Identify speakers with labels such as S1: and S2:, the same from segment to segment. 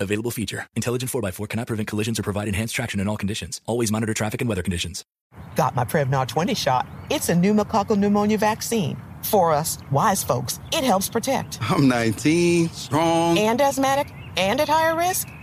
S1: Available feature. Intelligent 4x4 cannot prevent collisions or provide enhanced traction in all conditions. Always monitor traffic and weather conditions.
S2: Got my Prevnar 20 shot. It's a pneumococcal pneumonia vaccine. For us, wise folks, it helps protect.
S3: I'm 19, strong,
S2: and asthmatic, and at higher risk.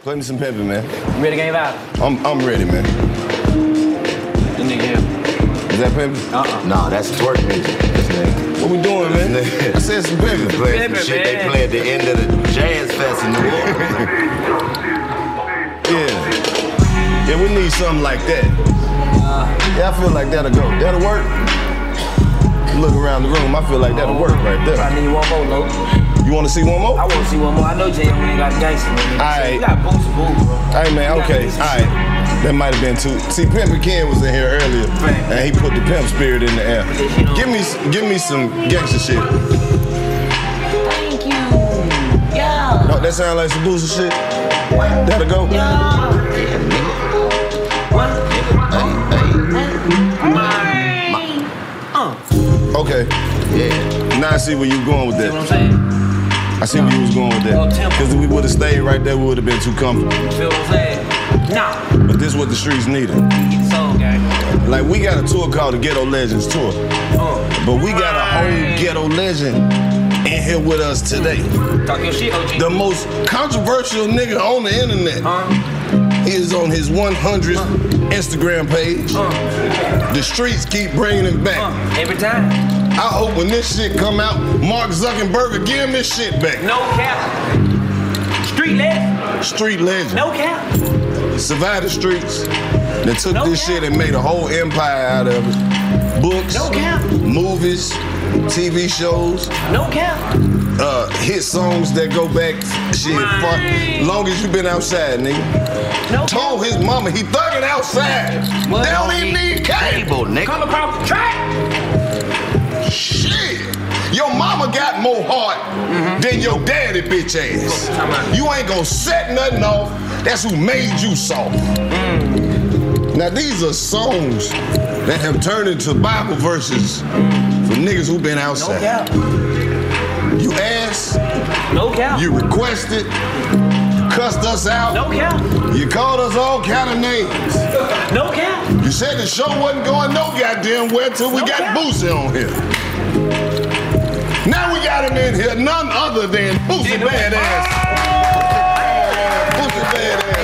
S4: Play me some pimpin', man.
S5: You ready to game out?
S4: I'm, I'm ready, man.
S5: That nigga here.
S4: Is that pimpin'?
S5: Uh-uh.
S6: Nah, that's twerk music.
S4: What we doing, man? I said some pimpin'.
S6: Play some
S4: man.
S6: shit they play at the end of the jazz fest in New
S4: Orleans. yeah. Yeah, we need something like that.
S5: Uh.
S4: yeah, I feel like that'll go. That'll work. Look around the room, I feel like that'll work right there.
S5: I need one more, though.
S4: You want to see one more?
S5: I want to see one more. I know Jay ain't got gangster. Alright. You got boots, boo, bro.
S4: Hey man,
S5: you
S4: okay. Alright. That might have been too. See, Pimpin' Ken was in here earlier, and he put the pimp spirit in the air. Give me, give me some gangster shit.
S5: Thank you. Yeah.
S4: No, that sound like some boozy shit. That'll go.
S5: Yeah.
S4: Okay. Yeah. Now I see where you going with that.
S5: what I'm saying?
S4: I see where you was going with that. Because if we would have stayed right there, we would have been too comfortable.
S5: Feel what I'm saying? Nah.
S4: But this is what the streets needed.
S5: Get the soul gang. Uh.
S4: Like, we got a tour called the Ghetto Legends Tour. But we got a whole ghetto legend in here with us today.
S5: Talk your shit, OG.
S4: The most controversial nigga on the internet. He is on his 100th Instagram page. The streets keep bringing him back.
S5: Every time.
S4: I hope when this shit come out, Mark Zuckerberg give him this shit back.
S5: No cap. Street legend.
S4: Street legend.
S5: No cap.
S4: Survived the streets. Then took
S5: No
S4: this
S5: cap.
S4: shit and made a whole empire out of it. Books,
S5: No cap.
S4: movies, TV shows,
S5: No cap.
S4: uh, hit songs that go back shit
S5: Right.
S4: far long as you been outside, nigga.
S5: No
S4: Told his mama he thugging outside.
S5: What
S4: they don't
S5: on
S4: even
S5: the
S4: need cable,
S6: Orleans.
S4: nigga.
S5: Come across the track.
S4: Shit. Your mama got more heart than your daddy bitch ass. You ain't gonna set nothing off. That's who made you soft. Now these are songs that have turned into Bible verses for niggas who been outside. You asked. No doubt. You requested. You cussed us out. No doubt. You called us all kind of names. No doubt. You said the show wasn't going no goddamn where till we got Boosie on here. Now we got him in here, none other than Boosie Badass. Boosie Badass.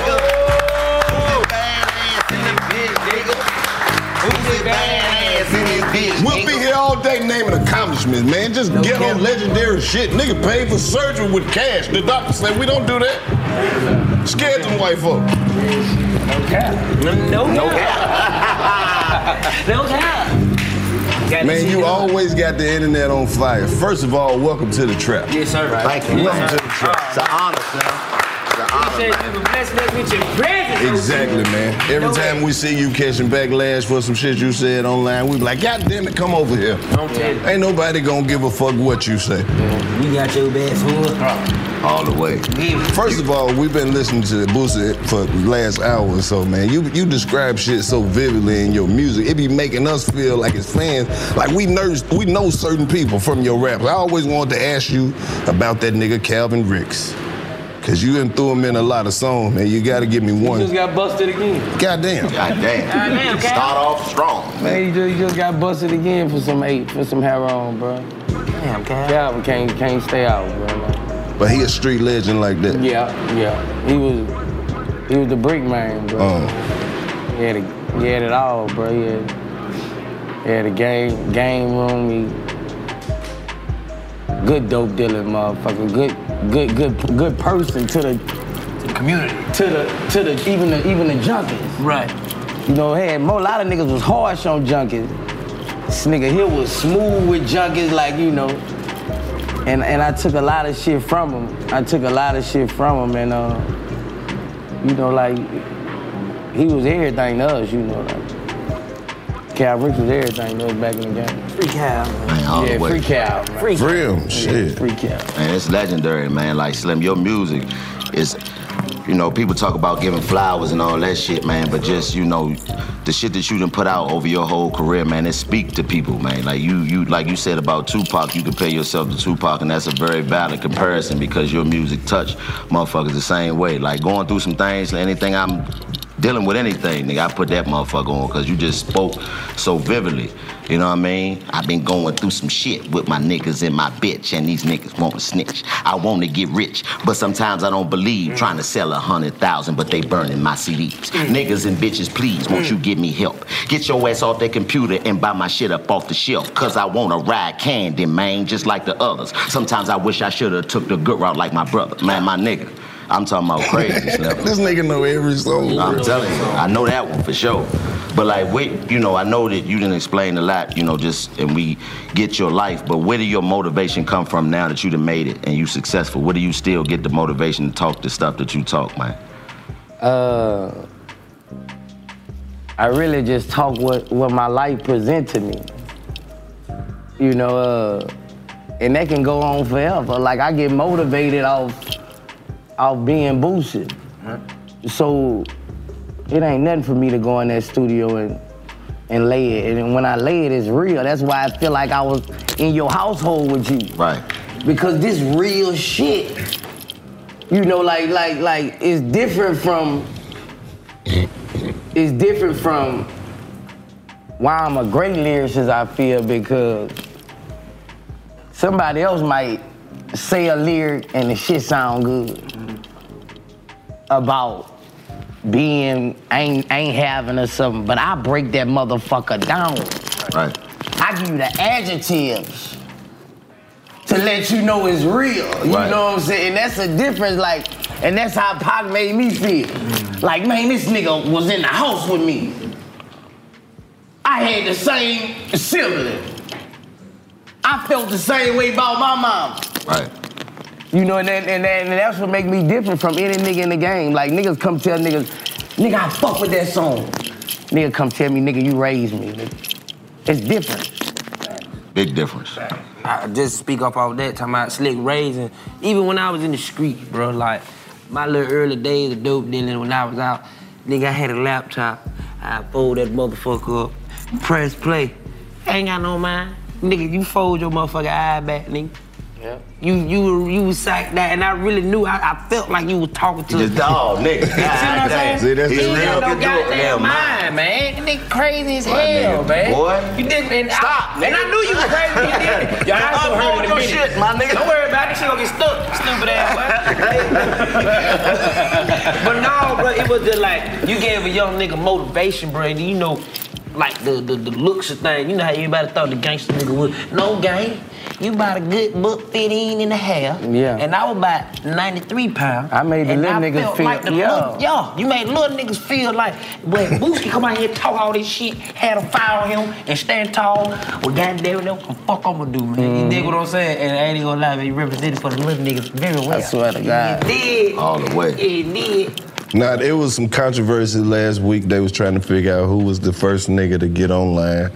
S4: We'll be here all day naming accomplishments, man. Just get on legendary shit. Nigga paid for surgery with cash. The doctor said we don't do that. Scared them white folk. No cap. No, no cap. no cap.
S7: Man, you always got the internet on fire. First of all, welcome to the trap.
S1: Yes, sir.
S7: Thank you. Welcome to the trap.
S1: It's an honor, sir. It's an honor. You said you were blessing us with your presence.
S7: Exactly, man. Every time we see you catching backlash for some shit you said online, we be like, God damn it, come over here. Ain't nobody gonna give a fuck what you say.
S1: Mm-hmm. We got your best hood.
S7: All the way. First of all, we've been listening to Boosie for the last hour or so, man. You you describe shit so vividly in your music. It be making us feel like as fans, like we nerds, we know certain people from your raps. I always wanted to ask you about that nigga Calvin Ricks. Cause you done threw him in a lot of songs, man. You gotta give me
S1: You
S7: one.
S1: just got busted again.
S7: Goddamn.
S1: Goddamn, Cal. Start
S7: off strong.
S1: Man, you just, you just got busted again for some eight, for some heroin, bro. Damn, Cal. Calvin can't, can't stay out, bro.
S7: But he a street legend like that.
S1: Yeah, yeah. He was he was the brick man, bro.
S3: Oh.
S1: He, had a, he had it all, bro. He had, he had a game game room. He good dope dealing, motherfucker. Good good good good person to the to the community. To the to the even the even the junkies. Right. You know, hey, mo- a lot of niggas was harsh on junkies. This nigga here was smooth with junkies, like you know and and I took a lot of shit from him. I took a lot of shit from him, and uh, you know, like he was everything to us, you know. Like, Cal Ricks was everything to us back in the game. Free Cal.
S6: all the
S1: Yeah,
S6: way.
S1: free Cal. man.
S6: Real
S7: shit.
S1: Freak out.
S6: Man, it's legendary, man. Like Slim, your music is, you know, people talk about giving flowers and all that shit, man. But just you know, the shit that you done put out over your whole career, man, it speak to people, man. Like you, you, like you said about Tupac, you compare yourself to Tupac, and that's a very valid comparison because your music touched motherfuckers the same way. Like going through some things, like anything I'm dealing with anything, nigga, I put that motherfucker on because you just spoke so vividly. You know what I mean? I've been going through some shit with my niggas and my bitch, and these niggas want to snitch. I want to get rich, but sometimes I don't believe trying to sell a hundred thousand, but they burning my CDs. Niggas and bitches, please, won't you give me help? Get your ass off that computer and buy my shit up off the shelf, cause I want to ride candy, man, just like the others. Sometimes I wish I should have took the good route like my brother, man, my nigga. I'm talking about crazy stuff.
S7: This nigga know every song.
S6: I'm telling you, I know that one for sure. But like, wait, you know, I know that you didn't explain a lot, you know, just and we get your life. But where did your motivation come from now that you done made it and you successful? Where do you still get the motivation to talk the stuff that you talk, man?
S1: Uh, I really just talk what what my life present to me. You know, uh, and that can go on forever. Like I get motivated off off being boosted. So it ain't nothing for me to go in that studio and and lay it. And when I lay it, it's real. That's why I feel like I was in your household with you.
S6: Right.
S1: Because this real shit, you know, like like like it's different from it's different from why I'm a great lyricist, I feel, because somebody else might say a lyric and the shit sound good about being ain't ain't having or something, but I break that motherfucker down.
S6: Right.
S1: I give you the adjectives to let you know it's real. You
S6: Right.
S1: know what I'm saying? And that's the difference, like, and that's how Pac made me feel. Like, man, this nigga was in the house with me. I had the same sibling. I felt the same way about my mom.
S6: Right.
S1: You know, and, that, and, that, and that's what make me different from any nigga in the game. Like niggas come tell niggas, nigga, I fuck with that song. Nigga come tell me, nigga, you raised me. nigga. It's different.
S6: Big difference.
S1: I just speak up off that, talking about slick raising. Even when I was in the street, bro, like my little early days of dope dealing when I was out, nigga, I had a laptop. I fold that motherfucker up, press play. Ain't got no mind. Nigga, you fold your motherfucking eye back, nigga. Yeah. You you were- you was like that, and I really knew. I, I felt like you was talking to
S6: He just dog, nigga.
S1: You see what I'm saying?
S6: See, that's
S1: He
S6: the
S1: ain't
S6: real
S1: got no
S6: good dope
S1: goddamn
S6: damn
S1: mind, man. That nigga crazy as
S6: My
S1: hell,
S6: nigga,
S1: man.
S6: boy.
S1: you didn't. And Stop. I, and I knew you was crazy. when You did it. Your eyes gonna hurt in a
S6: Unfold
S1: minute.
S6: your shit, my nigga.
S1: Don't worry about it. She gonna get stuck. Stupid ass. boy. but no, bro. It was just like you gave a young nigga motivation, bro. And you know. Like the, the the looks of thing, you know how everybody thought the gangster nigga was. No gang, you bought a good book 15 and a half. Yeah. And I was about 93 pounds. I made the and little I niggas felt feel- like the yeah. little- yeah, you made little niggas feel like when Booski come out here and talk all this shit, had him fire him and stand tall. Well, goddamn, that's what the fuck I'm gonna do, man. You dig what I'm saying? And I ain't gonna lie, man, you represented for the little niggas very well. I swear to God. It did.
S6: All the way.
S1: It did.
S4: Now there was some controversy last week. They was trying to figure out who was the first nigga to get online,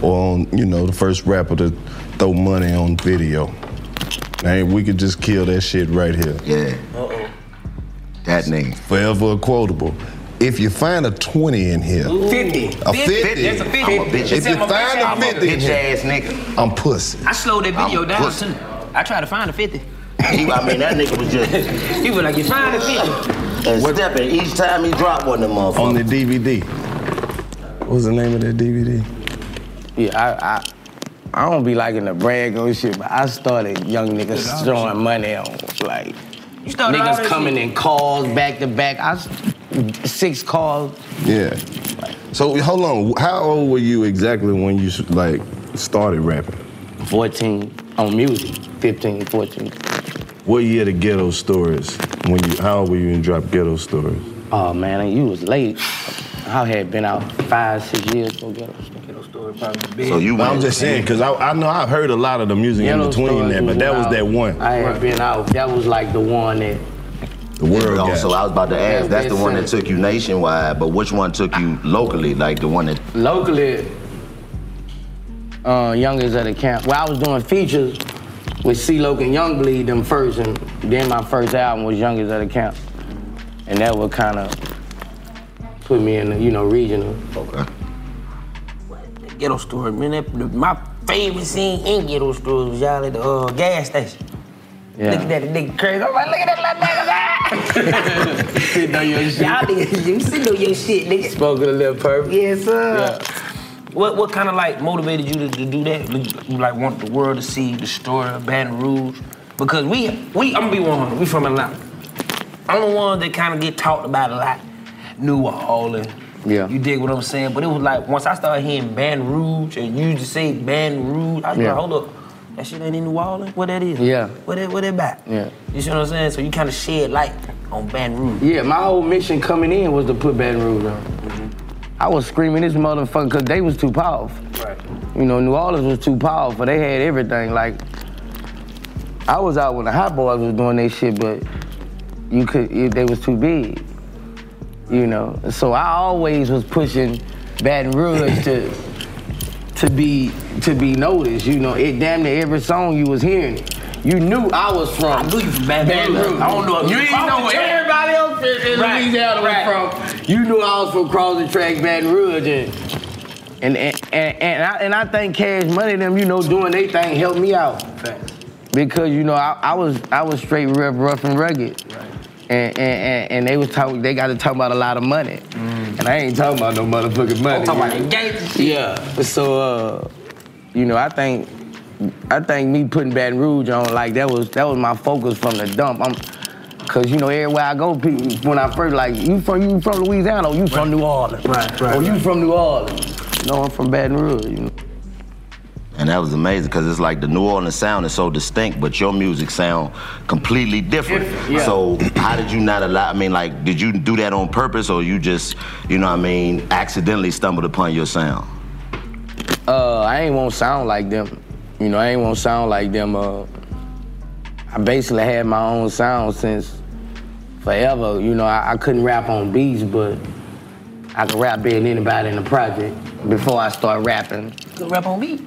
S4: or on, you know the first rapper to throw money on video. And we could just kill that shit right here.
S6: Yeah. That name.
S4: Forever a quotable. If you find a 20 in here,
S1: 50.
S4: a 50.
S1: That's a 50.
S4: I'm a bitch. If
S1: Except
S4: you
S1: my
S4: find
S1: bitch, I'm
S4: a 50 in
S6: bitch
S4: here,
S6: ass nigga.
S4: I'm pussy.
S1: I slowed that video
S6: I'm
S1: down
S6: pussy.
S1: too. I tried to find a 50.
S6: He- I mean, that nigga was just
S1: You were like, you find a 50.
S6: and stepping each time he dropped one of them motherfuckers.
S4: On the DVD. What was the name of that DVD?
S1: Yeah,
S4: I, I
S1: I don't be liking
S4: the
S1: brag
S4: or
S1: shit, but I started young
S4: niggas
S1: throwing money on like
S6: started all
S1: niggas
S6: that
S1: coming
S6: shit.
S1: in calls back to back. I s- six calls.
S4: Yeah. So hold on. How old were you exactly when you like started rapping?
S1: 14 on music. 15, 14.
S4: What year the Ghetto Stories? When you how old were you in Drop Ghetto Stories?
S1: Oh man, you was late. I had been out five, six years for ghetto story.
S4: So you I'm just saying because I, I know I've heard a lot of the music in
S1: Yellow
S4: between
S1: Stories
S4: that, but that was
S1: out.
S4: that one.
S1: I had been out. That was like the one that
S4: The world got
S6: Also, I was about to ask. That's the one that took you nationwide, but which one took you locally? Like the one that
S1: locally, uh, youngest at the camp. Well, I was doing features with C. Loke and Youngbleed them first, and then my first album was Youngest at the camp, and that would kind of put me in the you know regional. Okay. Ghetto story, man. That, the- my favorite scene in Ghetto Story was y'all at the uh, gas station.
S7: Yeah.
S1: Look at that nigga crazy. I'm like, look at that little nigga. Sitting on your shit. Y'all niggas, you sitting on your shit, nigga. Smoking a little purple. Yes, sir. Uh, What what kind of like motivated you to, to do that? Like, You like want the world to see the story of Baton Rouge? Because we we I'm gonna be 100. We from Atlanta. I'm the one that kind of get talked about a lot. New Orleans.
S7: Yeah.
S1: You dig what I'm saying? But it was like once I started hearing Baton Rouge and you just say Baton Rouge, I was
S7: Yeah.
S1: like, hold up, that shit ain't in New Orleans. What that is?
S7: Yeah.
S1: What it what it about?
S7: Yeah.
S1: You see what I'm saying? So you kind of shed light on Baton Rouge. Yeah, my whole mission coming in was to put Baton Rouge on. I was screaming this motherfucker because they was too powerful. Right. You know, New Orleans was too powerful. They had everything. Like, I was out when the Hot Boys was doing their shit, but you could, it, they was too big. You know, so I always was pushing Baton Rouge to to be to be noticed. You know, it damn near every song you was hearing. You knew I was from. I knew you from Baton Rouge. I don't know. If you
S7: You
S1: from
S7: ain't know
S1: the
S7: where
S1: track.
S7: everybody else in in
S1: Right,
S7: Louisiana was from.
S1: You knew I was from Crossing Tracks, Baton Rouge, and and and and, and, I, and I think Cash Money them, you know, doing they thing helped me out because you know I, I was I was straight rough, rough and rugged, and, and and and they was talking they got to talk about a lot of money, and I ain't talking about no motherfucking money.
S7: talking about
S1: you know? Yeah. So uh, you know I think I think me putting Baton Rouge on like that was that was my focus from the dump. I'm, Cause you know everywhere I go, people when I first like you from you from Louisiana, or you from New Orleans, right, right, or you from New Orleans. No, I'm from Baton Rouge. You know?
S6: And that was amazing because it's like the New Orleans sound is so distinct, but your music sound completely different.
S1: Different, yeah.
S6: So how did you not allow? I mean, like, did you do that on purpose, or you just, you know, what I mean, accidentally stumbled upon your sound?
S1: uh, I ain't want to sound like them. You know, I ain't want to sound like them. Uh, I basically had my own sound since forever. You know, I, I couldn't rap on beats, but I could rap better than anybody in the project before I start rapping.
S8: Good rap on me.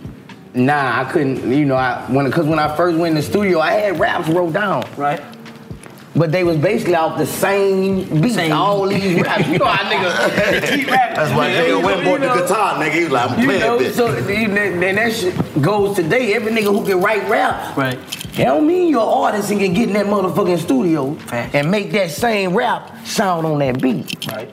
S1: Nah, I couldn't. You know, I when because when I first went in the studio, I had raps wrote down. Right. But they was basically off the same beats. All these raps. You know how niggas keep rapping.
S6: That's why
S1: Yeah,
S6: Jay
S1: you
S6: went
S1: know-
S6: bought the guitar, nigga. He was like, I'm
S1: You
S6: playing
S1: know,
S6: bitch.
S1: so then that then that shit goes today. Every nigga who can write rap, right? That don't mean you're an artist and can get in that motherfucking studio and make that same rap sound on that beat, right?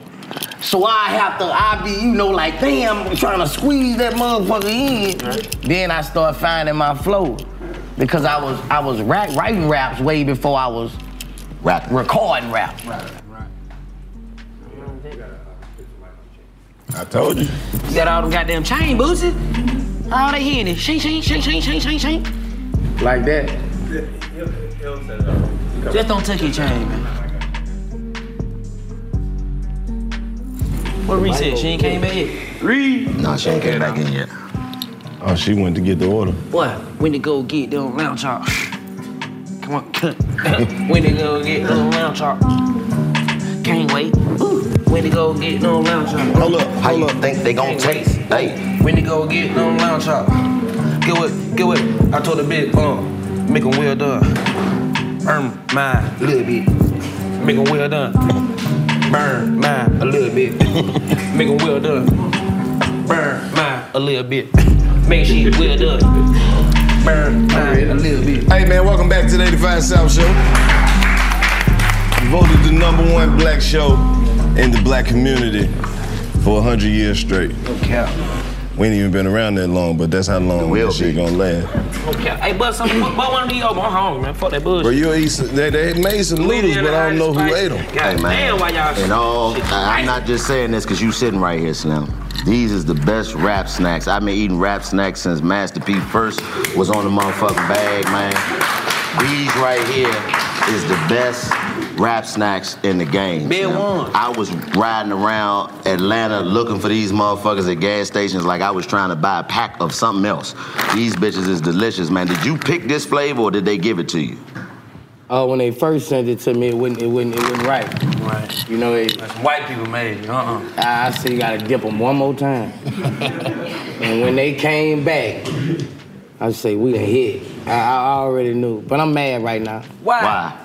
S1: So I have to, I be, you know, like damn, trying to squeeze that motherfucker in. Then I start finding my flow because I was, I was rap, writing raps way before I was
S6: rapping,
S1: recording rap.
S6: I told you.
S7: You got all them goddamn chain boosters. All they hearing is shing, shing, shing, shing, shing, shing, shing.
S1: Like that.
S7: Just don't take your chain, man. What Reese said? She ain't came back yet. Reed.
S6: Nah, she ain't came back in yet.
S4: Oh, she went to get the order.
S7: Boy, when they go get them round chops. Come on, cut. when they go get them round chops. Can't wait. Ooh. When they go get them round chops.
S6: Hold up, how you think they gon' taste? Hey,
S7: When they go get them round chops. Get what? Get what? I told the bitch, um, make 'em well done. Earn mine a little bit. Make 'em well done. Burn mine a little bit. Make 'em well done. Burn mine a little bit. Make sure it's well done. Burn mine a little bit.
S4: Hey man, welcome back to the 85 South Show. Voted the number one black show in the black community for 100 years straight. No
S7: cap.
S4: We ain't even been around that long, but that's how long this shit gonna last.
S7: Okay. Hey, but some, but one of these, oh, my home, man. Fuck that bullshit.
S4: Bro, you eat some, they, they made some noodles, but I don't know who ate them.
S7: God damn, why y'all
S6: And all, I- I'm not just saying this because you sitting right here, Slim. These is the best rap snacks. I've been eating rap snacks since Master P first was on the motherfucking bag, man. These right here is the best rap snacks in the game.
S7: Big
S6: Slim.
S7: one.
S6: I was riding around Atlanta looking for these motherfuckers at gas stations like I was trying to buy a pack of something else. These bitches is delicious, man. Did you pick this flavor or did they give it to you?
S1: Oh, when they first sent it to me, it wouldn't, it wouldn't, it wasn't right. Right. You know, it,
S7: white people made it. Uh-uh.
S1: I, I said you gotta dip them one more time. and when they came back, I say we done hit. I, I already knew, but I'm mad right now.
S7: Why?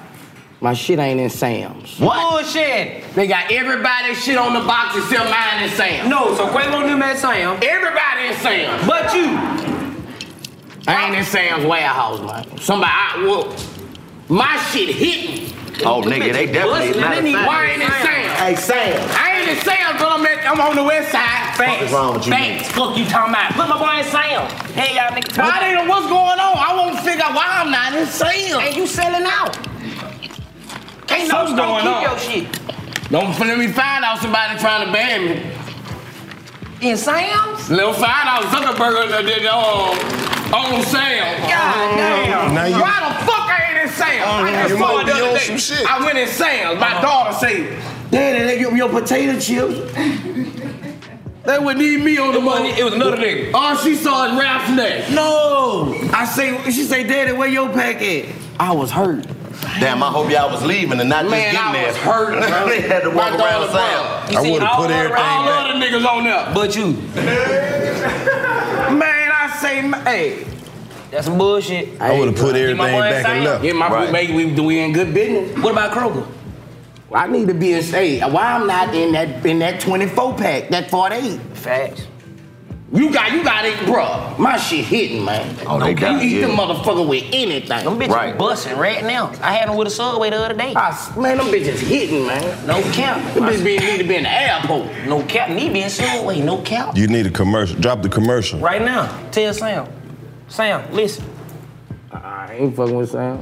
S1: My shit ain't in Sam's.
S7: Bullshit.
S1: They got everybody's shit on the box except mine and Sam.
S7: No, so Quavo knew at Sam.
S1: Everybody in Sam's.
S7: But you.
S1: I ain't in Sam's warehouse, man. Somebody, I, well, my shit hit me.
S6: Oh, nigga, they definitely. matter of fact-
S1: Why ain't in Sam's?
S6: Hey, Sam.
S1: I ain't in Sam's, but I'm, at, I'm on the west side.
S7: Facts.
S6: is wrong with you
S7: Facts. Fuck you talking about. Put my boy in Sam. Hey, y'all niggas.
S1: Well, I didn't know what's going on. I won't figure out why I'm not in Sam's.
S7: And you selling out. Ain't no don't
S1: Something's going
S7: keep
S1: on.
S7: your shit.
S1: Don't f- let me find out somebody trying to ban me.
S7: In Sam's?
S1: Little find out Zuckerberg uh, did uh, on sale. God
S7: damn. Oh, Now you- Oh,
S1: Why the fuck I ain't in sale? I just
S7: you
S1: saw
S7: might
S1: it
S7: be
S1: the other
S7: on
S1: day.
S7: some shit.
S1: I went in sales. My
S7: Uh-huh.
S1: daughter said, Daddy, they give me your potato chips. They would need me on the money.
S7: It was another nigga.
S1: All she saw is Ralph's neck. No. I say, she say, Daddy, where your pack at? I was hurt.
S6: Damn, I hope y'all was leaving and not
S1: Man,
S6: just getting
S1: I
S6: there.
S1: was hurt, bro.
S6: they had to
S1: My
S6: walk around
S1: daughter
S6: sound.
S1: broke. You see, all other- All
S6: back.
S1: other niggas on there.
S7: But you.
S1: Man, I say, ma- hey.
S7: That's some bullshit.
S4: I would've put everything back and left.
S1: Yeah, my
S4: Right.
S1: we, we, we in good business.
S7: What about Kroger?
S1: I need to be in state. Why I'm not in that in that 24 pack, that 48?
S7: Facts.
S1: You got you got it, bro. My shit hitting, man.
S6: Oh, they got
S1: you eat
S6: it.
S1: the motherfucker with anything.
S7: Them bitches
S1: Right.
S7: busting right now. I had them with a subway the other day.
S1: man, them bitches hitting, man.
S7: No cap.
S1: Them bitches be- need to be in the airport.
S7: No cap. Need to be in subway. No cap.
S4: You need a commercial. Drop the commercial.
S7: Right now. Tell Sam. Sam, listen.
S1: I ain't fucking with Sam.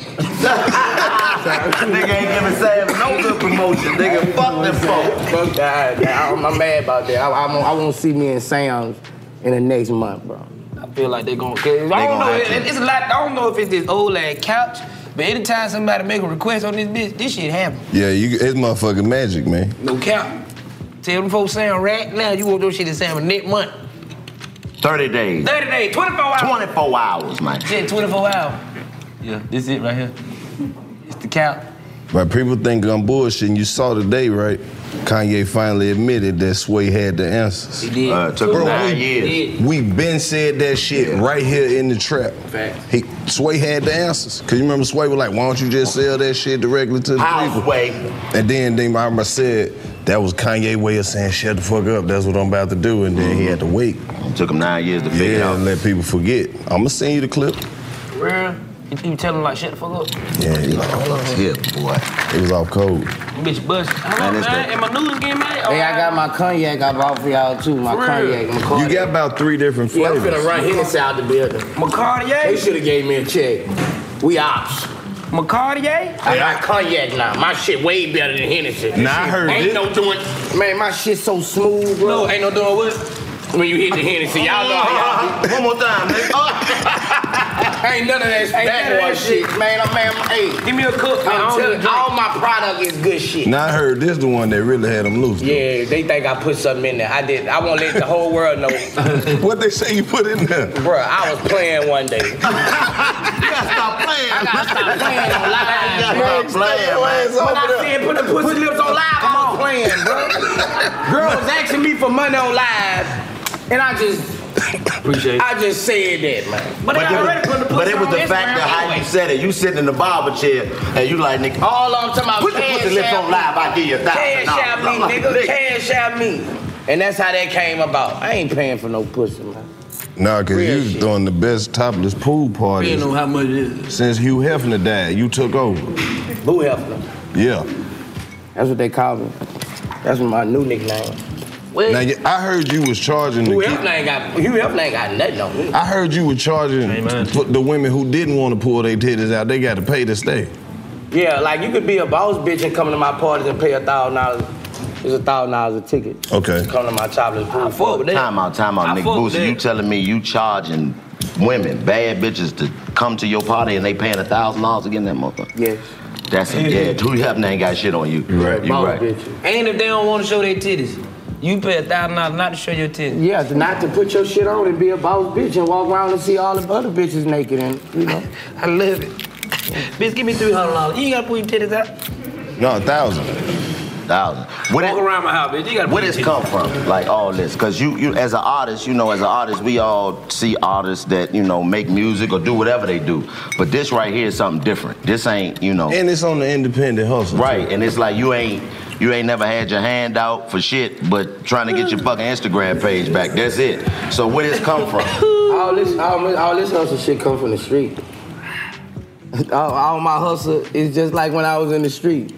S6: nigga ain't giving Sam no good promotion, nigga. Fuck them folk.
S1: Fuck that. I'm, I'm mad about that. I, I, won't, I won't see me in Sam's in the next month, bro.
S7: I feel like they're gonna. 'cause I don't know. It, it's a lot. I don't know if it's this old ass couch, but anytime somebody make a request on this bitch, this shit happen.
S4: Yeah, you, it's motherfucking magic, man.
S7: No cap. Tell them folks Sam right now. You want those shit to Sam next month.
S6: 30 days.
S7: 30 days, 24 hours.
S6: 24 hours, man.
S7: Shit, 24 hours. Yeah, this it right here. It's the couch.
S4: Right, people think I'm bullshitting. You saw today, right? Kanye finally admitted that Sway had the answers.
S6: He did. Uh, it took him nine
S4: we,
S6: years.
S4: We been said that shit right here in the trap.
S6: Facts.
S4: He Sway had the answers. Cause you remember Sway was like, "Why don't you just sell that shit directly to the
S6: How,
S4: people?"
S6: Sway?
S4: And then they, I remember said that was Kanye way of saying, "Shut the fuck up. That's what I'm about to do." And then he had to wait.
S6: took him nine years to figure
S4: yeah,
S6: it out.
S4: and let people forget. I'ma send you the clip.
S1: Real? You, you tell him like shut the fuck up.
S4: Yeah, he like,
S1: I love
S4: hip boy. It was off code.
S1: Bitch bust. Hello,
S4: Man,
S1: man.
S4: that's that-
S1: And my noodles getting made. Oh,
S6: Hey,
S1: I got
S6: my cognac I bought for y'all too.
S1: My cognac, my
S4: You got about three different flavors.
S1: out the building. McCartier? They should have gave me a check. We ops. McCartier? I got cognac now. My shit way better than Hennessy.
S4: Nah, I heard
S1: Ain't
S4: this.
S1: no doing. Man, my shit so smooth, bro. No, ain't no doing what? When you hit the Hennessy, y'all know how y'all One more time, man. Ain't none of that
S6: backwash
S1: shit, man. I'm, man, hey, give me a cook.
S6: man. I
S1: I'm
S6: don't
S1: telling you, all my product is good shit.
S4: Now I heard this the one that really had them loose.
S1: Yeah, they think I put something in there. I did. I won't let the whole world know.
S4: what they say you put in there?
S1: Bruh, I was playing one day. you gotta stop playing. I gotta stop playing on live.
S6: You
S1: man.
S6: gotta stop playing, man.
S1: When I
S6: Stop
S1: said put the pussy lips on live, I was playing, bro. Girl was asking me for money on live, and I just. Appreciate I just said that, man. But, they
S6: it was-
S1: already put the pussy
S6: but it was
S1: on
S6: the
S1: Instagram
S6: fact that how
S1: anyway.
S6: you said it. You sitting in the barber chair and you like, nigga,
S1: All I'm talking about
S6: put the
S1: cash
S6: pussy lips
S1: out
S6: on live, I give you a thousand.
S1: Cash out me,
S6: dollars.
S1: nigga. Cash out me. And that's how that came about. I ain't paying for no pussy, man.
S4: Nah, cause you was throwing the best topless pool party.
S1: You know how much it is.
S4: Since Hugh Hefner died, you took over.
S1: Boo Hefner.
S4: Yeah.
S1: That's what they call me. That's my new nickname.
S4: Now you- I heard you was charging
S1: Hugh
S4: the.
S1: Hefner ain't got Hugh Hefner ain't got nothing on me.
S4: I heard you were charging t- the women who didn't want to pull their titties out. They got to pay to stay.
S1: Yeah, like you could be a boss bitch and come to my parties and pay a thousand dollars. It's a thousand dollars a ticket.
S4: Okay.
S1: To come to my chocolate pool. fuck with that.
S6: Time out, time out,
S1: I
S6: nigga.
S1: fuck with
S6: Boosie, you telling me you charging women, bad bitches, to come to your party and they paying a thousand dollars to get in that motherfucker?
S1: Yes.
S6: That's a yeah. Who have ain't got shit on you. Right, you
S1: Boss
S6: right.
S1: bitches.
S7: And if they don't want to show their titties, you pay a thousand dollars not to show your titties.
S1: Yeah, to not to put your shit on and be a boss bitch and walk around and see all the other bitches naked and you know. I love it.
S7: Bitch, give me three hundred dollars. You ain't gotta pull your titties out.
S4: No, a thousand.
S6: Thousand. What Walk
S7: around my house, bitch. You gotta
S6: Where
S7: put
S6: this
S7: your
S6: come
S7: titties
S6: from? Like all this, because you, you as an artist, you know, as an artist, we all see artists that you know make music or do whatever they do. But this right here is something different. This ain't you
S1: Oh.
S6: know.
S4: And it's on the independent hustle.
S6: Right, and it's like you ain't you ain't never had your hand out for shit, but trying to get your fucking Instagram page back. That's it. So where this come from?
S1: All this, all, all this hustle shit come from the street. all, all my hustle is just like when I was in the street.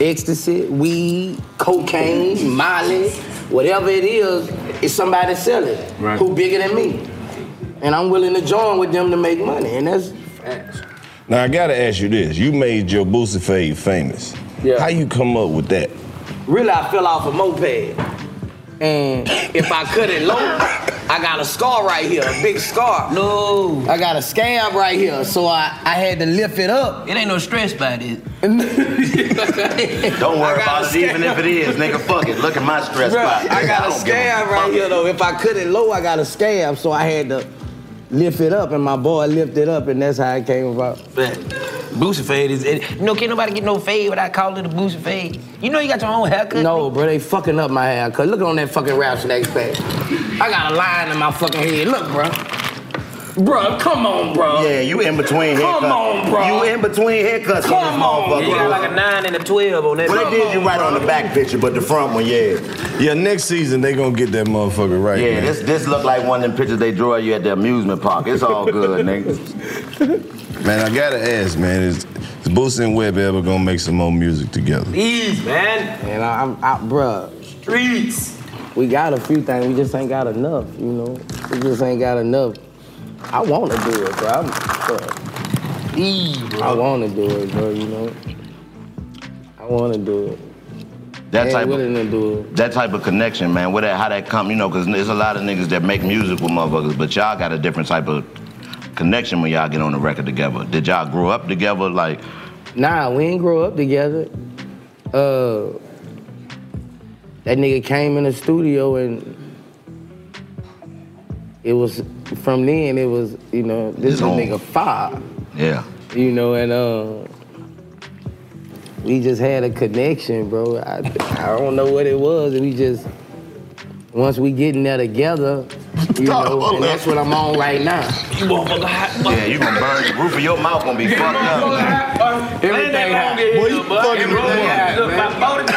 S1: Ecstasy, weed, cocaine, Molly, whatever it is, it's somebody selling
S7: Right.
S1: who bigger than me, and I'm willing to join with them to make money, and that's
S4: Now I gotta ask you this: You made your Boosie fade famous. Yeah. How you come up with that?
S1: Really, I fell off a moped. And if I cut it low, I got a scar right here, a big scar. No. I got a scab right here, so I, I had to lift it up. It ain't no stress by this.
S6: Don't worry about it, even if it is, nigga. Fuck it. Look at my stress
S1: Bruh,
S6: spot.
S1: I got a
S6: don't give
S1: scab right here though. If I cut it low, I got a scab, so I had to lift it up, and my boy lifted it up, and that's how it came about.
S7: Boosie fade is it. You know, can't nobody get no fade without calling it a boosie fade. You know you got your own haircut.
S1: No, bro, they fucking up my haircut. Look on that fucking rap snake face. I got a line in my fucking head. Look, bro. Bro, come on, bro.
S6: Yeah, you in between
S1: Come
S6: haircuts.
S1: on, bro.
S6: You in between haircuts on this
S1: Come on,
S6: motherfucker.
S7: You got like a nine and a twelve on that.
S6: Well, they did you right on the back picture, but the front one, yeah.
S4: Yeah, next season they gonna get that motherfucker right.
S6: Yeah,
S4: man.
S6: this this look like one of them pictures they draw you at the amusement park. It's all good, nigga.
S4: Man, I gotta ask, man, is, is Boosie and Webb ever gonna make some more music together?
S1: Please, man. And I- I'm out, bruh. Streets. We got a few things. We just ain't got enough, you know. We just ain't got enough. I want to do it, bro. I'm, bruh. I want to do it, bro. You know. I want to do it.
S6: That
S1: And
S6: type of-
S1: willing to do it.
S6: That type of connection, man. Where that, how that come, you know, because there's a lot of niggas that make music with motherfuckers, but y'all got a different type of connection when y'all get on the record together. Did y'all grow up together? Like,
S1: Nah, we ain't grow up together. Uh, that nigga came in the studio and it was from then it was you know this
S6: It's
S1: is
S6: on.
S1: nigga fire
S6: yeah.
S1: you know and uh we just had a connection, bro. I, I don't know what it was, and we just once we getting there together, you know, and that's what I'm on right now.
S7: You motherfucker hot.
S6: Yeah, you gonna burn the roof of your mouth gonna be fucked up.
S7: Everything hot.
S9: Boy, you fucking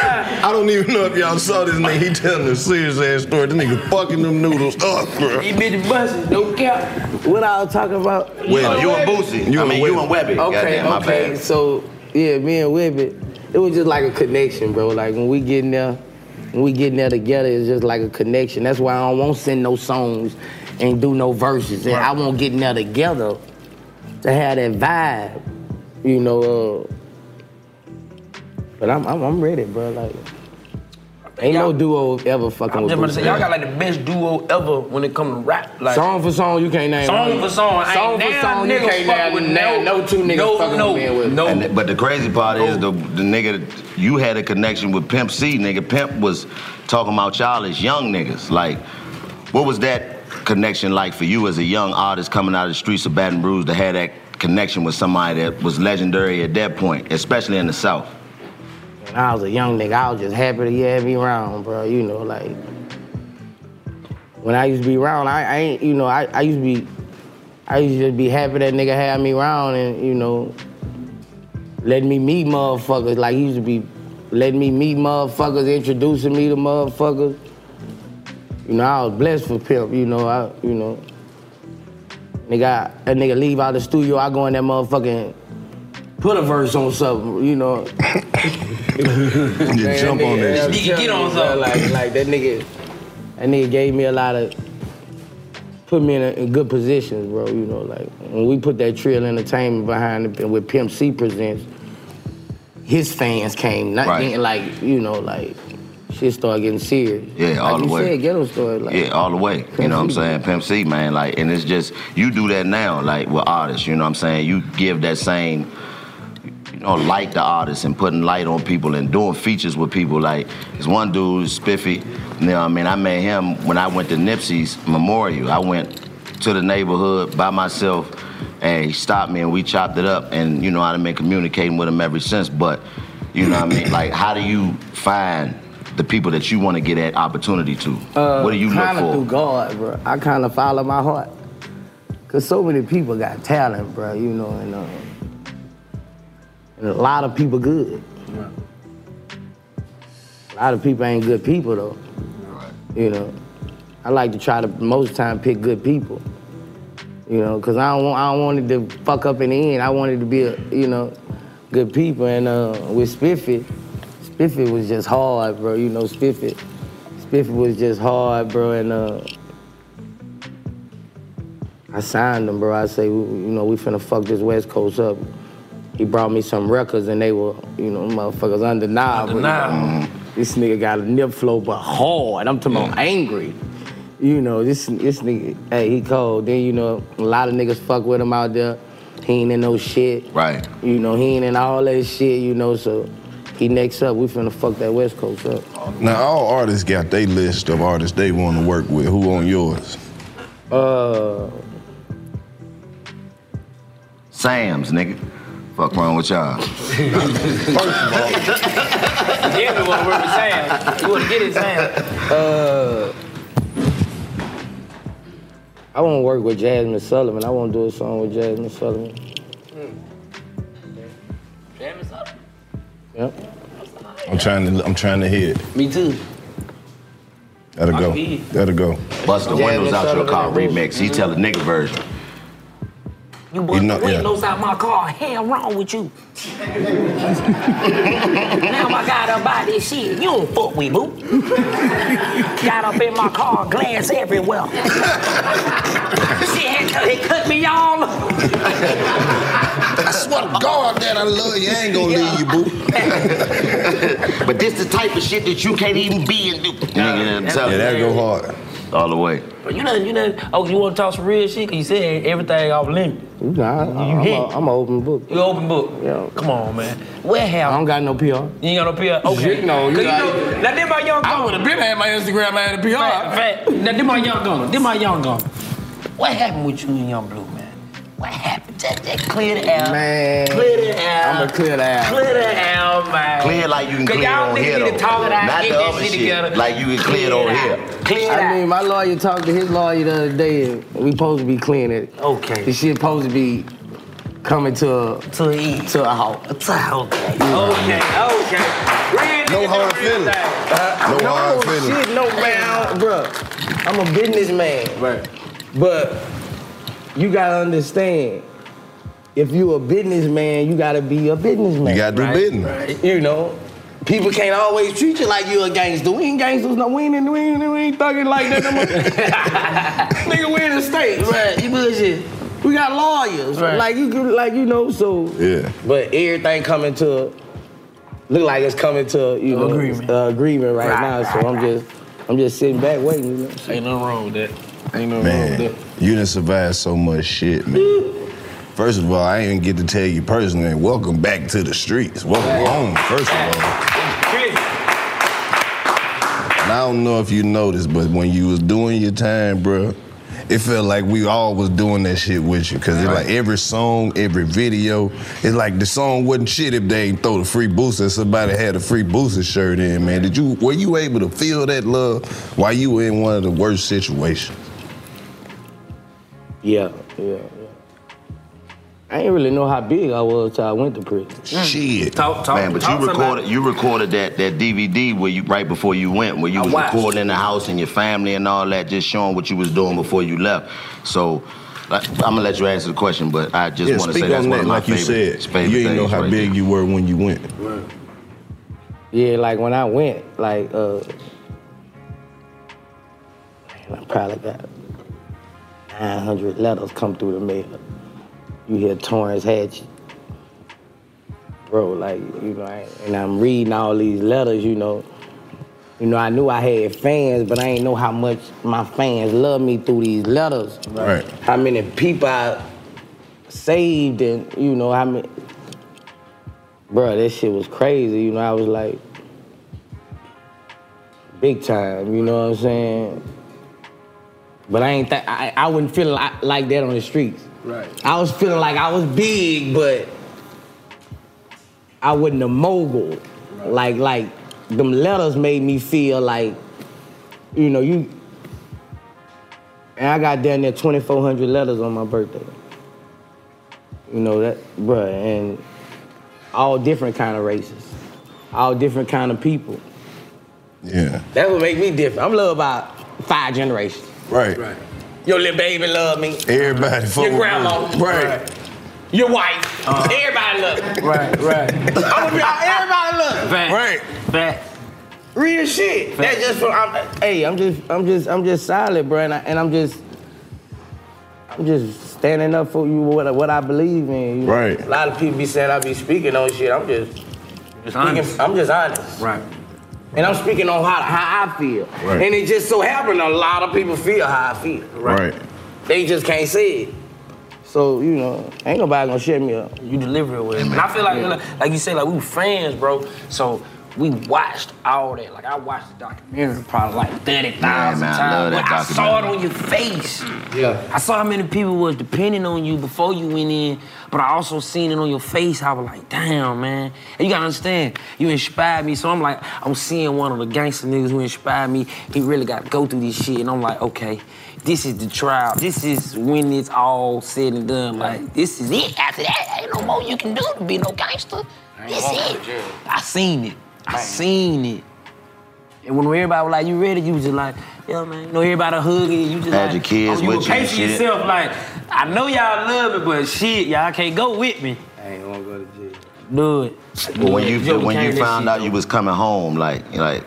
S9: I don't even know if y'all saw this nigga. He telling a serious ass story. This nigga fucking them noodles up, bro.
S7: These bitches busting, no cap.
S1: What I was talking about?
S6: Well, you and Boosie. I mean, you and Webby.
S1: Okay,
S6: Goddamn, my
S1: okay.
S6: bad.
S1: So yeah, me and Webby, it was just like a connection, bro. Like when we getting there, when we getting there together, it's just like a connection. That's why I don't want to send no songs and do no verses, and I want getting there together to have that vibe, you know. Uh, but I'm, I'm I'm ready, bro. Like. Ain't no duo ever fucking
S7: I'm
S1: with
S7: just about to
S1: Boosie.
S7: say, y'all got like the best duo ever when it come to rap. Like
S1: song for song, you can't name
S7: Song
S1: one.
S7: for song, ain't
S1: Song for
S7: now
S1: song, you
S7: niggas
S1: can't
S7: fuck
S1: name
S7: with
S1: name
S7: no-
S1: no two niggas
S7: no,
S1: fucking
S7: no,
S1: with me with.
S6: And th- but the crazy part is the the nigga you had a connection with Pimp C, nigga. Pimp was talking about y'all as young niggas. Like, what was that connection like for you as a young artist coming out of the streets of Baton Rouge to have that connection with somebody that was legendary at that point, especially in the South?
S1: When I was a young nigga, I was just happy to have me around, bro. You know, like when I used to be around, I, I ain't, you know, I, I used to be, I used to just be happy that nigga had me around and you know, letting me meet motherfuckers. Like he used to be letting me meet motherfuckers, introducing me to motherfuckers. You know, I was blessed for pimp. You know, I, you know, nigga, I, that nigga leave out the studio, I go in that motherfucking. Put a verse on something, you know.
S9: You
S1: Man,
S9: jump
S1: that nigga-
S9: on this.
S1: I'm telling you, bro, Like, like that nigga, that nigga gave me a lot of, put me in, a, in good positions, bro. You know, like when we put that Trill Entertainment behind it with Pimp C presents, his fans came, not
S6: Right.
S1: getting like, you know, like shit started getting serious.
S6: Yeah, all
S1: like
S6: the
S1: you
S6: way.
S1: Said, ghetto story, like
S6: yeah, all the way. You know what I'm saying? Pimp C, man. Like, and it's just you do that now, like with artists. You know what I'm saying? You give that same, you know, light to artists and putting light on people and doing features with people. Like, there's one dude, Spiffy. You know, what I mean, I met him when I went to Nipsey's memorial. I went to the neighborhood by myself, and he stopped me and we chopped it up. And you know, I've been communicating with him ever since. But you know, what I mean, like, how do you find? The people that you want to get that opportunity to.
S1: Uh,
S6: what do you look
S1: kinda
S6: for?
S1: through God, bro. I kind of follow my heart. Cause so many people got talent, bro. You know, and, uh, and a lot of people good. A lot of people ain't good people though. You know, I like to try to most time pick good people. You know, cause I don't want I don't want it to fuck up in the end. I wanted to be a you know good people. And uh, with Spiffy, Spiffy was just hard, bro. You know, Spiffy, Spiffy was just hard, bro. And uh, I signed him, bro. I say, you know, we finna fuck this West Coast up. He brought me some records, and they were, you know, motherfuckers undeniable.
S7: Undeniable.
S1: This nigga got a nip flow, but hard. I'm talking about angry. You know, this this nigga, hey, he cold. Then you know, a lot of niggas fuck with him out there. He ain't in no shit.
S6: Right.
S1: You know, he ain't in all that shit, you know, so he next up, we finna fuck that West Coast up.
S4: Now all artists got their list of artists they want to work with. Who on yours?
S1: Uh
S6: Sam's, nigga. Fuck wrong with y'all.
S7: Definitely want to work with Sam. You want to get it, Sam.
S1: uh I won't work with Jasmine Sullivan. I won't do a song with Jasmine Sullivan. Yep.
S4: I'm trying to. I'm trying to hear it.
S1: Me too.
S4: That'll go. That'll go.
S6: Bust the windows out your car remix. He tell the nigga version.
S7: You bust
S4: You know-
S7: the
S4: yeah.
S7: windows out my car. Hell wrong with you. now I gotta buy this shit. You don't fuck with boo. Got up in my car, glass everywhere. shit, it cut- it cut me all. up.
S9: I swear to God that I love you. I ain't gonna leave you, boo.
S6: but this the type of shit that you can't even be and do. Nigga,
S7: that's Yeah, that go
S4: hard.
S6: All the way.
S7: But you know, you know. Oh, you want to talk some real shit? Cause you said everything off limit.
S1: Nah,
S7: You
S1: I,
S7: hit.
S1: am an open book.
S7: You open book.
S1: Yeah.
S7: Come on, man. Where have
S1: I don't got no PR.
S7: You ain't got no PR. Okay.
S1: Shit, no, you
S7: Cause you
S1: got-
S7: know, now them my young I would have been had my Instagram. I had a PR. Fact, fact. Now them my young gunner. Them my young gunner. What happened with you and Young Blue, man? What happened? Just, just clear the air.
S1: Man.
S7: Clear the air.
S1: I'ma clear the air.
S7: Clear the air, man.
S6: Clear like you can
S7: Cause
S6: clear
S7: y'all
S6: on
S7: niggas
S6: here,
S7: need to
S6: though.
S7: talk it out,
S6: Not
S7: get
S6: the
S7: this
S6: other
S7: shit
S6: shit.
S7: together.
S6: Like you can clear it on
S7: it
S6: here.
S7: out. Clear it
S1: I mean, my lawyer talked to his lawyer the other day. and We supposed to be cleaning it.
S7: Okay.
S1: This shit supposed to be coming to a to a to a halt.
S7: To a halt.
S1: Okay.
S7: Okay. Real
S1: No
S7: nigga
S1: hard
S7: do real
S1: feelings.
S7: thing.
S1: Uh,
S7: No hard feelings.
S1: shit, no man, bruh. I'm a businessman, right? But you gotta understand, if you a businessman, you gotta be a businessman.
S4: You gotta do
S1: right?
S4: business.
S1: Right. You know, people can't always treat you like you a gangster. We ain't gangsters, no. We ain't, we ain't, we ain't thugging like that. no more. Nigga, we in the states, right? You bullshit. We got lawyers,
S7: Right.
S1: like you, like you know. So
S4: yeah,
S1: but everything coming to look like it's coming to you know
S7: Agreement.
S1: uh, agreement right,
S7: Right,
S1: now. So I'm just I'm just sitting back waiting. You know? Ain't nothing wrong with that. Ain't nothing
S4: Man, you done survived so much shit, man. First of all, I ain't even get to tell you personally, welcome back to the streets. Welcome home, first of all. And I don't know if you noticed, but when you was doing your time, bruh, it felt like we all was doing that shit with you. Cause it's like every song, every video, it's like the song wasn't shit if they ain't throw the free booster. Somebody had a free booster shirt in, man. Did you were you able to feel that love while you were in one of the worst situations?
S1: Yeah, yeah, yeah. I ain't really know how big I was till I went to prison.
S4: Shit.
S1: Talk,
S6: Mm. Man, but you recorded you recorded that that DVD where you right before you went, where you
S1: I
S6: was
S1: watched.
S6: recording in the house and your family and all that, just showing what you was doing before you left. So like, I'm gonna let you answer the question, but I just
S4: yeah,
S6: want to
S4: speak
S6: say that's
S4: on
S6: one
S4: that,
S6: of my
S4: like you
S6: favorite,
S4: said.
S6: favorite
S4: You ain't know
S6: things
S4: how
S6: right
S4: big you were when you went.
S1: Yeah, like when I went, like uh, man, I probably got 900 letters come through the mail. You hear Torrance Hatch, bro, like you know, I, and I'm reading all these letters, you know. You know, I knew I had fans, but I ain't know how much my fans love me through these letters.
S4: Right.
S1: How many people I saved, and you know, how many bro, that shit was crazy. You know, I was like, big time. You know what I'm saying? But I ain't. Th- I I wouldn't feel li- like that on the streets.
S7: Right.
S1: I was feeling like I was big, but I wasn't a mogul. Like like them letters made me feel like, you know, you. And I got down there 2,400 letters on my birthday. You know that, bruh, and all different kind of races, all different kind of people.
S4: Yeah.
S1: That's what make me different. I'm loved by five generations.
S4: Right.
S1: Your little baby love me.
S4: Everybody fuck
S1: Your
S4: with
S1: grandma.
S4: me. Right.
S1: Your wife. Everybody love me. Right, right. I'm gonna be all, everybody love me.
S7: Right.
S1: Fact. Real shit. That's just from. I'm, hey, I'm just, I'm just, I'm just solid, bro, and, I, and I'm just, I'm just standing up for you, what, I- what I believe in. you know?
S7: Right.
S1: A lot of people be saying I be speaking on shit. I'm just,
S7: Just
S1: speaking-
S7: honest.
S1: I'm just honest. Right. And I'm speaking on how, how I feel.
S7: Right.
S1: And it just so happened a lot of people feel how I feel.
S4: Right.
S1: They just can't say it. So, you know, ain't nobody gonna shut me up. You deliver it with
S7: And I feel like, like, like you say, like we were fans, bro. So we watched all that. Like I watched the documentary probably like thirty thousand
S6: Yeah, man, I
S7: times.
S6: love that
S7: but I saw it
S6: documentary.
S7: on your face.
S1: Yeah.
S7: I saw how many people was depending on you before you went in, but I also seen it on your face. I was like, damn, man. And you gotta understand, you inspired me. So I'm like, I'm seeing one of the gangster niggas who inspired me. He really got to go through this shit. And I'm like, okay, this is the trial. This is when it's all said and done. Like, this is it. After that, ain't no more you can do to be no gangster. This it. I seen it. I seen it. And when everybody was like, you ready? You was just like, yeah, man. You know, everybody hugging you. You just
S6: Had
S7: like,
S6: your kids
S7: oh, you
S6: with
S7: were
S6: you and
S7: pacing
S6: shit.
S7: yourself. Like, I know y'all love me, but shit, y'all can't go with me. I ain't gonna go to jail. Do it.
S6: But when you
S7: Joe
S6: when you
S7: Buchanan,
S6: found
S7: that
S6: out you was coming home, like like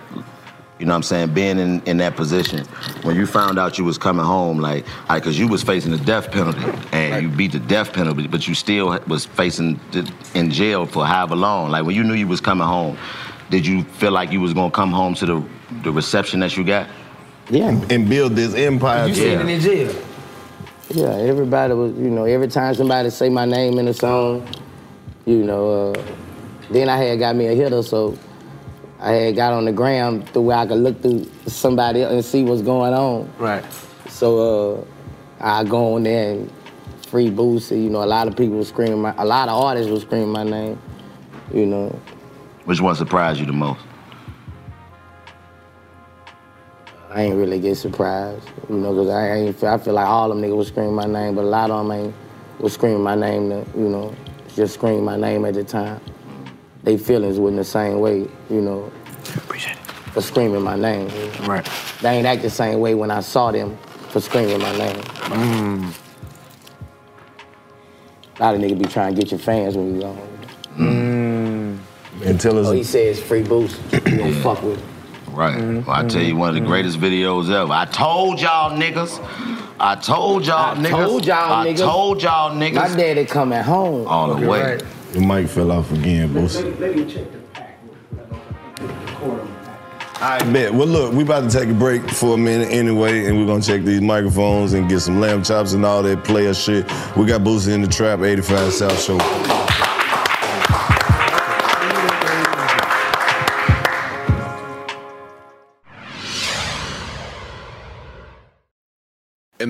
S6: you know what I'm saying, being in, in that position, when you found out you was coming home, like like cause you was facing the death penalty and you beat the death penalty, but you still was facing the, in jail for however long. Like when you knew you was coming home, did you feel like you was gonna come home to the the reception that you got?
S1: Yeah.
S4: And build this empire.
S1: in jail. Yeah, everybody was, you know, every time somebody say my name in a song, you know, uh, then I had got me a hitter, so I had got on the gram to where I could look through somebody else and see what's going on. Right. So uh, I go on there and
S5: free Boosie. You know, a lot of people was screaming. My, a lot of artists was screaming my name. You know,
S6: Which one surprised you the most?
S5: I ain't really get surprised. You know, 'cause I ain't. Feel, I feel like all them niggas was screaming my name, but a lot of them ain't was screaming my name. To, you know, just screaming my name at the time. They feelings wasn't the same way. You know. For screaming my name. Right. They ain't act the same way when I saw them for screaming my name. A lot of niggas be trying to get your fans when you gone.
S4: And tell us.
S5: Oh, he says free boost. You don't fuck with. it.
S6: Right.
S5: Mm-hmm.
S6: Well, I tell you, one of the greatest videos ever. I told y'all niggas. I told y'all niggas.
S5: Told y'all
S6: I
S5: niggas.
S6: told y'all niggas.
S5: My daddy coming home.
S6: All the way.
S4: The mic fell off again, Boosie. I bet. Well, look, we about to take a break for a minute anyway, and we're gonna check these microphones and get some lamb chops and all that player shit. We got Boosie in the Trap, 85 South Show.
S10: In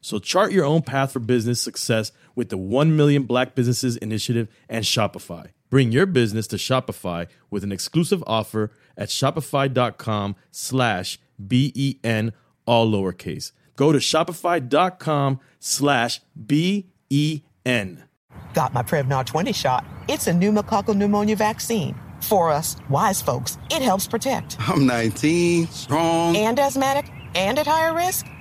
S11: So chart your own path for business success with the 1 Million Black Businesses Initiative and Shopify. Bring your business to Shopify with an exclusive offer at shopify.com slash B-E-N, all lowercase. Go to shopify.com slash E B-E-N.
S2: Got my Prevnar 20 shot. It's a pneumococcal pneumonia vaccine. For us, wise folks, it helps protect.
S12: I'm 19, strong.
S2: And asthmatic and at higher risk?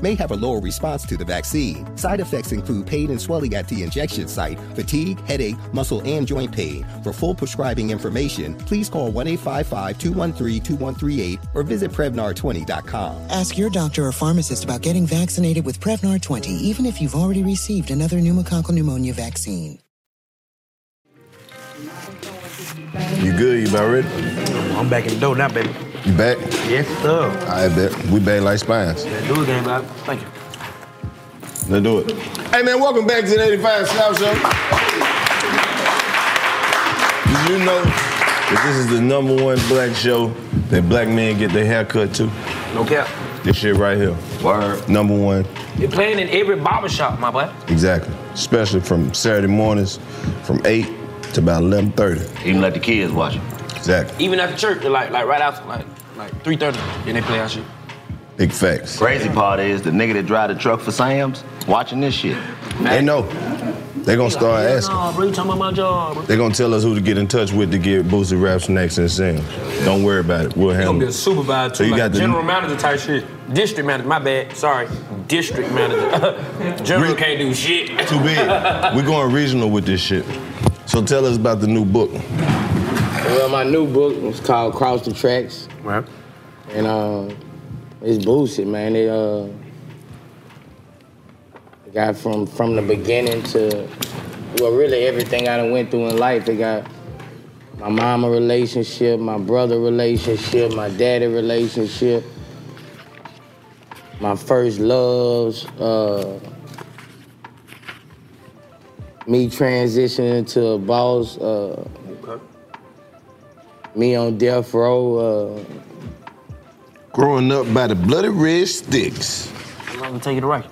S13: may have a lower response to the vaccine. Side effects include pain and swelling at the injection site, fatigue, headache, muscle, and joint pain. For full prescribing information, please call 1 855 213 2138 or visit Prevnar20.com.
S14: Ask your doctor or pharmacist about getting vaccinated with Prevnar 20, even if you've already received another pneumococcal pneumonia vaccine.
S4: You good? You about ready?
S15: I'm back in the door now, baby.
S4: You back?
S15: Yes, sir.
S4: I bet. We bang like spines.
S15: Let's do it, game, Bob. Thank you.
S4: Let's do it. Hey man, welcome back to the 85 South Show. Did you know that this is the number one black show that black men get their hair cut to?
S7: No cap.
S4: This shit right here.
S7: Word.
S4: Number one.
S7: They're playing in every barbershop, my boy.
S4: Exactly. Especially from Saturday mornings from 8 to about 11.30.
S6: Even let the kids watch it.
S4: Exactly.
S7: Even after church, they're like, like right after, like, like 3.30, then they play our shit.
S4: Big facts.
S6: Crazy part is the nigga that drive the truck for Sam's watching this shit.
S4: They know. They gonna start asking.
S7: Nah, bro, you talking about my job, bro.
S4: They gonna tell us who to get in touch with to get Boosie raps next and sing. Don't worry about it. We'll
S7: You
S4: handle
S7: gonna be a
S4: it.
S7: supervisor,
S4: So
S7: too,
S4: you
S7: like
S4: got the-
S7: general manager type shit. District manager, my bad, sorry. District manager. general can't do shit.
S4: Too big. We're going regional with this shit. So tell us about the new book.
S1: Well, my new book was called Cross the Tracks. Right. And uh, it's bullshit, man. It uh, it got from from the beginning to well, really everything I done went through in life. It got my mama relationship, my brother relationship, my daddy relationship, my first loves. Uh, me transitioning to a boss. Uh, me on death row. uh,
S4: Growing up by the bloody red sticks.
S7: I'm gonna take it right.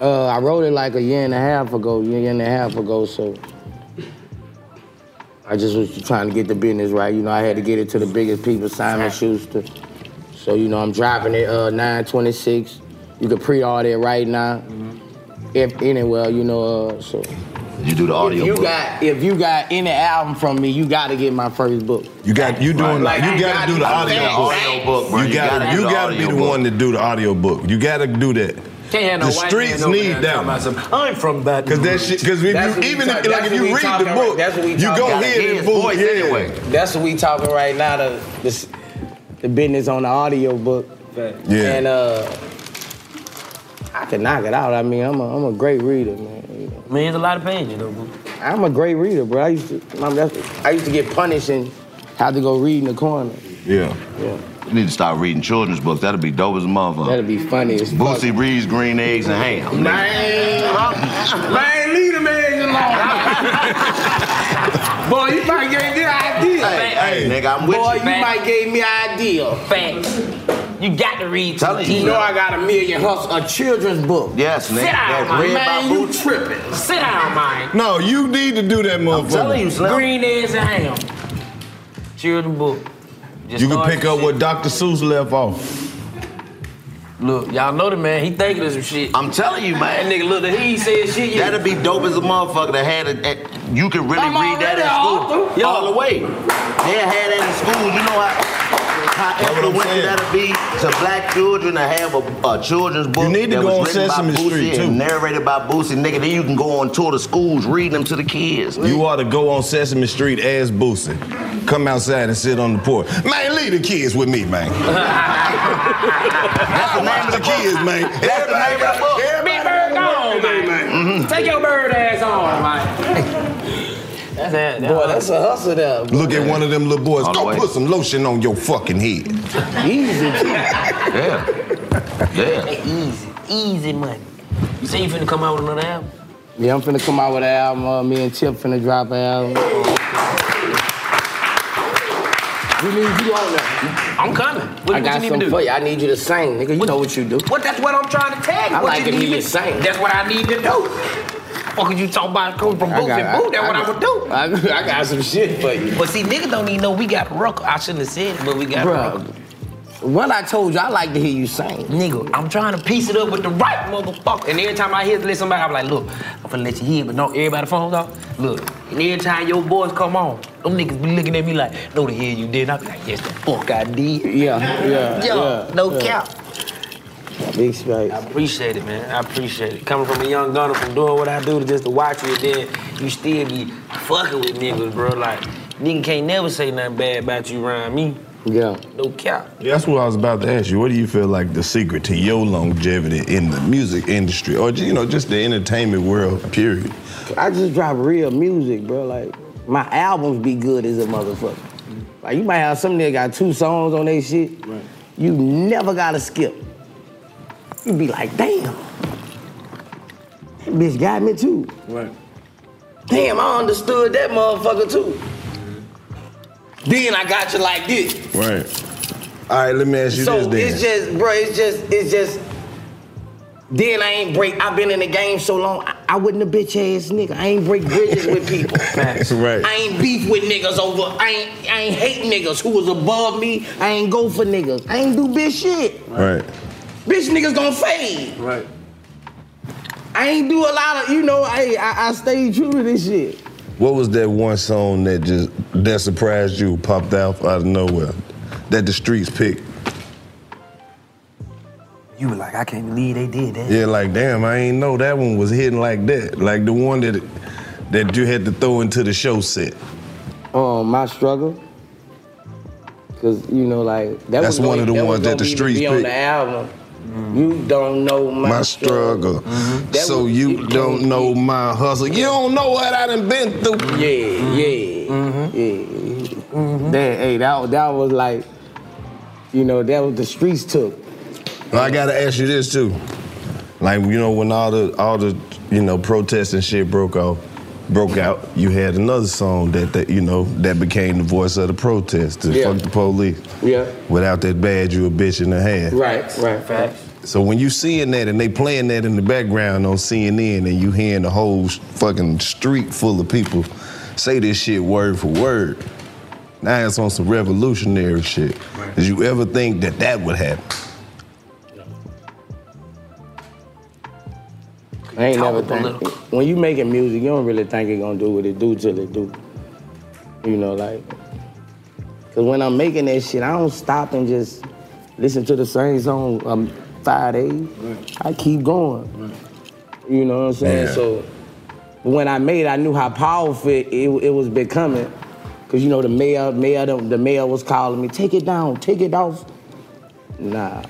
S1: Uh, uh, I wrote it like a year and a half ago, year and a half ago, so I just was trying to get the business right. You know, I had to get it to the biggest people, Simon Schuster. So, you know, I'm dropping it uh, 926. You can pre-order it right now.
S7: Mm-hmm.
S1: If anywhere, you know, uh, so.
S6: You do the audio
S1: If you
S6: book.
S1: got if you got any album from me, you gotta get my first book.
S4: You got you doing
S1: Like,
S4: you
S1: I
S4: gotta
S1: gotta
S4: do
S1: do
S4: the audio
S1: the
S4: book.
S1: audio book, bro.
S4: You,
S1: You
S4: gotta,
S1: gotta do
S4: you
S1: the
S4: gotta be
S1: audio
S4: the
S1: book.
S4: one to do the audio book. You gotta do that.
S7: Can't have no
S4: the
S7: white
S4: streets
S7: man over there
S4: need that.
S7: talking about some, I'm from Baton
S4: Cause that
S7: Rouge."
S4: shit. Cause if
S1: That's
S4: you,
S1: what we
S4: even
S1: talk-
S4: if, like
S1: that's
S4: if
S1: what
S4: you
S1: we
S4: read
S1: talking
S4: the
S1: right-
S4: book,
S1: that's what we
S4: you
S1: talking
S4: go
S1: about.
S4: ahead
S1: His
S4: and book
S1: voice
S4: yeah.
S1: anyway. That's what we talking right now. The, the, s- the business on the audio book.
S4: Yeah.
S1: And uh, I can knock it out. I mean, I'm a, I'm a great reader, man.
S7: Man, it's a lot of pages, though, bro.
S1: I'm a great reader, bro. I used to, my- that's- I used to get punished and have to go read in the corner.
S4: Yeah.
S6: You need to start reading children's books. That'll be dope as a motherfucker. That'll
S1: be funny as
S6: Boosie Reeves, Green Eggs, and Ham.
S15: Man, man, leave the man alone. Boy, you might gave me an idea.
S6: Hey, nigga, I'm with
S1: Boy,
S6: you.
S1: you might gave me an idea.
S7: Facts. You got to read. to the
S1: You
S7: kids.
S1: know I got a million hustle, a children's book.
S6: Yes,
S1: Sit down, my man. You
S15: tripping.
S7: Sit down, man.
S4: No, you need to do that, motherfucker.
S7: Telling you, Slim. Green eggs and ham. Children book. Just
S4: you can
S7: start
S4: pick up what Dr. Seuss left off.
S7: Look, y'all know the man. He thinking of some shit. I'm
S6: telling you, man.
S7: That nigga, look, that he said shit. Yeah.
S6: That'd be dope as a motherfucker that had it. at- You could really
S7: I'm
S6: read
S7: already
S6: that in
S7: an
S6: school.
S7: author.
S6: All the way. They had that in school. You know how. How
S4: what I'm
S6: influential
S4: saying.
S6: that'll be to black children to have a, a children's book
S4: You need to
S6: that
S4: go on
S6: was written by
S4: Sesame
S6: Boosie
S4: Street, too.
S6: and narrated by Boosie, nigga. Then you can go on tour to schools reading them to the kids.
S4: You ought to go on Sesame Street as Boosie. Come outside and sit on the porch. Man, leave the kids with me, man. That's the name of the kids, man.
S6: That's the name of the book.
S4: Everybody got
S7: Take your bird ass on, man. That's it.
S16: Boy, that's a
S7: hustle there.
S17: Look at one of them little boys.
S16: All the
S17: Go
S16: way.
S17: put some lotion on your fucking head.
S7: Easy.
S17: Yeah.
S7: Yeah. Easy. Easy money. You say you finna come out with another album?
S1: Yeah, I'm finna come out with an album. Uh, me and Chip finna drop an album.
S7: We need you on there. I'm coming. What,
S1: I
S7: what
S1: got
S7: you need to
S1: something
S7: do?
S1: for you. I need you to sing, nigga. You know what you do.
S7: What? That's what I'm trying to tell you.
S1: I
S7: what
S1: like
S7: you
S1: it when
S7: need
S1: you
S7: to-
S1: sing.
S7: That's what I need to do. What could you talk about coming from
S1: I
S7: booth
S1: got-
S7: and booth? That's
S1: I-
S7: what I,
S1: I-
S7: would do.
S1: I, I got some shit for you.
S7: But see, niggas don't even know we got ruck. I shouldn't have said it, but we got
S1: Bruh,
S7: ruck.
S1: what I told you, I like to hear you sing.
S7: Nigga, I'm trying to piece it up with the right motherfucker. And every time I hear listen somebody, I'm like, look, I'm finna let you hear, it, but don't everybody phone off. Look, and every time your boys come on, them niggas be looking at me like, no the hell you did. I be like, yes the fuck I did.
S1: Yeah, yeah,
S7: Yo,
S1: yeah,
S7: no
S1: yeah.
S7: cap.
S1: Big space.
S7: I appreciate it, man. I appreciate it. Coming from a young gunner, from doing what I do to just to watch you, and then you still be fucking with niggas, bro. Like, nigga can't never say nothing bad about you around me.
S1: Yeah.
S7: No cap.
S4: That's what I was about to ask you. What do you feel like the secret to your longevity in the music industry, or you know, just the entertainment world? Period.
S1: I just drop real music, bro. Like my albums be good as a motherfucker. Like you might have some nigga got two songs on their shit. Right. You never gotta skip. You be like, damn, that bitch got me too.
S16: Right.
S1: Damn, I understood that motherfucker too. Then I got you like this.
S4: Right.
S17: All right, let me ask you
S1: So
S17: this
S1: it's
S17: then.
S1: just, bro, it's just, it's just. Then I ain't break. I've been in the game so long. I, I wasn't a bitch ass nigga. I ain't break bridges with people.
S4: That's right.
S1: I ain't beef with niggas over. I ain't. I ain't hate niggas who was above me. I ain't go for niggas. I ain't do bitch shit.
S4: Right.
S1: Bitch niggas gonna fade.
S4: Right.
S1: I ain't do a lot of. You know. I I, I stayed true to this shit.
S17: What was that one song that just that surprised you, popped out out of nowhere, that the streets picked?
S7: You were like, I can't believe they did that.
S4: Yeah, like damn, I ain't know that one was hitting like that. Like the one that that you had to throw into the show set.
S1: Um, my struggle. Cause you know, like that
S17: That's
S1: was
S17: one of the
S1: gonna- that was
S17: ones that
S1: gonna
S17: the
S1: be-
S17: streets
S1: be on
S17: picked.
S1: the album. You don't know my, Mm-hmm.
S17: My struggle.
S1: That
S17: So
S1: was-
S17: you don't know my hustle. You don't know what I done been through. Mm-hmm.
S1: Yeah, yeah, yeah. That, hey, that, that was like, you know, that was the streets took.
S4: Well, I gotta ask you this too. Like you know, when all the all the you know protests and shit broke off, broke out, you had another song that that you know that became the voice of the protest to
S1: Yeah.
S4: fuck the police.
S1: Yeah.
S4: Without that badge, you a bitch in the hand.
S1: Right, right, facts.
S4: So when you seeing that and they playing that in the background on CNN and you hearing the whole s- fucking street full of people say this shit word for word, now it's on some revolutionary shit. Did you ever think that that would happen?
S1: I ain't never think. When you making music, you don't really think it gonna do what it do till it do. You know, like, cause when I'm making that shit, I don't stop and just listen to the same song um, five days. I keep going. You know what I'm saying?
S4: Yeah.
S1: So when I made, it, I knew how powerful it, it, it was becoming. Cause you know the mayor, mayor, the, the mayor was calling me, take it down, take it off. Nah.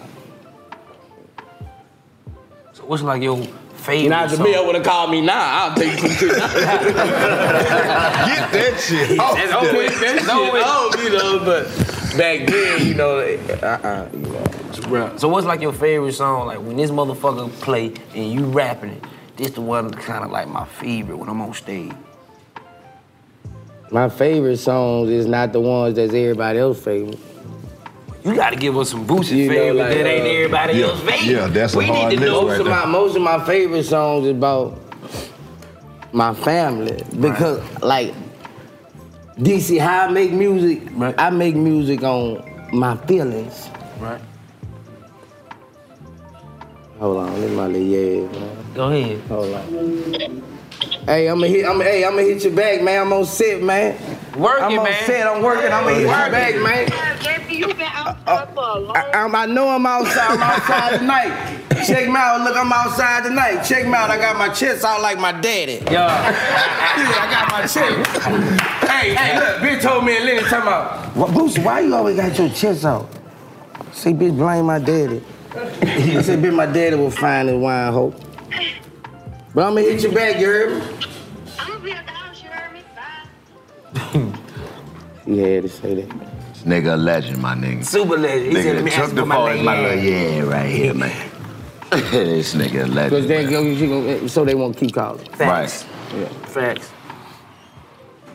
S7: So what's like your favorite
S1: Now if the
S7: song?
S1: mayor would have called me, nah, I'll take some too.
S7: Get that shit
S1: off
S7: That's always,
S1: there.
S7: that's always,
S1: Oh, you know, but back then, you
S7: Uh,
S1: know, uh-uh, you know.
S7: So what's like your favorite song? Like when this motherfucker play and you rapping it, this the one kind of like my favorite when I'm on stage.
S1: My favorite songs is not the ones that's everybody else's favorite.
S7: You gotta give us some boosted
S1: You know,
S7: favorite
S1: like,
S7: that ain't
S1: uh,
S7: everybody
S1: yeah,
S7: else favorite.
S1: yeah, that's a
S7: we
S1: hard
S7: need to
S1: list
S7: know
S1: right
S7: some
S1: there.
S7: of my
S1: most of my favorite songs is about my family because like DC, how I make music, I make music on my feelings.
S7: Right.
S1: Hold on, let my little yeah. Man.
S7: Go ahead.
S1: Hold on. Hey, I'ma hit. I'm hey, I'ma hit you back, man. I'm on set, man. Working, I'm on
S7: man.
S1: set. I'm working. I'ma hit you
S7: Working.
S1: back, man. Uh, I, I'm, Um, I know I'm outside. I'm outside tonight. Check me out. Look, I'm outside tonight. Check me out. I got my chest out like my daddy. Yeah. I got my chest. hey, hey, look. Bitch told me and Lenny talking about. Well, Boosie, why you always got your chest out? Say, bitch, blame my daddy. I said, bitch, my daddy was fine and wine hope. But I'm gonna hit you back, you heard me?
S6: You had to say that. Nigga, a legend, my nigga.
S7: Super legend. He said, let
S6: Nigga,
S7: me
S6: took
S7: ask you
S6: the
S7: about
S6: ball
S7: my
S6: is my
S7: name.
S6: little yeah right here, man. this nigga a legend.
S1: Cause they, you gonna, so they won't keep calling.
S6: Right.
S7: Facts.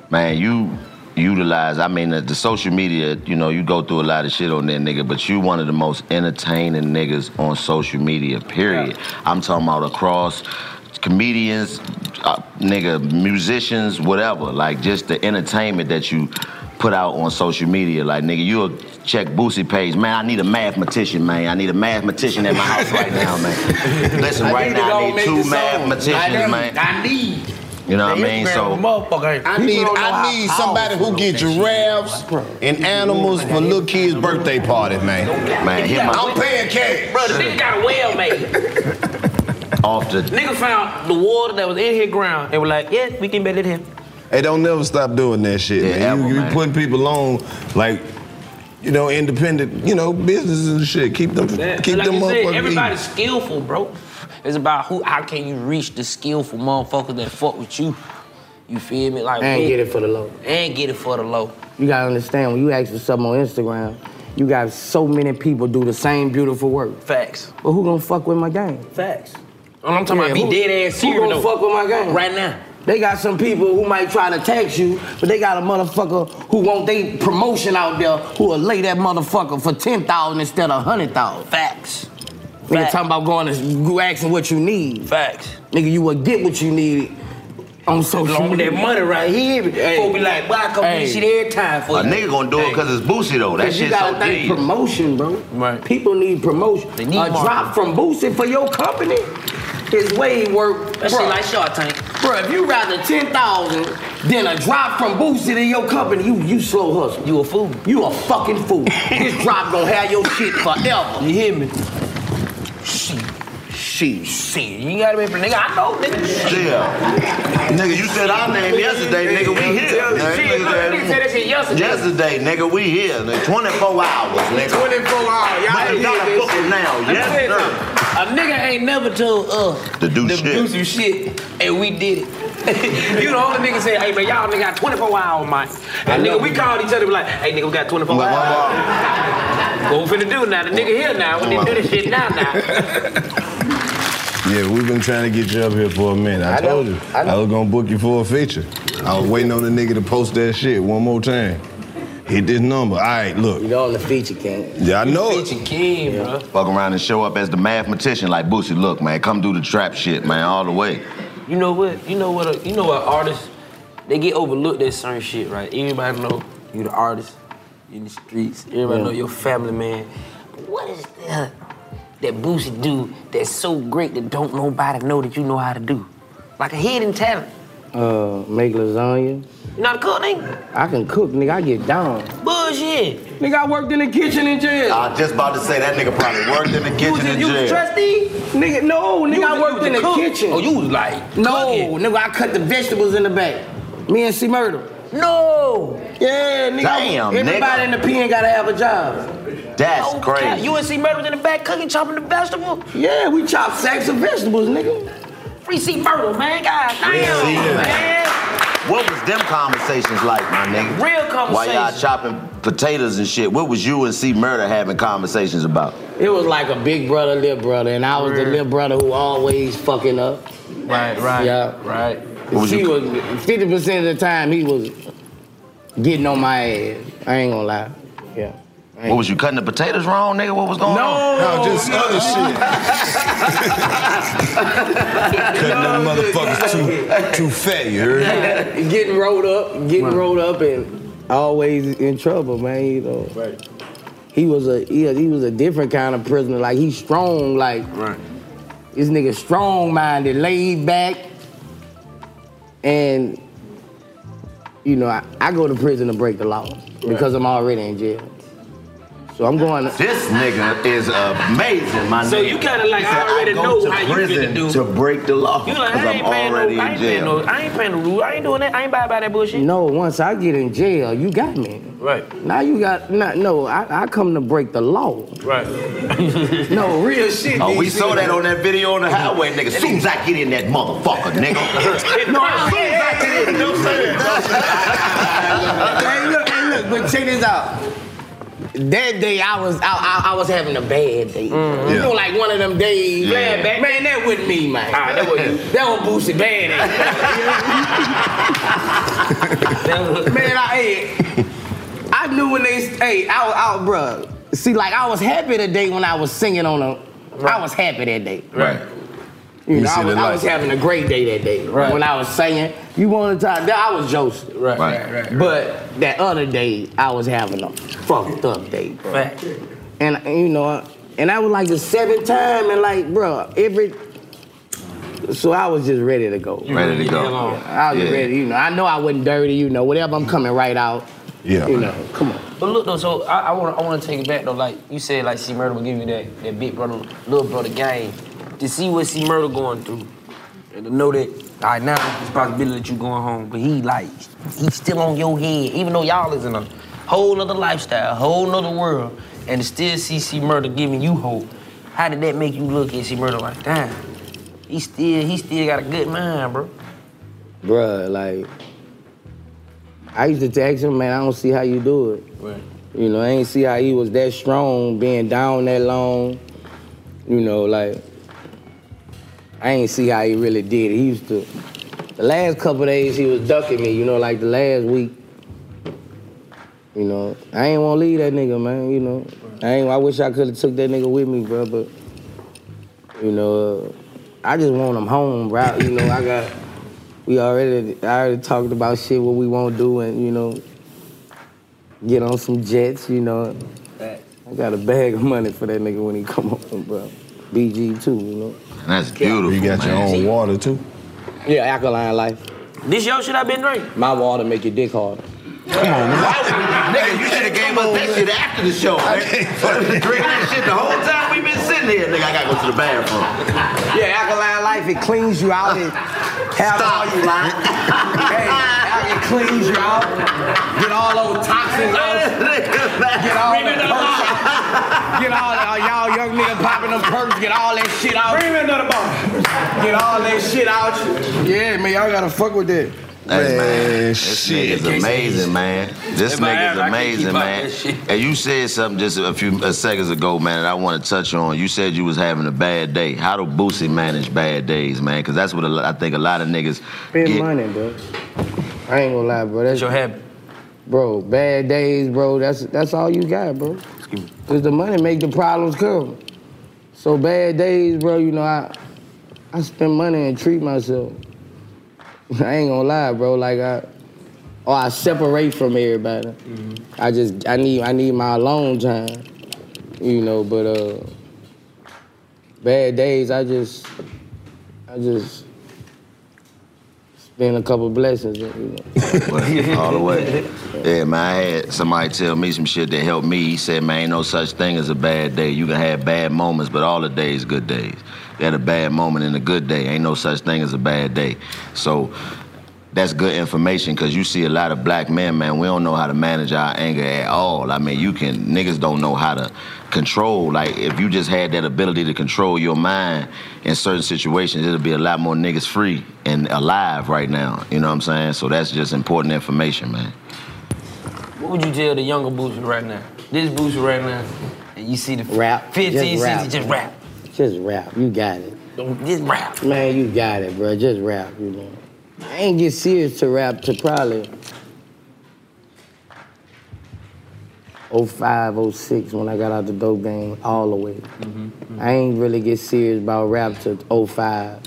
S6: Man, you utilize, I mean, the, the social media, you know, you go through a lot of shit on that nigga, but you one of the most entertaining niggas on social media, period. I'm talking about across comedians, uh, nigga, musicians, whatever. Like, just the entertainment that you put out on social media. Like, nigga, you'll check Boosie page. Man, I need a mathematician, man. I need a mathematician at my house right now, man. Listen,
S7: I
S6: right
S7: need to
S6: now,
S7: go
S6: I
S7: make
S6: need two
S7: this song. I
S6: mathematicians,
S7: need-
S6: man.
S7: I need.
S6: You know what I mean? So.
S4: I need I need somebody who get giraffes and animals for little kids' birthday parties, man.
S6: Man, hit my-
S4: I'm paying cash.
S7: Bro, the nigga got a well made.
S6: off the.
S7: nigga found the water that was in his ground and were like, yeah, we can bet it here.
S4: Hey, don't never stop doing that shit, man. you, you putting people on like, you know, independent, you know, businesses and shit. Keep them,
S7: Man,
S4: keep
S7: like
S4: them
S7: you said,
S4: motherfuckers.
S7: everybody's skillful, bro. It's about who, how can you reach the skillful motherfuckers that fuck with you? You feel me? Like
S1: And
S7: we-
S1: get it for the low.
S7: And get it for the low.
S1: You gotta understand when you ask for something on Instagram, you got so many people do the same beautiful work.
S7: Facts.
S1: But who gonna fuck with my game?
S7: Facts. And I'm talking
S1: Yeah,
S7: about
S1: who-
S7: be dead ass
S1: who
S7: serious.
S1: gonna
S7: though.
S1: fuck with my game?
S7: Right now.
S1: They got some people who might try to tax you, but they got a motherfucker who want they promotion out there who will lay that motherfucker for ten thousand instead of hundred thousand.
S7: Facts.
S1: Nigga
S7: Fact.
S1: talking about going and you asking what you need.
S7: Facts.
S1: Nigga, you will get what you need on social
S7: Long
S1: media.
S7: that money right here. Folk be like, "Why I come do this shit every time for
S6: A
S7: you?"
S6: nigga gonna do it because it's Boosie though. That
S1: Cause you
S6: shit's
S1: gotta
S6: so
S1: think
S6: deep.
S1: promotion, bro. Right. People need promotion.
S7: They need
S1: a
S7: marketing.
S1: drop from Boosie for your company is way worth.
S7: That shit like Shark Tank.
S1: Bro, if you rather ten thousand than a drop from Boosie to your company, you you slow hustle.
S7: You a fool.
S1: You a fucking fool. this drop gonna have your shit forever.
S7: You hear me? Shit, shit. You gotta be, nigga. I know, nigga.
S6: Yeah. nigga, you said our name yesterday, nigga. We here.
S7: Tell me
S6: nigga.
S7: shit.
S6: Nigga said-
S7: Nigga said that shit yesterday.
S6: Yesterday, nigga, we here. Nigga, 24 hours, nigga.
S7: 24 hours. Y'all
S6: Nigga,
S7: ain't
S6: y'all
S7: did this
S6: fucking
S7: shit.
S6: now.
S7: Let me
S6: Oh, Yes,
S7: tell you
S6: sir.
S7: something. A nigga ain't never told us
S6: to do shit.
S7: do some shit, and we did it. you the only nigga say, hey man, y'all nigga got 24 hours, man. And nigga, we called each other be like, hey nigga, we got 24 hours. what we finna do now? The nigga here now. We need to do this shit now now.
S4: Yeah, we've been trying to get you up here for a minute. I,
S7: I know,
S4: told you. I, was gonna book you for a feature. I was waiting on the nigga to post that shit one more time. Hit this number. All right, look. You
S1: know the feature king.
S4: Yeah, I know it.
S7: King, bro.
S6: Fuck around and show up as the mathematician like Boosie. Look, man, come do the trap shit, man, all the way.
S7: You know what? You know what? A, you know what? Artists, they get overlooked at certain shit, right? Everybody know you the artist you in the streets. Everybody
S1: Yeah.
S7: know your family man. But what is that that Boosie do that's so great that don't nobody know that you know how to do? Like a hidden talent.
S1: Uh, make lasagna.
S7: You know how to cook, nigga?
S1: I can cook, nigga. I get down.
S7: Bullshit.
S1: Nigga, I worked in the kitchen in jail.
S6: I was just about to say that nigga probably worked in the kitchen in
S1: You was
S6: jail.
S1: trustee? Nigga, no, nigga, I worked in the kitchen. Oh,
S7: you was like.
S1: No, nigga, I cut the vegetables in the back. Me and C Murder.
S7: No.
S1: Yeah, nigga.
S6: Damn, nigga.
S1: everybody in the pen gotta have a job.
S6: That's
S1: Oh,
S6: crazy.
S7: Oh, You and C Murder was in the back cooking, chopping the vegetable.
S1: Yeah, we chop sacks of vegetables, nigga.
S7: Free C Murder, man. God damn,
S6: Yeah, see ya.
S7: man.
S6: What was them conversations like, my nigga?
S7: Real
S6: While y'all
S7: conversations.
S6: chopping potatoes and shit, what was you and C Murder having conversations about?
S1: It was like a big brother, little brother, and I was the little brother who always fucking up.
S7: Right, right,
S1: Yeah.
S7: right.
S6: What was
S1: he
S6: you-
S1: was 50% of the time he was getting on my ass. I ain't gonna lie. Yeah.
S6: What was you cutting the potatoes wrong, nigga? What was going on?
S1: No, No, just no.
S4: other Cutting them motherfuckers too, too fat, you heard?
S1: getting rolled up, getting rolled up, and always in trouble, man. You know. Right. He was a he, he was a different kind of prisoner. Like he's strong. Like right. this nigga strong minded, laid back, and you know I, I go to prison to break the law because I'm already in jail. So I'm going.
S6: This nigga is amazing, my nigga.
S7: So you kinda like,
S6: He said,
S7: I already
S6: go
S7: know
S6: to
S7: how you finna
S6: prison
S7: do."
S6: to break the law
S7: You like,
S6: because
S7: I
S6: I'm
S7: ain't paying no,
S6: already
S7: I
S6: in
S7: ain't paying
S6: jail.
S7: no, I ain't paying the rule. I ain't doing that. I ain't buy by that bullshit.
S1: No, once I get in jail, you got me.
S7: Right.
S1: Now you got not, no. I, I come to break the law.
S7: Right.
S1: no real shit. Mm-hmm.
S6: Oh, we
S1: DC.
S6: saw that on that video on the highway, nigga. Soon as I get in that motherfucker, nigga. no, as soon as I get in, don't say
S1: Uh, hey, look, hey, look, but check this out. That day I was I, I, I was having a bad day. You know, like one of them days.
S7: Yeah.
S1: Man, back- man, that wasn't me, man. that was you. That was Boosie Bad. man, I hey, I knew when they hey, I was out, bruh. See, like I was happy that day when I was singing on a. I was happy that day.
S6: Right.
S1: You
S6: You
S1: know,
S6: see
S1: I was,
S6: the
S1: I was
S6: light.
S1: having a great day that day. Right. When I was saying, you want to talk, I was joking. Right,
S6: Right. right, right.
S1: But that other day, I was having a fucked up day, bro. And, and, you know, and I was like the seventh time, and like, bro, every. So I was just ready to go.
S6: You ready to go.
S1: I was
S6: Yeah.
S1: ready, you know. I know I wasn't dirty, you know. Whatever, I'm coming right out.
S6: Yeah.
S1: You know, come on.
S7: But look though, so I, I want I want to take it back though. Like you said, like C Murder will give you that that big brother, little brother game to see what C Murder going through, and to know that all right now it's possibility that you going home, but he like he still on your head, even though y'all is in a whole nother lifestyle, whole nother world, and to still see C Murder giving you hope. How did that make you look at C Murder like damn? He still he still got a good mind, bro.
S1: Bruh, like, I used to text him, man, I don't see how you do it.
S7: Right.
S1: You know, I ain't see how he was that strong, being down that long. You know, like, I ain't see how he really did it. He used to, the last couple days he was ducking me, you know, like the last week. You know, I ain't wanna leave that nigga, man, you know. I ain't, I wish I could've took that nigga with me, bro, but, you know, uh, I just want him home, bro. You know, I got, we already, I already talked about shit, what we won't do, and, you know, get on some jets, you know. I got a bag of money for that nigga when he come home, bro. BG too, you know.
S6: And that's beautiful.
S1: You got your
S6: man.
S1: own
S6: water too.
S1: Yeah, alkaline life.
S7: This yo shit I been drinking.
S1: My water make your dick harder.
S6: Come on, man. Nigga, you should have gave us that shit after the show. nigga. Drinking that shit the whole time we been sitting here, nigga. I gotta go to the bathroom.
S1: Yeah, alkaline life, it cleans you out. It have all you like. hey, it cleans you out. Get all those toxins out. Get all the perks out. Get all uh, y'all young niggas popping them perks. Get all that shit out. Bring me another ball. Get all that shit out. Yeah, man, y'all gotta fuck with that.
S6: Hey, man, this nigga's amazing, man. This
S1: If I
S6: nigga's
S1: had, I could keep
S6: amazing,
S1: up
S6: man.
S1: this shit.
S6: And you said something just a few uh, seconds ago, man, that I want to touch on. You said you was having a bad day. How do Boosie manage bad days, man? Because that's what a lo- I think a lot of niggas
S1: Spend
S6: get.
S1: money, bro. I ain't gonna lie, bro. That's
S7: your habit.
S1: Bro, bad days, bro. That's that's all you got, bro. Cause the money make the problems come. So bad days, bro. You know I I spend money and treat myself. I ain't gonna lie, bro. Like I or I separate from everybody. I just I need I need my alone time. You know, but uh bad days I just I just spend a couple blessings, you know.
S6: But all the way. Yeah, man, I had somebody tell me some shit that helped me. He said, man, ain't no such thing as a bad day. You can have bad moments, but all the days good days. You had a bad moment and a good day. Ain't no such thing as a bad day. So that's good information because you see a lot of black men, man, we don't know how to manage our anger at all. I mean, you can, niggas don't know how to control. Like, if you just had that ability to control your mind in certain situations, it'll be a lot more niggas free and alive right now. You know what I'm saying? So that's just important information, man.
S7: What would you tell the younger Boosie right now? This Boosie right now, and you see the
S1: Rap.
S7: 15,
S1: Just rap.
S7: 16, just rap.
S1: Just rap. You got it.
S7: Just rap.
S1: Man, you got it, bro. Just rap, you know. I ain't get serious to rap to probably 05, 06 when I got out the dope game all the way.
S7: Mm-hmm,
S1: I ain't really get serious about rap to 05.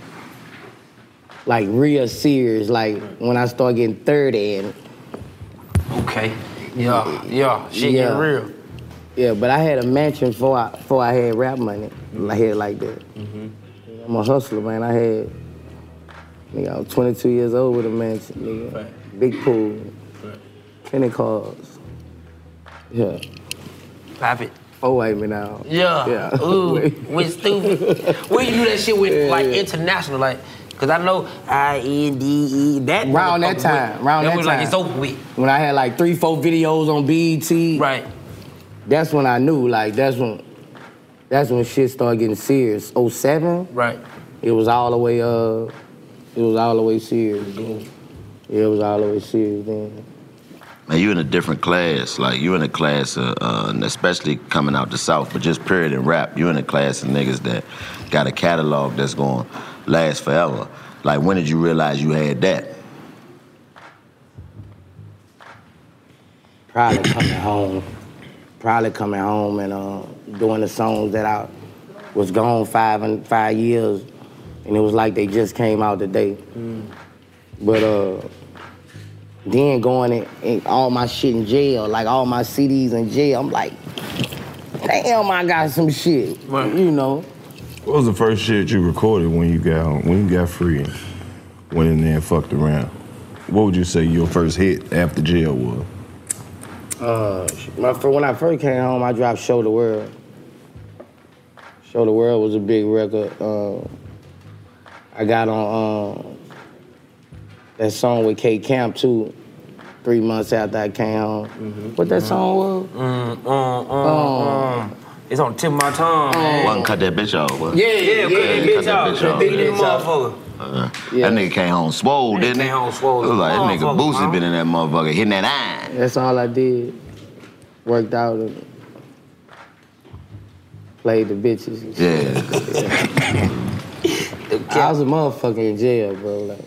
S1: Like real serious, like when I start getting 30 and
S7: Okay. Yeah, yeah. Shit get
S1: Yeah.
S7: real.
S1: yeah, but I had a mansion before I, before I had rap money. I had like that.
S2: Mm-hmm.
S1: I'm a hustler, man. I had, nigga, I was 22 years old with a mansion, nigga. Big pool, plenty cars. Yeah.
S7: Pop it.
S1: Oh, wait me now.
S7: Yeah.
S1: Yeah.
S7: Ooh, with stupid. Where you do that shit with like international, like Cause I know I N D E that.
S1: Round that
S7: motherfucker
S1: time,
S7: went-
S1: round that
S7: was like
S1: time.
S7: it's over with.
S1: When I had like three, four videos on BET. Right. That's when I knew, like, that's when that's when shit started getting serious. 07? Right. It was all the way uh it was all the way serious. then. Yeah, it was all the way serious then.
S6: Man, you in a different class. Like you in a class, uh, uh, and especially coming out the south, but just period in rap, you in a class of niggas that got a catalog that's going to last forever. Like when did you realize you had that?
S1: Probably coming home. Probably coming home and uh, doing the songs that I was gone five and five years, and it was like they just came out today. But uh, then going in, in all my shit in jail, like all my CDs in jail, I'm like, damn, I got some shit, you know.
S4: What was the first shit you recorded when you got when you got free, and went in there and fucked around? What would you say your first hit after jail was?
S1: Uh, my, for when I first came home, I dropped "Show the World." "Show the World" was a big record. Uh, I got on um, that song with K Camp too. Three months after I came home,
S7: Mm-hmm.
S1: what that song was? Oh.
S7: Mm, um, um, um. It's on the tip of my tongue. man.
S6: Wasn't cut that bitch off. was it?
S7: Yeah, yeah, cut that bitch off.
S6: off.
S7: Beat that motherfucker.
S6: Uh, That nigga came home swole, didn't he? Came home swole. It was like that nigga
S1: Motherfucker,
S6: Boosie
S1: huh?
S6: been in that motherfucker hitting that iron.
S1: That's all I did. Worked out and played the bitches. and shit. I was a motherfucker in jail, bro. Like,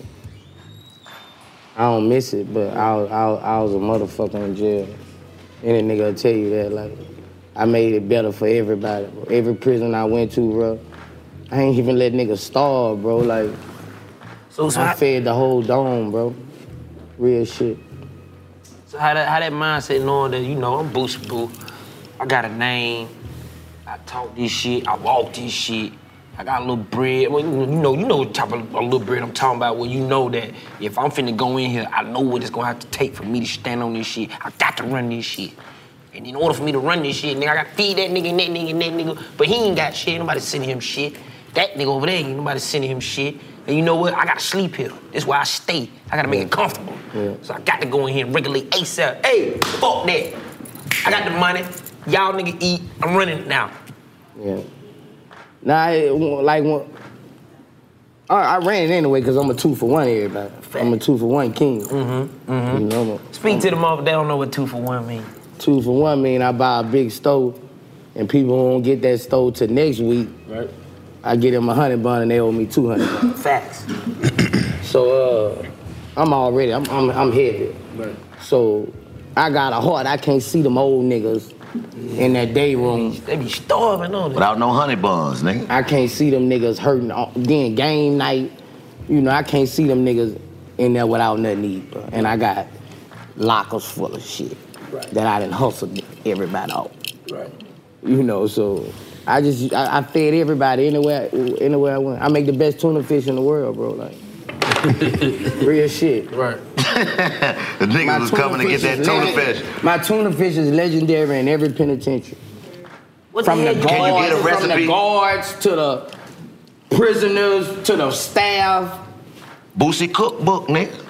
S1: I don't miss it, but I, was- I, was- I was a motherfucker in jail. Any nigga will tell you that. Like, I made it better for everybody. Bro. Every prison I went to, bro, I ain't even let niggas starve, bro. Like,
S7: So- so
S1: I
S7: I-
S1: fed the whole dome, bro. Real shit.
S7: So how that how that mindset knowing that you know I'm Boosie Boo, I got a name, I talk this shit, I walk this shit, I got a little bread. Well, you you know you know what type of a little bread I'm talking about. Where you know that if I'm finna go in here, I know what it's gonna have to take for me to stand on this shit. I got to run this shit. And in order for me to run this shit, nigga, I gotta feed that nigga and that nigga and that nigga. But he ain't got shit. Ain't nobody sending him shit. That nigga over there, ain't nobody sending him shit. And you know what? I gotta sleep here. That's why I stay. I gotta make it comfortable.
S1: Yeah.
S7: So I got to go in here and regulate ASAP. Hey, fuck that. I got the money. Y'all nigga eat. I'm running now.
S1: Yeah. Nah, it, wa- like when, I, I ran it anyway because I'm a two for one everybody. I'm a two for one king. Mm-hmm. You know, I'm a-
S7: Speak to the mother. They don't know what two for one mean.
S1: two for one mean I buy a big stove, and people who don't get that stove till next week.
S7: Right.
S1: I get them a hundred bun and they owe me two hundred.
S7: Facts.
S1: so uh, I'm already I'm I'm, I'm heavy.
S7: Right.
S1: So I got a heart. I can't see them old niggas in that day room.
S7: They be starving on
S6: Without no honey buns, nigga.
S1: I can't see them niggas hurting. all- Then game night, you know, I can't see them niggas in there without nothing to eat, bro. And I got lockers full of shit that I didn't hustle everybody out.
S7: Right.
S1: You know, so I just I, I fed everybody anywhere anywhere I went. I make the best tuna fish in the world, bro. Like real shit.
S7: Right.
S6: The niggas
S1: My
S6: was
S1: tuna
S6: coming to
S1: fish
S6: get that
S1: is
S6: tuna
S1: legendary.
S6: fish.
S1: My tuna fish is legendary in every penitentiary.
S7: What
S1: from the,
S7: hell you- Can you get a
S1: guards, from the
S7: recipe?
S1: guards to the prisoners to the staff.
S6: Boosie cookbook, nigga.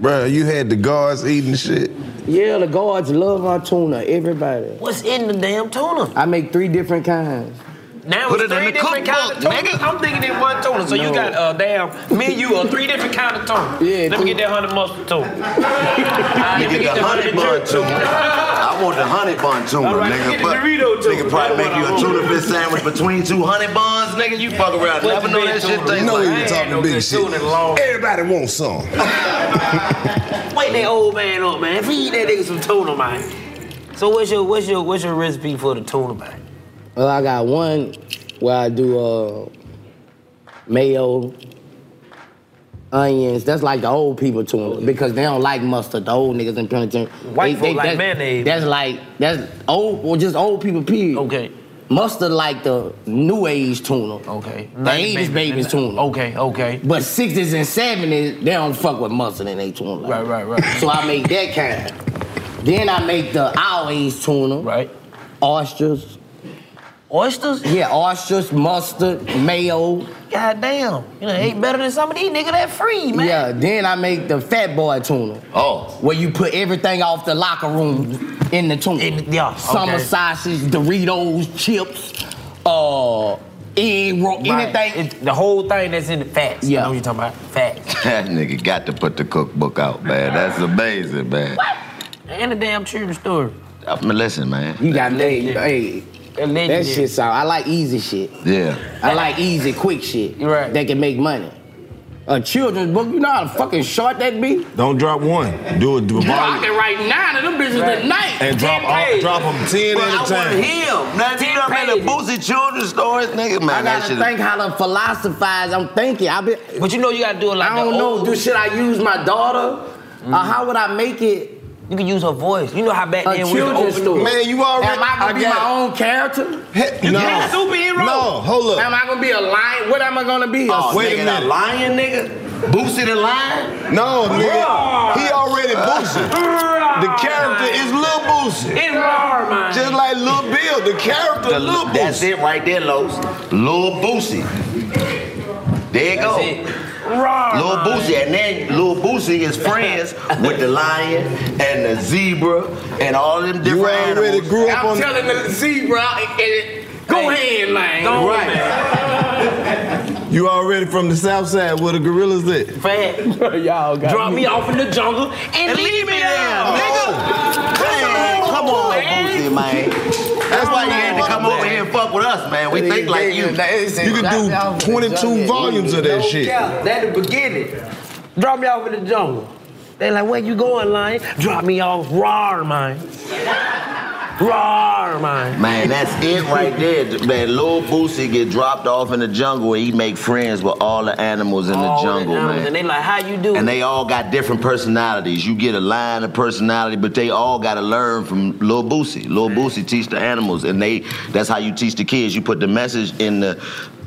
S18: Bro, you had the guards eating shit.
S1: Yeah, the guards love my tuna. Everybody.
S7: What's in the damn tuna?
S1: I make three different kinds.
S7: Now
S1: Put
S7: it's
S1: it in
S7: three
S1: the
S7: different kind of
S1: cookbook,
S7: tuna. I'm thinking in one tuna. So you
S1: No.
S7: got a uh, damn menu of three different kind of tuna. Yeah. Let me get that honey mustard tuna. Ah,
S6: You
S7: let me
S6: get the honey bun tuna. I want the honey bun tuna,
S7: All right,
S6: nigga.
S7: get the
S6: but
S7: Dorito tuna.
S6: Nigga probably
S7: That's
S6: make you a
S7: what I
S6: tuna
S7: want.
S6: fish sandwich between two honey buns, nigga. You fuck
S7: What's
S6: around. Never know
S7: big
S6: that shit
S7: tuna?
S6: thing.
S7: You know
S6: like,
S7: he was
S6: I ain't
S7: talking
S6: no
S7: big
S6: good
S7: shit.
S6: tuna.
S18: Everybody wants some.
S7: Wake that old man up, man. Feed that nigga some tuna, man. So what's your what's your what's your recipe for the tuna, man?
S1: Well, I got one where I do uh, mayo, onions. That's like the old people tuna because they don't like mustard. The old niggas in Penitentiary.
S7: White
S1: they,
S7: folk like
S1: that's-
S7: mayonnaise.
S1: That's like that's old or just old people period. Okay. Mustard like the new age tuna. Okay. The
S7: Like
S1: eighties
S7: baby-
S1: babies tuna.
S7: Okay, okay.
S1: But sixties and seventies, they don't fuck with mustard in their tuna. Right, right, right. So I make that kind. Then I make the our age tuna. Right. Oysters.
S7: Oysters?
S1: Yeah, oysters, mustard, mayo.
S7: God damn. You know, ate better than some of these niggas that free, man.
S1: Yeah, then I make the fat boy tuna.
S7: Oh.
S1: Where you put everything off the locker room in the tuna.
S7: yeah,
S1: Summer
S7: okay.
S1: sausage, Doritos, chips, uh, egg roll,
S7: Right.
S1: anything.
S7: It- the whole thing that's in the facts.
S1: Yeah.
S7: You know what you're talking about? Facts.
S6: That nigga got to put the cookbook out, man. That's amazing, man.
S7: What? And the damn children's story.
S6: I mean, listen, man.
S1: You got laid. Hey,
S7: legendary.
S1: that shit's out. I like easy shit.
S6: Yeah.
S1: I like easy, quick shit. Right. That can make money. A children's book, you know how fucking short that be?
S4: Don't drop one. Do it. Do it.
S1: Drop it right now to them bitches
S4: Right.
S1: tonight.
S4: And drop all, drop them ten
S6: But
S4: at a
S6: I want
S4: time.
S6: him. Now, you know, man, the boozy children's stories, nigga, man.
S1: I
S6: that
S1: gotta
S6: shit is-
S1: think how to philosophize. I'm thinking. I be,
S7: But you know you gotta do it like
S1: I don't
S7: the
S1: know.
S7: old- Mm-hmm.
S1: Do should I use my daughter? Or how would I make it?
S7: You can use her voice. You know how back
S1: A
S7: then we was
S1: children's
S7: open-
S1: story. Man, you already- Am I gonna I be got my it. own character?
S7: You can be a superhero.
S1: Am I gonna be a lion? What am I gonna be?
S6: Oh, Wait a nigga, that minute. lion,
S1: nigga?
S6: Boosted the lion?
S1: No,
S6: nigga. He already boosted.
S1: The
S6: character is Lil Boosie.
S7: It's raw, man.
S6: Just like Lil Bill, the character
S7: The-
S6: Lil Boosie. That's it right there, Los. Lil Boosie. There you go.
S7: Raw,
S6: Lil
S7: man.
S6: Boosie, and then Lil Boosie is friends with the lion and the zebra and all them different animals.
S1: I'm telling the zebra. I- it- Go ahead, man.
S6: Go
S1: right.
S4: You already from the south side where the gorillas at?
S1: Y'all got
S7: Drop me off in the jungle and, leave me there,
S6: Oh.
S7: nigga.
S6: Man, come on, Boosie, man. That's why you had to come over here and fuck with us, man. We think like you.
S4: You can do 22 volumes of that shit.
S7: That the beginning. Drop me off in the jungle. They like, where you going, lion? Drop me off, roar, man. Roar, man.
S6: Man, that's it right there. That little Boosie get dropped off in the jungle and he make friends with all the animals in
S7: All
S6: the
S7: the
S6: jungle,
S7: animals,
S6: man.
S7: and they like, how you do
S6: And
S7: it?
S6: they all got different personalities. You get a line of personality, but they all got to learn from Lil Boosie. Lil Boosie teach the animals, and they that's how you teach the kids. You put the message in the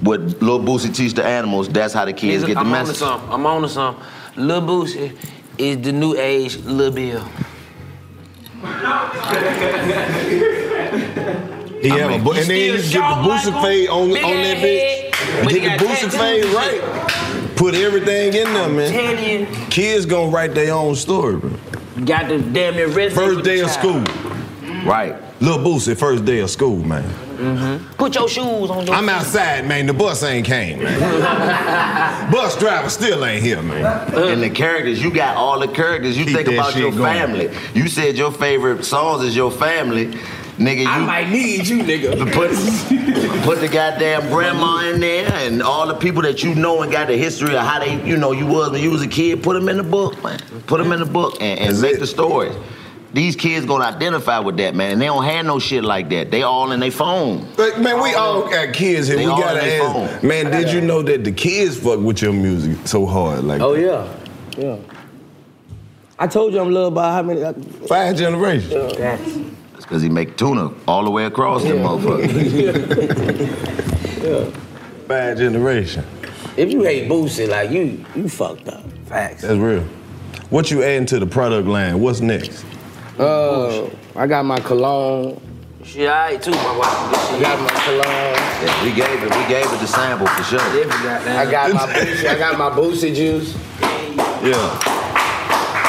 S6: what Lil Boosie teach the animals. That's how the kids
S7: Nigga,
S6: get the
S7: I'm
S6: message.
S7: On to something. I'm on to something. Lil Boosie is the new age Lil Bill.
S4: He have a bu- and then you get the booster fade on, on that bitch.
S7: But he
S4: Get
S7: got
S4: the booster fade
S7: tattoos and shit.
S4: right. Put everything in there, man.
S7: Tell
S4: Kids gonna write their own story, bro.
S7: you, got the Mm-hmm. damn near red.
S4: First day of school.
S6: Right.
S4: Lil Boosie, first day of school, man.
S7: Put your shoes on. Your
S4: I'm outside, man. The bus ain't came, man. bus driver still ain't here, man.
S6: And the characters, you got all the characters. You
S4: Keep
S6: think
S4: that
S6: about
S4: shit
S6: your
S4: going.
S6: family. You said your favorite songs is your family. Nigga, you, I might
S1: need you, nigga.
S6: Put, put the goddamn grandma in there and all the people that you know and got the history of how they, you know, you was when you was a kid. Put them in the book, man. Put them in the book and, and make the stories. These kids gonna identify with that, man. And they don't have no shit like that. They all in their phone.
S4: But man, we all got kids here.
S6: They
S4: we
S6: all
S4: gotta
S6: in they
S4: ask, man. Did you know that the kids fuck with your music so hard? Like,
S7: Oh yeah, yeah. I told you I'm loved by how many? uh,
S4: Five generations.
S6: That's cause he make tuna all the way across them motherfuckers.
S4: Bad generation.
S1: If you hate Boosie, like you, you fucked up.
S7: Facts.
S4: That's real. What you adding to the product line? What's next?
S1: Uh, I got my cologne.
S7: Shit, I ate too, my wife.
S1: I got my cologne.
S6: Yeah, we gave it, we gave it the sample for sure.
S1: I got my Boosie. I got my Boosie juice.
S4: Yeah.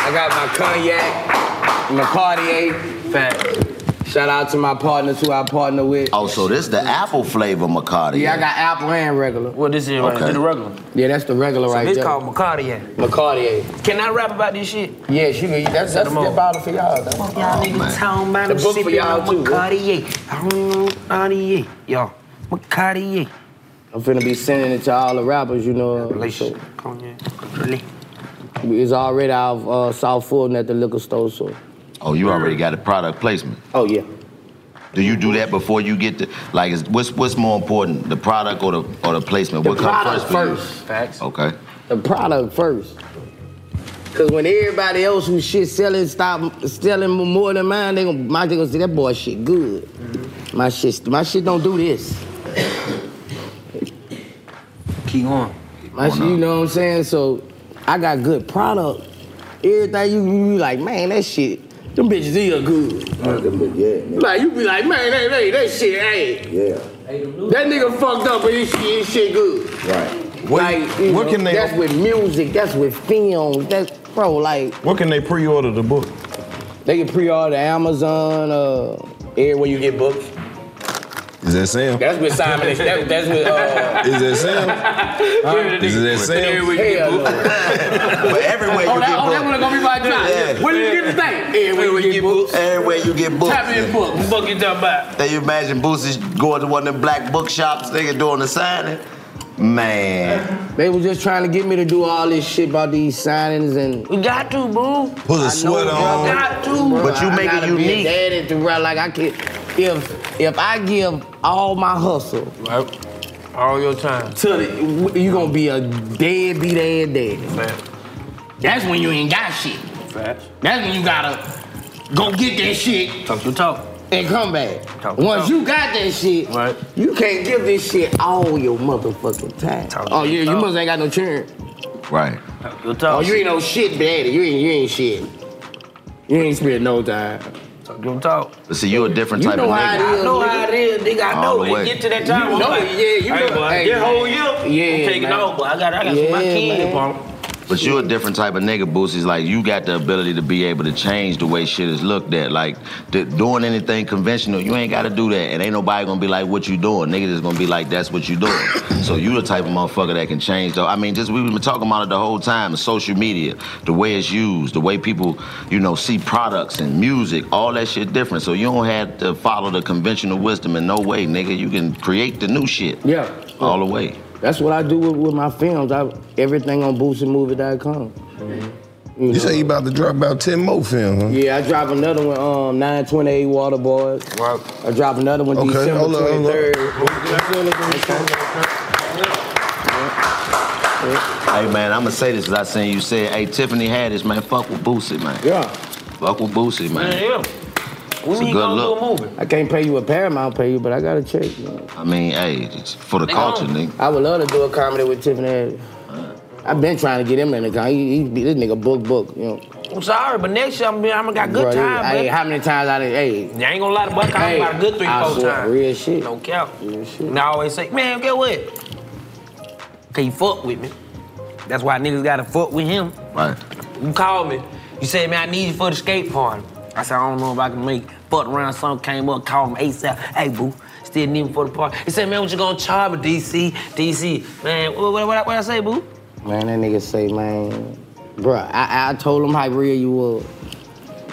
S1: I got my cognac, my Cartier. Fact. Shout out to my partners who I partner with.
S6: Oh, so this the apple flavor Macati.
S1: Yeah, I got apple and regular.
S7: What is it? right? Okay. The regular.
S1: Yeah, that's the regular
S7: So
S1: right
S7: this
S1: there.
S7: called Macartier.
S1: Macartier.
S7: Can I rap about this shit?
S1: Yes, you can. That's
S7: Set
S1: that's the
S7: 'em up.
S1: bottle for y'all. That's
S7: Y'all niggas talking about
S1: The
S7: them
S1: book for
S7: sipping
S1: y'all
S7: on
S1: too, huh?
S7: Macartier. I don't know Macartier. Y'all, Macartier.
S1: I'm finna be sending it to all the rappers, you know. So, It's already out of uh, South Fulton at the liquor store, so.
S6: Oh, you already got a product placement.
S1: Oh yeah.
S6: Do you do that before you get the like? Is, what's what's more important, the product or the or the placement?
S1: The
S6: what comes
S1: product
S6: first? for you?
S1: first. Facts.
S6: Okay.
S1: The product first. Cause when everybody else who shit selling stop selling more than mine, they gonna my they gonna say that boy shit good. My shit my shit don't do this.
S7: Keep on.
S1: My shit, you know what I'm saying? So I got good product. Everything you you be like, man, that shit, them bitches is good.
S19: Yeah,
S1: Like you be like, man, hey, hey, that shit, hey.
S19: yeah.
S1: That nigga fucked up, but his shit, his shit good.
S20: Right.
S1: What, like, you
S20: what
S1: know,
S20: can they-
S1: That's with music. That's with film. That's bro, like
S20: What can they pre-order the book?
S1: they can pre-order Amazon, uh, everywhere you get books.
S20: Is that Sam?
S1: That's with Simon. and- that, that's with. Uh,
S20: Is that Sam? Is that Sam?
S1: Hell no.
S6: But everywhere you
S1: oh, that,
S6: get
S1: oh, that
S6: booked.
S1: one gonna be my drop.
S6: Yeah.
S1: Where did you get the thing? Everywhere you get books.
S6: Everywhere you get books.
S1: Tap in book. What book you talking about?
S6: Then you imagine Boosie's going to one of them black bookshops, nigga, doing the signing. Man.
S1: They was just trying to get me to do all this shit about these signings and we got to, boo.
S6: Put a sweater on.
S1: got to,
S6: But you
S1: I
S6: make it
S1: gotta be
S6: unique.
S1: Daddy to run like I can. If if I give all my hustle, right. all your time, to the, you gonna be a deadbeat ass daddy. That's when you ain't got shit. That's when you gotta go get that shit. Talk your talk. And come back.
S21: Talk your
S1: Once
S21: talk.
S1: you got that shit, you can't give this shit all your motherfucking time. oh yeah, you must ain't got no children.
S6: Right.
S1: Oh, you ain't no shit daddy. You ain't you ain't shit. You ain't spent no time. Don't talk.
S6: But see, you a different
S1: You
S6: type
S1: know
S6: of
S1: how
S6: nigga.
S1: it is.
S7: know how
S1: nigga.
S7: it is, nigga. I
S6: All
S7: know.
S6: the way.
S7: It get to that time.
S1: You
S7: I'm
S1: know
S7: like,
S1: it, yeah, you
S7: hey,
S1: know
S7: boy,
S1: it. Hey,
S7: this whole
S1: man.
S7: year,
S1: Yeah,
S7: I'm taking
S1: man.
S7: over. I got, I got my
S1: Yeah,
S7: kids,
S1: man.
S7: bro.
S6: But you a different type of nigga, Boosie's like you got the ability to be able to change the way shit is looked at. Like the, doing anything conventional, you ain't gotta do that. And ain't nobody gonna be like, what you doing? Nigga just gonna be like, that's what you doing. so you the type of motherfucker that can change though. I mean, just we've been talking about it the whole time, the social media, the way it's used, the way people, you know, see products and music, all that shit different. So you don't have to follow the conventional wisdom in no way, nigga. You can create the new shit.
S1: Yeah.
S6: All the way.
S1: That's what I do with, with my films. I everything on boostedmovie.com. You,
S4: say you about to drop about 10 more film, huh?
S1: Yeah, I drop another one, um, 928 Water Boys. I drop another one
S4: Okay,
S1: December
S4: hold on, hold on.
S1: 23rd.
S6: Hey man, I'ma say this because I seen you say, it. hey Tiffany Haddish, man, fuck with Boosie, man.
S1: Yeah.
S6: Fuck with Boosie, man.
S1: yeah.
S6: It's a need good no look. little movie.
S1: I can't pay you a Paramount pay you, but I got a check. Man.
S6: I mean, hey, it's for the culture, nigga.
S1: I would love to do a comedy with Tiffany. Haddish. I've been trying to get him in the comedy. He, he, this nigga book book, you know.
S7: I'm sorry, but next year I'm, I'm gonna got good
S1: Bro, he-
S7: time,
S1: Hey,
S7: man.
S1: how many times I done, hey.
S7: I ain't gonna lie, but I
S1: Hey,
S7: hey, about a good three,
S1: I
S7: four
S1: swear,
S7: times.
S1: Real shit.
S7: No cap. And I always say, man, get what? Can you fuck with me? That's why niggas gotta fuck with him.
S6: Right.
S7: You called me. You said, man, I need you for the skate party. I said, I don't know if I can make it. Fucked around, something came up, called him ASAP. Hey, boo, still need him for the party. He said, man, what you gonna charge me, DC? DC, man, what, what, what, what I say, boo?
S1: Man, that nigga say, man, bruh, I, I told him how real you were.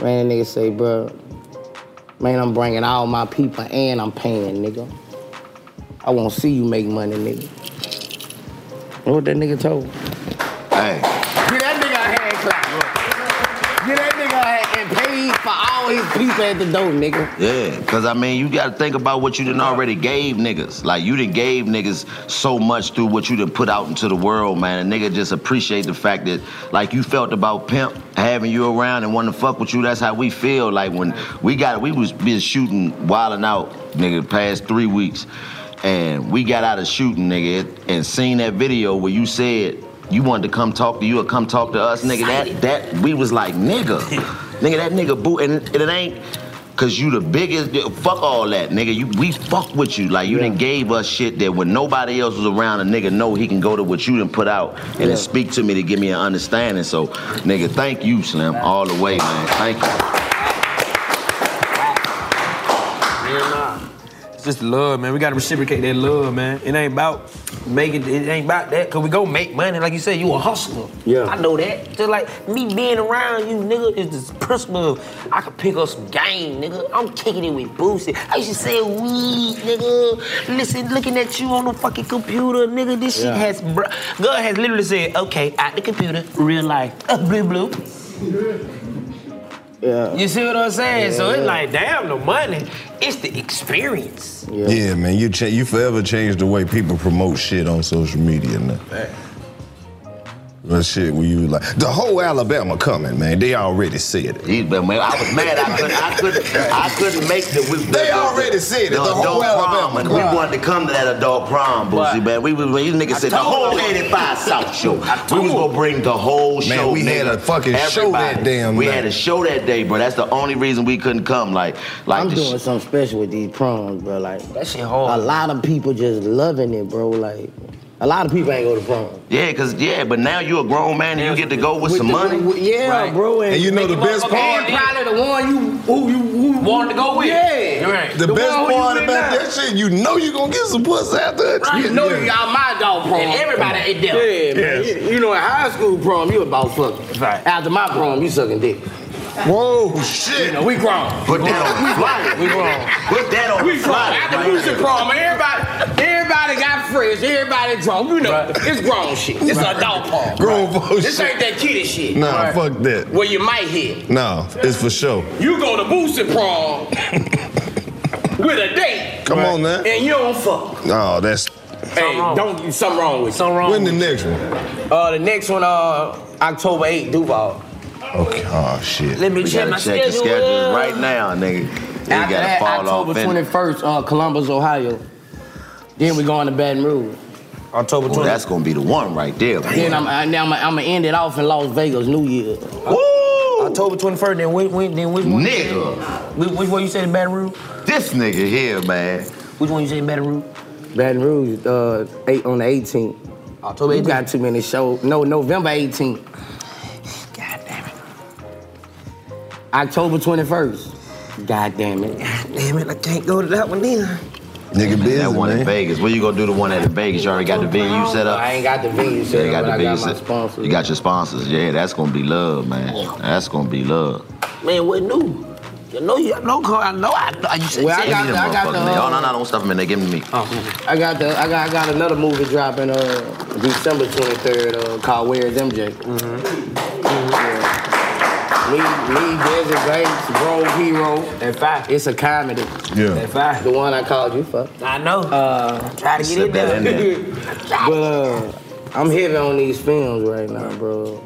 S1: Man, that nigga say, bruh, man, I'm bringing all my people and I'm paying, nigga. I won't see you make money, nigga. You know what that nigga told?
S6: Hey.
S1: Get that nigga a hand clap, bro. Get that nigga a hand and paid for all his people at the door, nigga.
S6: Yeah, cause I mean, you gotta think about what you done already gave niggas. Like you done gave niggas so much through what you done put out into the world, man. A nigga just appreciate the fact that, like you felt about pimp having you around and wanting to fuck with you. That's how we feel. Like when we got, we was been shooting wilding out, nigga, the past three weeks, and we got out of shooting, nigga, and seen that video where you said you wanted to come talk to you or come talk to us, nigga. That that we was like, nigga, nigga, that nigga boo, and, and it ain't. Cause you the biggest. Fuck all that, nigga. You we fuck with you. Like you done gave us shit that when nobody else was around, a nigga know he can go to what you done put out and then speak to me to give me an understanding. So, nigga, thank you, Slim, all the way, man. Thank you.
S7: Real nah. It's just love, man. We gotta reciprocate that love, man. It ain't about making it ain't about that. Cause we go make money. Like you said, you a hustler.
S1: Yeah.
S7: I know that. Just like me being around you, nigga, is this principle of I could pick up some game, nigga. I'm kicking it with Boosie. I used to sell weed, nigga. Listen, looking at you on the fucking computer, nigga. This shit
S21: Yeah.
S7: has br- God has literally said, okay, out the computer, real life. Uh, blue blue.
S1: Yeah.
S7: You see what I'm saying? so it's
S4: Yeah.
S7: like, damn the money. It's the experience.
S4: Yeah, man, you cha- you forever changed the way people promote shit on social media now. That shit where you like the whole Alabama coming, man. They already said it.
S6: He's been, man, I was mad. I couldn't. I couldn't. I couldn't make the. We,
S4: They already said it, the whole
S6: adult
S4: Alabama
S6: prom, and
S4: crowd.
S6: we wanted to come to that adult prom, Boosie, man. We was when these niggas
S4: I
S6: said the
S4: told
S6: whole
S4: them.
S6: 85 South show. We was
S4: told
S6: gonna bring the whole
S4: Man,
S6: show.
S4: we had
S6: nigga.
S4: a fucking show that
S6: Everybody.
S4: damn
S6: We
S4: night.
S6: had a show that day, bro. That's the only reason we couldn't come. Like, like
S1: I'm
S6: the
S1: doing
S6: sh-
S1: something special with these proms, bro. Like that
S7: shit hard.
S1: A lot of people just loving it, bro. Like a lot of people ain't go to prom.
S6: yeah, cause yeah, but now you a grown man and you get to go with,
S1: With
S6: some
S1: the-
S6: money.
S1: with- yeah, bro. And, And probably the one you who you who wanted to go with. Yeah,
S4: The, best
S1: one who you
S4: part
S1: with
S4: about
S1: now.
S4: that shit, you know you gonna get some pussy after that.
S1: Right,
S4: shit.
S1: you know you got my dog prom.
S4: And everybody
S1: Come on.
S4: ate them.
S1: Yeah, man.
S4: Yes.
S1: You, you know, at high school prom, you about fucking. After my prom, you sucking dick.
S4: Whoa, shit.
S1: You know, we grown.
S6: Put that on
S1: we
S6: flight.
S1: We grown.
S6: Put that on
S1: We grown.
S6: flight,
S1: After
S6: man.
S1: music prom, everybody, everybody got friends. Everybody drunk. You know, it's grown shit. It's
S4: Right.
S1: a dog prom.
S4: Grown folks
S1: This
S4: shit.
S1: ain't that kiddie shit.
S4: Nah, fuck that.
S1: Where you might hit.
S4: Nah, it's for sure.
S1: You go to Boosie prom with a date.
S4: Come on now.
S1: And you don't fuck.
S4: Oh, that's
S1: Hey, don't something wrong with you. Something
S4: wrong When the next one?
S1: Uh, the next one, uh, October 8th, Duval.
S4: okay. Oh shit.
S1: Let me
S6: we
S1: check
S6: gotta
S1: my
S6: check the
S1: schedule.
S6: schedules right now, nigga. It
S1: After
S6: gotta
S1: that,
S6: fall off.
S1: October
S6: and-
S1: 21st, uh, Columbus, Ohio. Then we going to Baton Rouge. October
S6: Well, that's gonna be the one right there. boy.
S1: Then I'm, I, now I'm, I'm gonna end it off in Las Vegas, New Year.
S7: October 21st, then which, which, then which one?
S6: Nigga.
S7: Which, which one you said in Baton Rouge?
S6: This nigga here, man.
S7: Which one you said in Baton Rouge?
S1: Baton Rouge, uh, eight on the 18th.
S7: October
S1: You got too many shows. No, November 18th. God damn it. October 21st. God damn it. God damn it, I can't go to that one either.
S6: Nigga, busy, That one in Vegas. Where you gonna do the one at in Vegas? You already got the venue set up.
S1: I ain't got the venue set
S6: Yeah, you
S1: up,
S6: got
S1: but
S6: the
S1: I
S6: venue
S1: got my
S6: set.
S1: sponsors.
S6: You got your sponsors. Yeah, that's gonna be love, man. That's gonna be love.
S7: Man, what new? I know you, I know, Carl, I know, I know. You said,
S1: Well, I
S6: Give
S1: got
S6: me
S1: the,
S6: them
S1: I got the,
S6: motherfuckers, nigga. Oh no, no,
S1: uh, Oh.
S6: don't stuff them in there. Give them to me.
S1: I got the, I got, I got another movie dropping uh, December 23rd uh, called Where's MJ? Mm-hmm. Me, me, Desert Banks, Bro Hero. That fact. It's a comedy.
S4: Yeah.
S1: That fact. The one I called you for. I know. Uh,
S7: Try to get Slip it that done. in
S1: but uh, I'm heavy on these films right now, bro.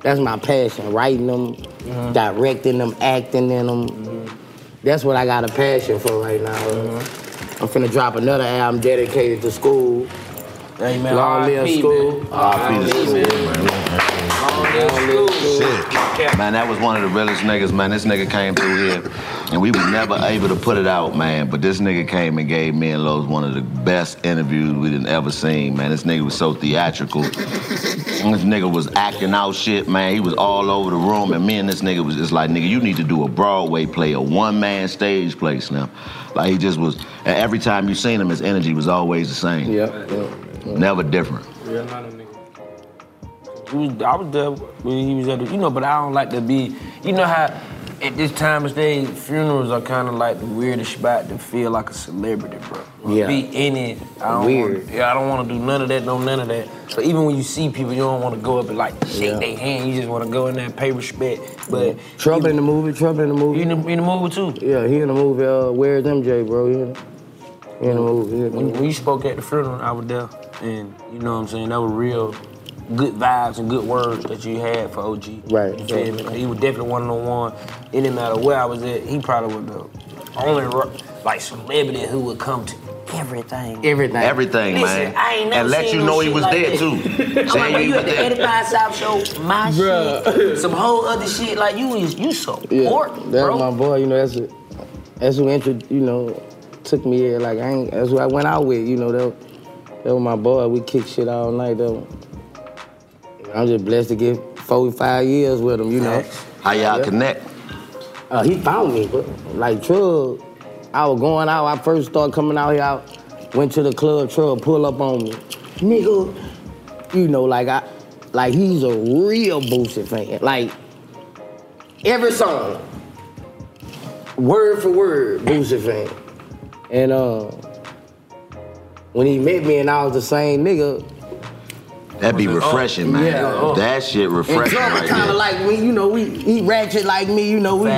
S1: That's my passion. Writing them,
S7: Mm-hmm.
S1: directing them, acting in them. That's what I got a passion for right now.
S7: Mm-hmm.
S1: I'm finna drop another album dedicated to school.
S7: Amen.
S1: Long live
S7: R.I.P.,
S1: school.
S6: R.I.P. to school, Shit. Man, that was one of the realest niggas, man. This nigga came through here, and we was never able to put it out, man. But this nigga came and gave me and Lowe's one of the best interviews we done ever seen, man. This nigga was so theatrical. This nigga was acting out shit, man. He was all over the room, and me and this nigga was just like, nigga, you need to do a Broadway play, a one-man stage play, Slim. Like he just was. And every time you seen him, his energy was always the same.
S1: Yeah.
S6: Never different.
S7: Real We was- I was there when he was at the, you know, but I don't like to be, you know how at this time of day, funerals are kind of like the weirdest spot to feel like a celebrity, bro.
S1: Yeah.
S7: Be in it. I don't
S1: Weird.
S7: Wanna, yeah, I don't want to do none of that, no none of that. So even when you see people, you don't want to go up and like shake
S1: Yeah.
S7: their hand. You just want to go in there and pay respect. But
S1: Trouble in the movie, Trouble in the movie.
S7: You in the, in the movie too?
S1: Yeah, he in the movie. Uh, Where's MJ, bro? He in, he in the movie. he in the
S7: When,
S1: movie.
S7: when you spoke at the funeral, I was there, and you know what I'm saying. That were real good vibes and good words that you had for OG.
S1: Right.
S7: You feel me? Like, he was definitely one on one. It didn't matter where I was at. He probably was the only ru- like celebrity who would come to everything.
S1: Everything.
S6: Everything,
S7: Listen,
S6: man.
S7: I ain't never
S6: and let
S7: seen
S6: you
S7: no
S6: know he
S7: shit
S6: was
S7: like
S6: there
S7: that.
S6: too.
S7: I'm
S6: Say
S7: like,
S6: he
S7: bro, you
S6: was
S7: at the
S6: there.
S7: 85 South Show, my shit, some whole other shit. Like you is you support,
S1: Yeah, that's
S7: bro.
S1: my boy. You know, that's who- that's who intro, you know, took me here. Like I ain't, that's who I went out with. You know, that that was my boy. We kicked shit all night. Though I'm just blessed to get four five years with him. You know,
S6: How y'all
S1: Yeah.
S6: connect?
S1: Uh, he found me, bro. Like Trug, I was going out. I first started coming out here. I went to the club. Trug pull up on me, nigga. You know, like I, like he's a real Boosie fan. Like every song, word for word, Boosie fan. And uh, when he met me and I was the same nigga,
S6: That'd
S7: Oh,
S6: be refreshing, man.
S1: Yeah.
S6: That shit
S1: and
S6: refreshing
S1: Trump
S6: right
S1: kind
S6: there.
S1: of like me, you know, we he ratchet like me, you know, we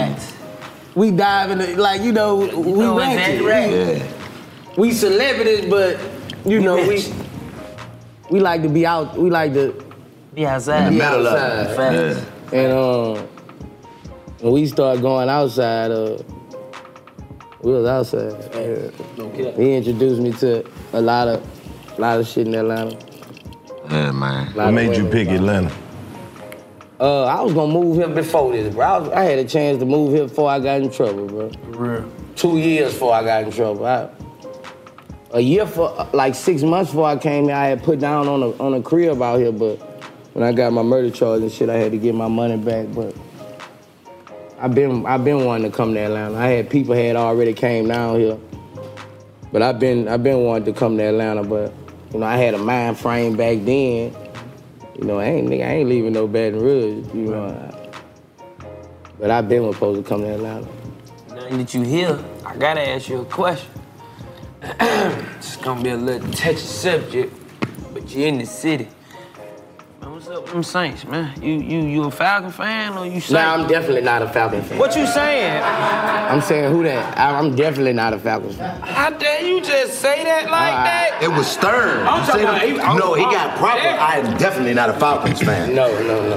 S1: we dive in the, like you know we
S7: know it's
S1: ratchet,
S7: that ratchet.
S1: We- we celebrities, but you know we we like to be out, we like to
S7: Be outside.
S1: Be outside.
S7: Facts.
S1: And um, when we started going outside, uh, we was outside. Yeah. He introduced me to a lot of, lot of shit in Atlanta.
S6: Yeah, man.
S1: Lot
S4: What
S1: of
S4: made you
S1: women.
S4: pick Atlanta?
S1: Uh, I was gonna move him before this, bro. I, was, I had a chance to move him before I got in trouble, bro. Two years before I got in trouble. I, a year for like six months before I came here, I had put down on a on a crib out here, but when I got my murder charge and shit, I had to get my money back. But I've been I've been wanting to come to Atlanta. I had people had already came down here, but I've been I've been wanting to come to Atlanta. But you know, I had a mind frame back then. You know, I ain't nigga, I ain't leaving no Baton Rouge. You know, but I've been supposed to come to Atlanta.
S7: Now that you here, I gotta ask you a question. it's gonna be a little touchy subject, but you in the city. Man, what's up with them Saints, man? You you you a Falcon fan or you Saints?
S1: Nah, I'm definitely not a Falcon fan.
S7: What you saying?
S1: I'm saying who that? I, I'm definitely not a Falcons fan.
S7: How dare you just say that like that?
S22: It was Stern.
S7: I'm
S22: You
S7: talking
S22: say
S7: about-
S22: that-
S7: I'm-
S22: no, he
S7: I'm-
S22: got proper. I am definitely not a Falcons fan.
S1: no, no, no.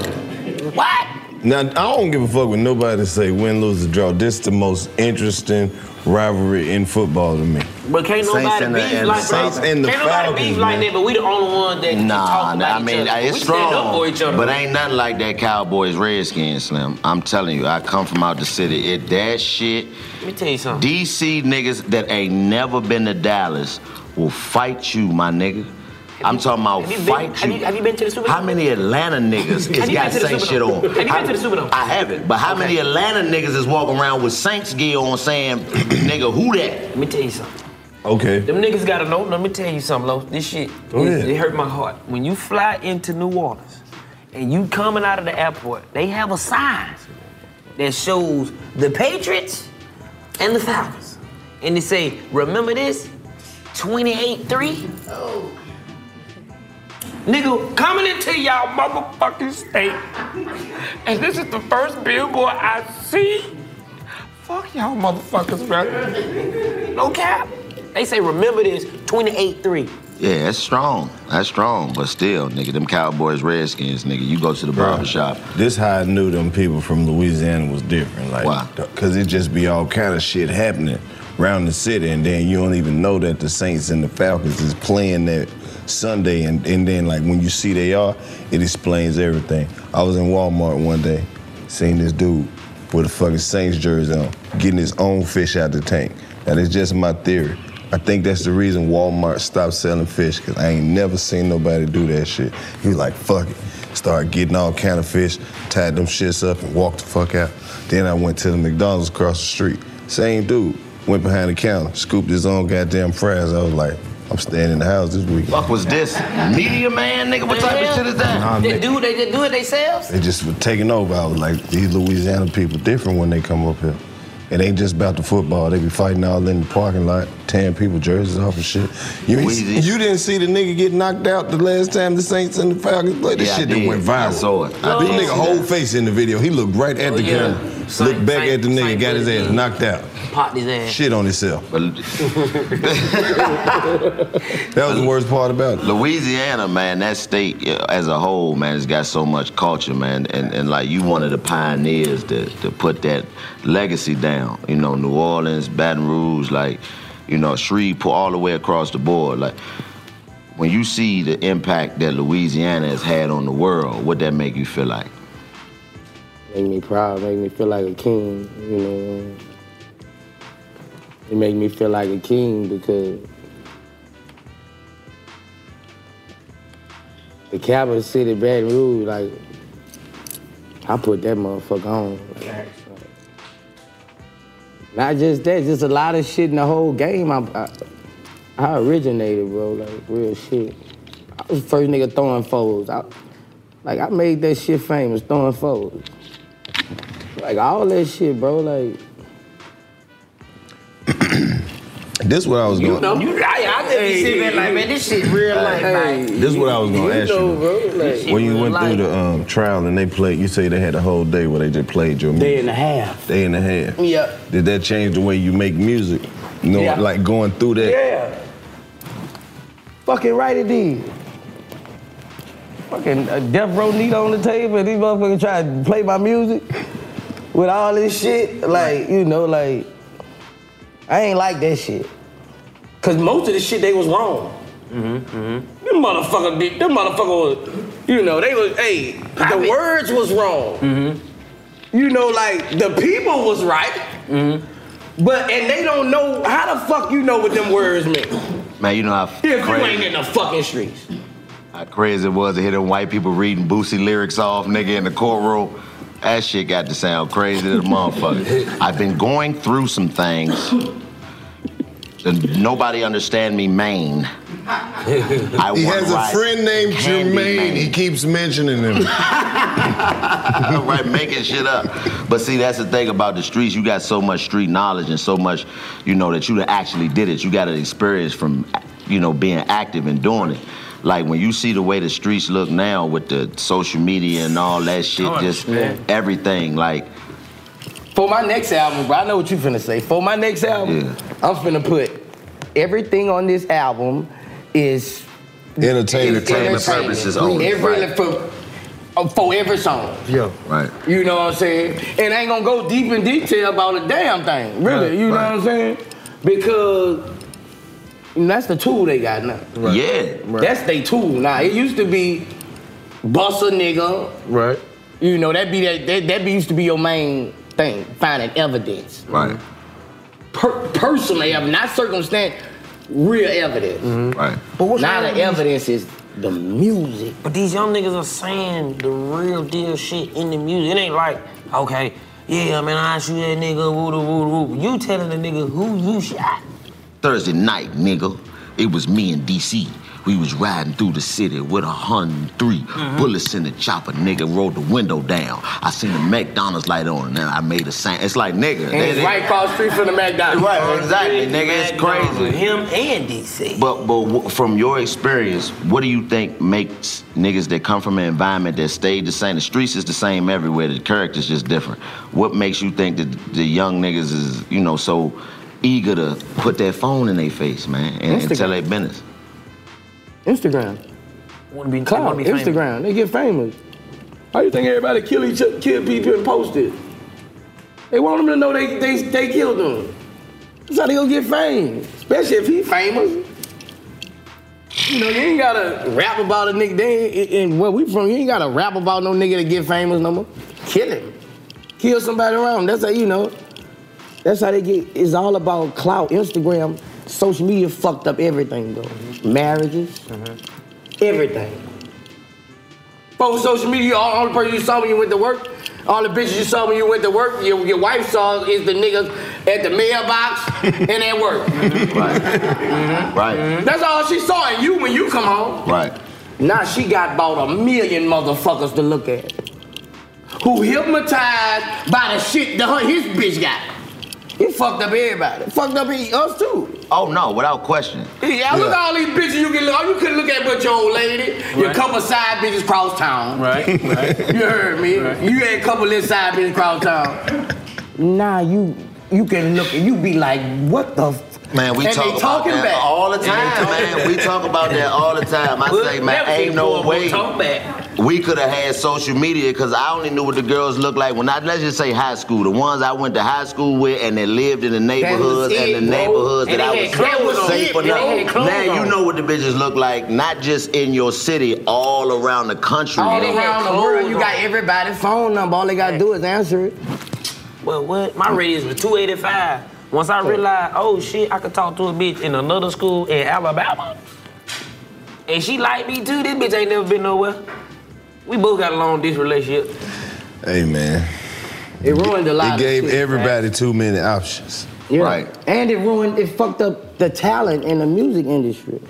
S7: What?
S4: Now I don't give a fuck what nobody say. Win, lose, or draw. This the most interesting rivalry in football to me.
S7: But can't
S4: Saints
S7: nobody
S4: and the-
S7: beef
S4: and
S7: like
S4: the Saints
S7: that.
S4: and the
S7: can't nobody
S4: Falcons,
S7: beef like that, but we the only one that can
S6: Nah,
S7: talk
S6: nah, I
S7: about
S6: mean,
S7: each other.
S6: it's
S7: we
S6: strong.
S7: stand up for each other.
S6: But ain't nothing like that Cowboys Redskins, Slim. I'm telling you, I come from out the city. It that shit.
S7: Let me tell you something.
S6: DC niggas that ain't never been to Dallas will fight you, my nigga. I'm talking about
S7: Have you, been,
S6: fight
S7: have, you, have you been to the Super Bowl?
S6: How many Atlanta niggas
S7: Have
S6: is
S7: you been
S6: got
S7: to the
S6: Saints
S7: Superdome?
S6: shit on?
S7: Have you been
S6: How-
S7: to the Superdome?
S6: I haven't. But how many Atlanta niggas is walking around with Saints gear on saying, nigga, who that? Let
S7: me tell you something.
S4: Okay.
S7: Them niggas gotta know. Let me tell you something, Lo. This shit,
S6: Go
S7: it,
S6: ahead.
S7: it hurt my heart. When you fly into New Orleans and you coming out of the airport, they have a sign that shows the Patriots and the Falcons. And they say, remember this? 28-3? Oh. Nigga, coming into y'all motherfucking state. And this is the first billboard I see. Fuck y'all motherfuckers, bro. No cap. They say, remember this, 28-3.
S6: Yeah, that's strong. That's strong. But still, nigga, them Cowboys, Redskins, nigga, you go to the barber shop.
S4: This how I knew them people from Louisiana was different. Like, Cause it just be all kind of shit happening around the city, and then you don't even know that the Saints and the Falcons is playing that Sunday, and, and then like when you see they are, it explains everything. I was in Walmart one day, seen this dude with a fucking Saints jersey on, getting his own fish out the tank. Now that's just my theory. I think that's the reason Walmart stopped selling fish, cause I ain't never seen nobody do that shit. He was like, fuck it. Started getting all kind of fish, tied them shits up, and walked the fuck out. Then I went to the McDonald's across the street. Same dude. Went behind the counter, scooped his own goddamn fries. I was like, I'm staying in the house this week.
S6: Fuck was this? Media man, nigga, what type of shit is that?
S4: Nah,
S7: they
S4: nigga.
S7: do, they just do it themselves?
S4: They just were taking over. I was like, these Louisiana people different when they come up here. It ain't just about the football. They be fighting all in the parking lot, tearing people jerseys off and shit. You, ain't-
S23: Weezy.
S4: you didn't see the nigga get knocked out the last time the Saints and the Falcons played. This
S23: Yeah, I
S4: shit that
S23: did.
S4: went viral.
S23: I saw it. I
S4: this
S23: did
S4: nigga
S23: see
S4: whole face in the video. He looked right at
S7: Oh,
S4: the
S7: yeah.
S4: camera, looked back at the nigga, got his ass knocked out.
S7: Pop his ass.
S4: Shit on himself.
S6: That
S4: was the worst part about it.
S6: Louisiana, man, that state yeah, as a whole, man, has got so much culture, man. And, and like you one of the pioneers to, to put that legacy down. You know, New Orleans, Baton Rouge, like, you know, Shreveport, all the way across the board. Like, when you see the impact that Louisiana has had on the world, what that make you feel like?
S1: Make me proud, make me feel like a king, you know. It make me feel like a king because the capital city, Baton Rouge, like, I put that motherfucker on. Like, not just that, just a lot of shit in the whole game. I, I, I originated, bro, like, real shit. I was the first nigga throwing foes. I, like, I made that shit famous, throwing foes. Like all that shit, bro. Like
S4: This what I was going.
S7: You, I, I just be sitting there like, man, this shit real life, man.
S4: This is what I was gonna ask you.
S7: This shit
S4: When you
S7: real
S4: went
S7: life.
S4: through the um, trial and they played, you say they had a whole day where they just played your music.
S1: Day and a half.
S4: Day and a half.
S1: Yep.
S4: Did that change the way you make music? You know,
S1: Yeah.
S4: like going through that.
S1: Yeah. Fucking right it did. fucking uh, Death Row Neat on the table and these motherfuckers try to play my music with all this shit. Like, you know, like, I ain't like that shit. Cause most of the shit they was wrong.
S7: Mm-hmm,
S1: Them motherfucker, did- them motherfucker was, you know, they was, hey, the words was wrong. You know, like the people was right, but and they don't know how the fuck you know what them words mean.
S6: Man, you know how
S1: If you ain't
S6: crazy,
S1: in the fucking streets.
S6: how crazy it was to hear them white people reading Boosie lyrics off, nigga, in the courtroom. That shit got to sound crazy to the motherfucker. I've been going through some things. that Nobody understand me, Maine. I
S4: he
S6: want
S4: has a
S6: rice.
S4: friend named
S6: Candy
S4: Jermaine.
S6: man.
S4: He keeps mentioning him.
S6: right, making shit up. But see, that's the thing about the streets. You got so much street knowledge and so much, you know, that you done actually did it. You got an experience from, you know, being active and doing it. Like when you see the way the streets look now with the social media and all that shit,
S1: Tons,
S6: just
S1: man.
S6: everything. Like,
S1: For my next album, bro, I know what you finna say. For my next album, I'm finna put everything on this album is
S4: Entertainment
S1: is
S4: purposes
S1: entertainment.
S4: only,
S1: Every
S4: right.
S1: for, uh, for every song.
S4: Yeah. Right.
S1: You know what I'm saying? And I ain't gonna go deep in detail about a damn thing, really.
S6: Right,
S1: you know
S6: right.
S1: what I'm saying? Because and that's the tool they got now.
S6: Right. Yeah. Right.
S1: That's they tool now. It used to be bust a nigga.
S6: Right.
S1: You know that be that that, that be used to be your main thing, finding evidence,
S6: right.
S1: per, personal evidence, not circumstance, real evidence.
S6: Mm-hmm. Right.
S1: But what's now the evidence is the music.
S7: But these young niggas are saying the real deal shit in the music. It ain't like, okay, yeah, man, I shoot that nigga, woo da woo woo. You telling the nigga who you shot.
S6: Thursday night, nigga. It was me and DC. We was riding through the city with a 103
S1: Mm-hmm.
S6: bullets in the chopper, nigga. Rolled the window down. I seen the McDonald's light on, and then I made a sound. It's like, nigga.
S1: And
S6: they-
S1: it's
S6: they-
S1: right across the street from the McDonald's.
S6: Right, exactly, nigga. It's crazy.
S7: Him and DC.
S6: But but wh- from your experience, what do you think makes niggas that come from an environment that stayed the same? The streets is the same everywhere. The characters just different. What makes you think that the young niggas is you know so eager to put that phone in their face, man, and, and tell
S1: Instagram.
S6: their business?
S1: Instagram.
S7: Wanna be,
S1: Cloud,
S7: wanna be famous.
S1: Instagram. They get famous. How you think everybody kill each other, kill people and post it? They want them to know they they they killed them. That's how they gonna get fame. Especially if he famous. You know, you ain't gotta rap about a nigga. They ain't, and where we from, you ain't gotta rap about no nigga to get famous no more. Kill him. Kill somebody around. him. That's how you know. That's how they get. It's all about clout. Instagram, social media fucked up everything though. Marriages, everything. Folks, social media, all, all the person you saw when you went to work, all the bitches you saw when you went to work, your, your wife saw is the niggas at the mailbox and at work. Mm-hmm.
S6: Right,
S1: That's all she saw in you when you come home.
S6: right.
S1: Now she got about a million motherfuckers to look at. Who hypnotized by the shit that her, his bitch got. It fucked up everybody. It fucked up e- us too.
S6: Oh no, without question.
S1: Yeah, look at all these bitches you can look. All you couldn't look at but your old lady, your
S6: Right.
S1: couple side bitches cross town.
S6: Right, right.
S1: you heard me. You had a couple little side bitches cross town. nah, you you can look and you be like, what the. F-?
S6: Man, we
S1: and
S6: talk
S1: they
S6: about
S1: talking
S6: that
S1: back.
S6: all the time, man. We talk about that all the time. I
S1: We'll
S6: say, man,
S1: never
S6: ain't
S1: get
S6: no
S1: bored when we
S6: way
S1: talk back.
S6: we could have had social media because I only knew what the girls looked like when I let's just say high school. The ones I went to high school with and they lived in the neighborhoods
S1: it,
S6: and the
S1: bro.
S6: neighborhoods
S1: And
S6: that
S1: they
S6: I
S1: had clothes
S6: was
S1: on.
S6: safe
S1: They had
S6: enough.
S1: clothes
S6: Now you
S1: on.
S6: know what the bitches look like, not just in your city, all around the country.
S1: All
S6: yo.
S1: around the world, you got everybody's phone number. All they gotta do is answer it.
S7: Well, what? My radius was 285. Once I realized, oh shit, I could talk to a bitch in another school in Alabama. And she like me too. This bitch ain't never been nowhere. We both got a long distance relationship.
S4: Hey man.
S1: It ruined a lot
S4: It
S1: of
S4: gave
S1: shit,
S4: everybody too many options. Right.
S1: And it ruined, it fucked up the talent in the music industry.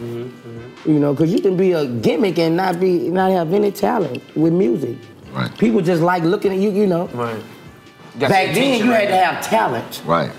S1: You know, because you can be a gimmick and not be not have any talent with music. Right. People just like looking at you, you know. Right.
S6: Got
S1: Back
S6: your
S1: then,
S6: attention
S1: you had
S6: right
S1: to have talent.
S6: Right.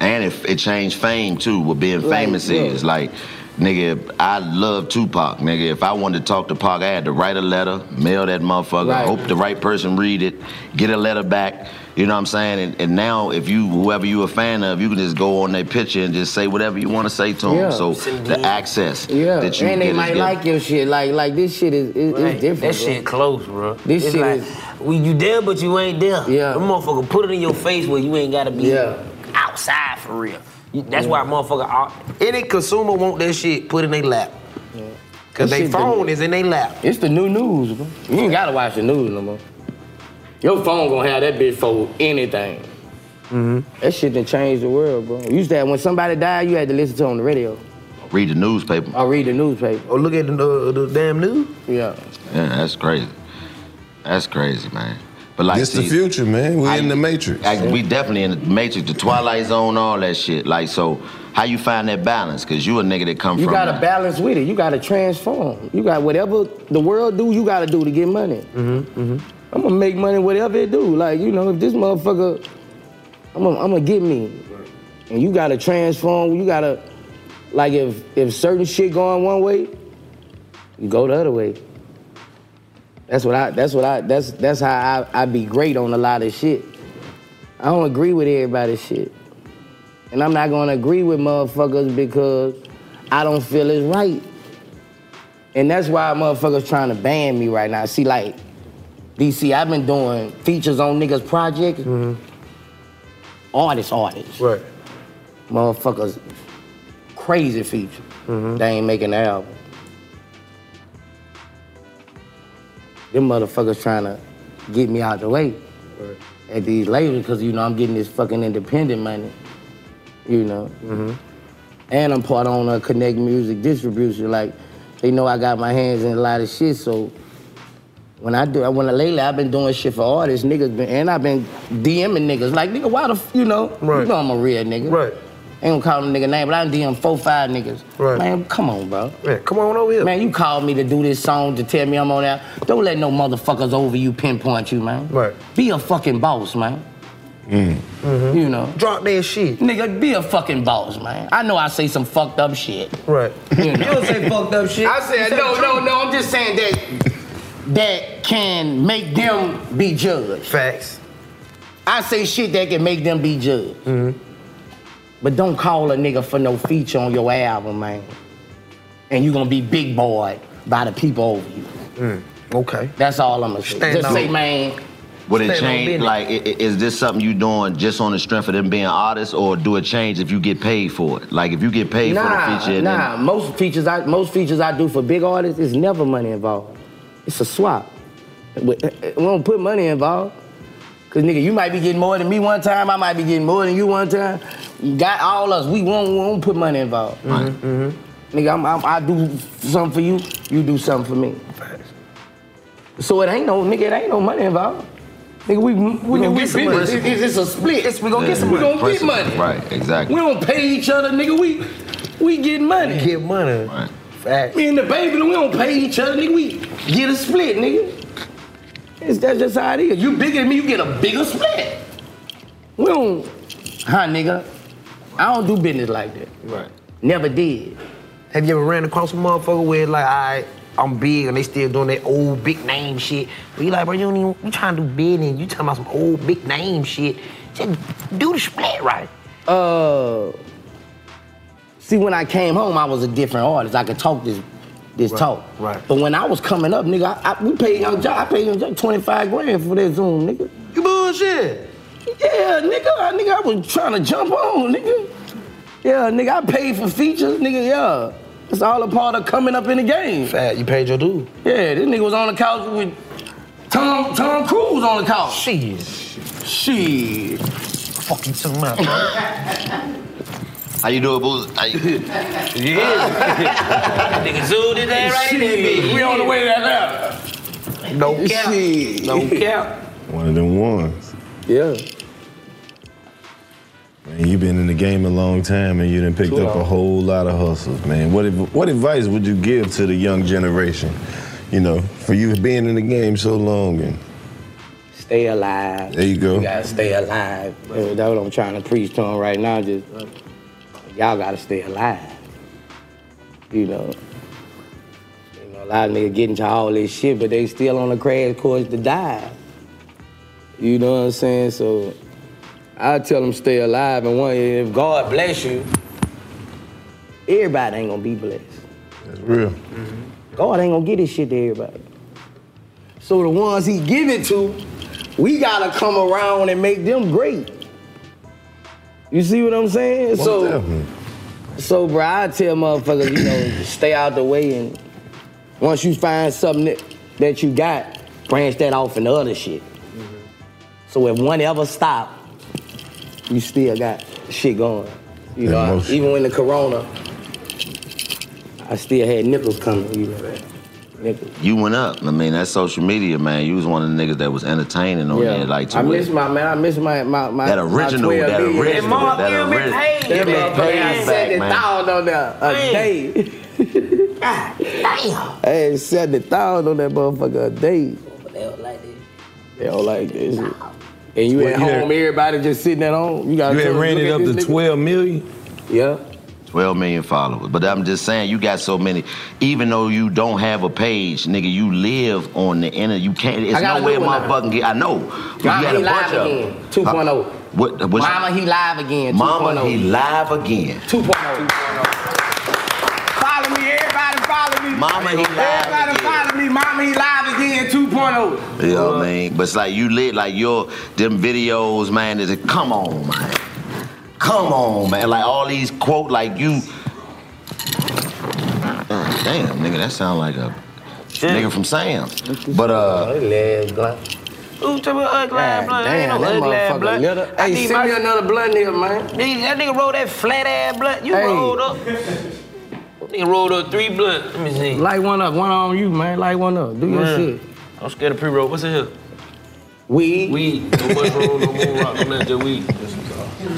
S6: And it, it changed fame too, what being
S1: Like,
S6: famous
S1: yeah.
S6: is. Like, Nigga, I love Tupac. Nigga, if I wanted to talk to Pac, I had to write a letter, mail that motherfucker,
S24: Right.
S6: hope the right person read it, get a letter back. You know what I'm saying? And, and now, if you whoever you a fan of, you can just go on their picture and just say whatever you want to say to them.
S1: Yeah.
S6: So the access
S1: Yeah,
S6: that you
S1: and
S6: get
S1: they
S6: is
S1: might
S6: different.
S1: like your shit. Like, like this shit is, is,
S7: Right.
S1: is different.
S7: That
S1: bro.
S7: shit close, bro.
S1: This
S7: It's
S1: shit
S7: like,
S1: is-
S7: well, you there, but you ain't there. Yeah. The motherfucker put it in your face where you ain't gotta be outside for real. You- That's why motherfucker, all- any consumer want that shit put in their lap. Cause
S1: That
S7: they
S1: shit the-
S7: phone is in their lap.
S1: It's the new news, bro. You ain't gotta watch the news no more. Your phone gonna have that bitch for anything. That shit done changed the world, bro. You used to have, when somebody died, you had to listen to it on the radio
S6: Read the newspaper.
S1: or read the newspaper.
S7: Or look at the, uh, the damn news.
S1: Yeah.
S6: Yeah, that's crazy. That's crazy, man. But like,
S4: It's the
S6: see,
S4: future, man. We
S6: I-
S4: in the matrix.
S6: I- we definitely in the matrix, the twilight zone, all that shit. Like, so how you find that balance? Cause you a nigga that come
S1: You
S6: from.
S1: gotta
S6: that.
S1: balance with it. You gotta transform. You got whatever the world do, you gotta do to get money.
S7: Mm-hmm. Mm-hmm.
S1: I'm gonna make money whatever it do. Like, you know, if this motherfucker, I'm gonna, I'm gonna get me. And you gotta transform, you gotta, like if if certain shit going one way, you go the other way. That's what I that's what I that's that's how I, I be great on a lot of shit. I don't agree with everybody's shit. And I'm not gonna agree with motherfuckers because I don't feel it's right. And that's why motherfuckers trying to ban me right now. See, like, DC, I've been doing features on niggas' projects. Artists, artists. Right. Motherfuckers, crazy feature. They ain't making the album. Them motherfuckers trying to get me out the way at these labels because, you know, I'm getting this fucking independent money, you know. And I'm part on a Connect Music distribution. Like, they know I got my hands in a lot of shit, so when I do, when I, lately I've been doing shit for artists, niggas, been, and I've been DMing niggas. Like, nigga, why the, f- you know, you know I'm a real nigga. Right. Ain't gonna call them nigga name, but I done DM four, five niggas. Right. Man, come on, bro. Man, come on over here. Man, you called me to do this song to tell me I'm on out. Don't let no motherfuckers over you pinpoint you, man. Right. Be a fucking boss, man.
S25: Mm.
S1: You know. Mm-hmm. Drop their shit. Nigga, be a fucking boss, man. I know I say some fucked up shit. Right. You, don't say fucked up shit. I said,
S26: You say
S1: no,
S26: the
S1: no,
S26: truth.
S1: no. I'm just saying that that can make them be judged. Facts. I say shit that can make them be judged. But don't call a nigga for no feature on your album, man. And you gonna be big boy by the people over you. Mm. Okay. That's all I'm gonna say.
S7: Stand
S1: just
S7: on
S1: say,
S7: it.
S1: man.
S6: Would it
S1: stand on
S6: change?
S1: business.
S6: Like, i- i- is this something you doing just on the strength of them being artists, or do it change if you get paid for it? Like, if you get paid
S1: nah,
S6: for the feature, then-
S1: nah. Most features I most features I do for big artists is never money involved. It's a swap. We eh, we don't put money involved. Cause nigga, you might be getting more than me one time. I might be getting more than you one time. You got all us. We won't, we won't put money involved.
S26: Mm-hmm,
S1: Nigga, I'm, I'm, I do something for you. You do something for me. So it ain't no nigga. It ain't no money involved. Nigga, we we, we,
S26: gonna
S1: we
S26: get some
S1: business.
S26: money.
S1: It's, it's a split. It's, we
S26: gonna get some
S1: We
S26: money.
S1: gonna get
S26: Principle.
S1: money.
S6: right? Exactly.
S1: We don't pay each other, nigga. We we get money. Get money. Me and the baby, we don't pay each other, nigga. We get a split, nigga. It's, that's just how it is. You bigger than me, you get a bigger split. We don't, huh, nigga? I don't do business like that. Right. Never did.
S7: Have you ever ran across a motherfucker where like, all right, I'm big and they still doing that old big name shit. But you like, bro, you don't even, you trying to do business. You talking about some old big name shit. Just do the split right.
S1: Uh, see, when I came home, I was a different artist. I could talk this, this
S7: Right,
S1: talk.
S7: right.
S1: But when I was coming up, nigga, I, I, we paid young job. I paid young job twenty five grand for that Zoom, nigga. You bullshit. Yeah, nigga, I, nigga, I was trying to jump on, nigga. Yeah, nigga, I paid for features, nigga. Yeah, it's all a part of coming up in the game. Fat, you paid your due. Yeah, this nigga was on the couch with Tom Tom Cruise on the couch. Shit, shit. Fuck you too much.
S6: How you doing, Boozy? How you-
S7: Nigga zoomed it there right in that
S26: Shit,
S7: bitch.
S26: we on the way to
S1: that
S7: left. No cap. No cap.
S25: One of them ones.
S1: Yeah.
S25: Man, you been in the game a long time and you done picked
S27: Too
S25: up a
S27: long.
S25: whole lot of hustles, man. What if, what advice would you give to the young generation? You know, for you being in the game so long and
S1: Stay alive.
S25: There you go.
S1: You gotta stay alive. That's what I'm trying to preach to them right now. Just y'all gotta stay alive. You know, you know, a lot of niggas get into all this shit, but they still on the crash course to die. You know what I'm saying? So I tell them stay alive, and one if God bless you, everybody ain't gonna be blessed.
S27: That's real.
S1: God ain't gonna get this shit to everybody. So the ones he give it to, we gotta come around and make them great. You see what I'm saying?
S27: Most
S1: so,
S27: definitely.
S1: so bro, I tell motherfuckers, you know, stay out the way, and once you find something that, that you got, branch that off into other shit. So if one ever stop, you still got shit going. You know, I-
S27: Emotion.
S1: even when the corona, I still had nickels coming. You know that. Nickels.
S6: You went up. I mean, that's social media, man. You was one of the niggas that was entertaining on there, like to
S1: I
S6: it.
S1: miss my man. I miss my my my
S6: That original,
S1: my 12
S6: that
S1: million.
S6: original, Mark that Gilman original. paid
S1: That
S6: that
S1: motherfucker had
S6: paid back,
S1: 70,000
S6: man.
S1: on there a
S6: Man.
S1: day. I had seventy thousand on that motherfucker a day. They don't like this. shit. And you
S27: Well,
S1: at
S27: you had-
S1: home, everybody just sitting at home. You got
S27: You had ran it up to 12 million?
S1: Yeah.
S6: 12 million followers. But I'm just saying, you got so many. Even though you don't have a page, nigga, you live on the internet. You can't. It's
S1: I got a
S6: no way
S1: new one now.
S6: motherfucking get. I know. But you
S1: Mama,
S6: got a
S1: he live
S6: bunch of them.
S1: again. 2.0.
S6: What? what
S1: Mama, he live again.
S6: Mama,
S1: 2.0.
S6: he live
S1: 2.0.
S6: again.
S1: Follow me, everybody follow me.
S6: Mama, he live
S1: Everybody follow me. Mama, he live again oh. 2.0.
S6: You know what I mean? But it's like you lit like your them videos, man. Is like, come on, man. Come on, man. Like all these quote, like you. Uh, damn, nigga, that sound like a nigga from Sam's. But uh,
S7: Ooh, tell me a ugly ass blunt. Ain't no ugly ass blunt. I
S1: Hey,
S7: need
S1: send
S7: my-
S1: me another blunt here, man.
S7: Nigga, That nigga rolled that flat ass blunt. You
S1: Hey.
S7: rolled up. Nigga rolled up three blunts. Let me see.
S1: Light one up, one on you, man. Light one up. Do your
S7: Man,
S1: shit.
S7: I'm scared of pre-roll. What's in here?
S1: Weed.
S7: Weed. No mushroom, no moon rock, no nothing. Just weed.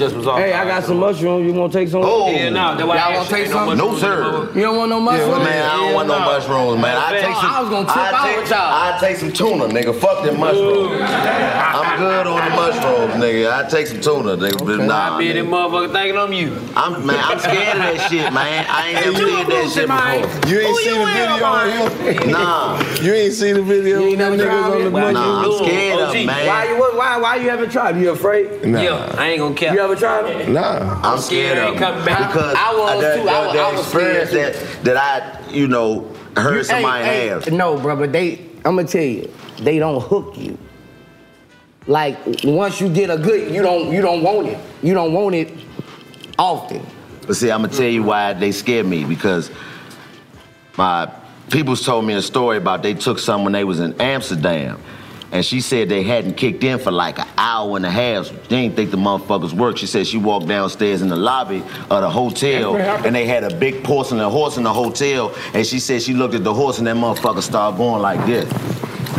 S7: Just was all.
S1: Hey, I got some mushrooms. You want to take some?
S7: Oh. Yeah, nah, that's why I
S1: Y'all want
S7: asked
S1: to take
S7: you, ain't no
S1: some?
S7: mushrooms No, in the sir.
S1: You don't want no mushrooms?
S6: Yeah, man, I don't want no mushrooms, man. I take some.
S1: I was gonna tip
S6: I
S1: out
S6: take-
S1: with y'all.
S6: I take some tuna, nigga. Fuck them mushrooms. I'm good on the mushrooms, nigga. I take some tuna, nigga. But Nah,
S7: I be that
S6: nigga.
S7: motherfucker thinking I'm you.
S6: I'm man. I'm scared of that shit, man. I ain't never did that shit before.
S4: You ain't seen the video on him?
S6: Nah.
S4: You ain't seen the video of them niggas on the
S6: Nah,
S4: bus?
S6: I'm scared of it, man.
S1: Why you what- why why you haven't tried? You afraid?
S4: Nah.
S7: Yeah, I ain't gonna care.
S1: You ever tried it?
S4: Nah.
S6: I'm scared
S1: I
S6: of
S1: ain't
S6: it
S1: coming back.
S6: because
S1: I was
S6: the,
S1: too.
S6: the-
S1: I was-
S6: the
S1: I was scared
S6: experience that that I, you know, heard
S1: You-
S6: somebody
S1: hey, hey,
S6: have.
S1: No, bro, but they, I'm gonna tell you, they don't hook you. Like once you get a good, you don't you don't want it. You don't want it often.
S6: But see, I'm gonna tell you why they scared me because my people's told me a story about they took some when they was in Amsterdam, and she said they hadn't kicked in for like an hour and a half. They didn't think the motherfuckers worked. She said she walked downstairs in the lobby of the hotel, and they had a big porcelain horse in the hotel, and she said she looked at the horse and that motherfucker started going like this.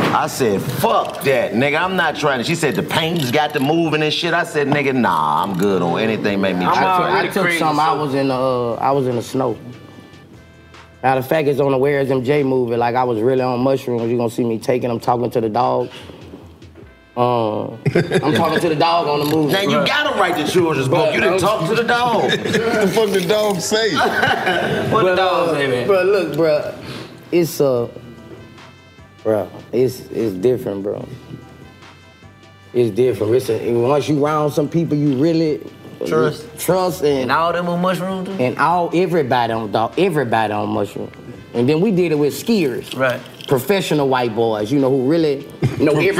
S6: I said, fuck that, nigga. I'm not trying to. She said the paint's got to moving and shit. I said, nigga, nah, I'm good on anything make me
S1: I, took- I
S6: try.
S1: took some. I was in the uh, I was in the snow. Matter of fact, it's on the Where's MJ movie. Like I was really on mushrooms. You gonna see me taking them, talking to the dog. Uh, I'm talking to the dog on the movie.
S6: Now you gotta write the children's book. You didn't talk to the dog. what the
S4: fuck the dog say?
S6: what
S1: But, uh, Bro, look, bro. It's uh, bro. It's it's different, bro. It's different. It's a, and once you round some people, you really
S7: Trust.
S1: trust, and, and
S7: all them on mushrooms,
S1: and all everybody on dog, everybody on mushroom. And then we did it with skiers,
S7: right?
S1: Professional white boys, you know, who really know every kind of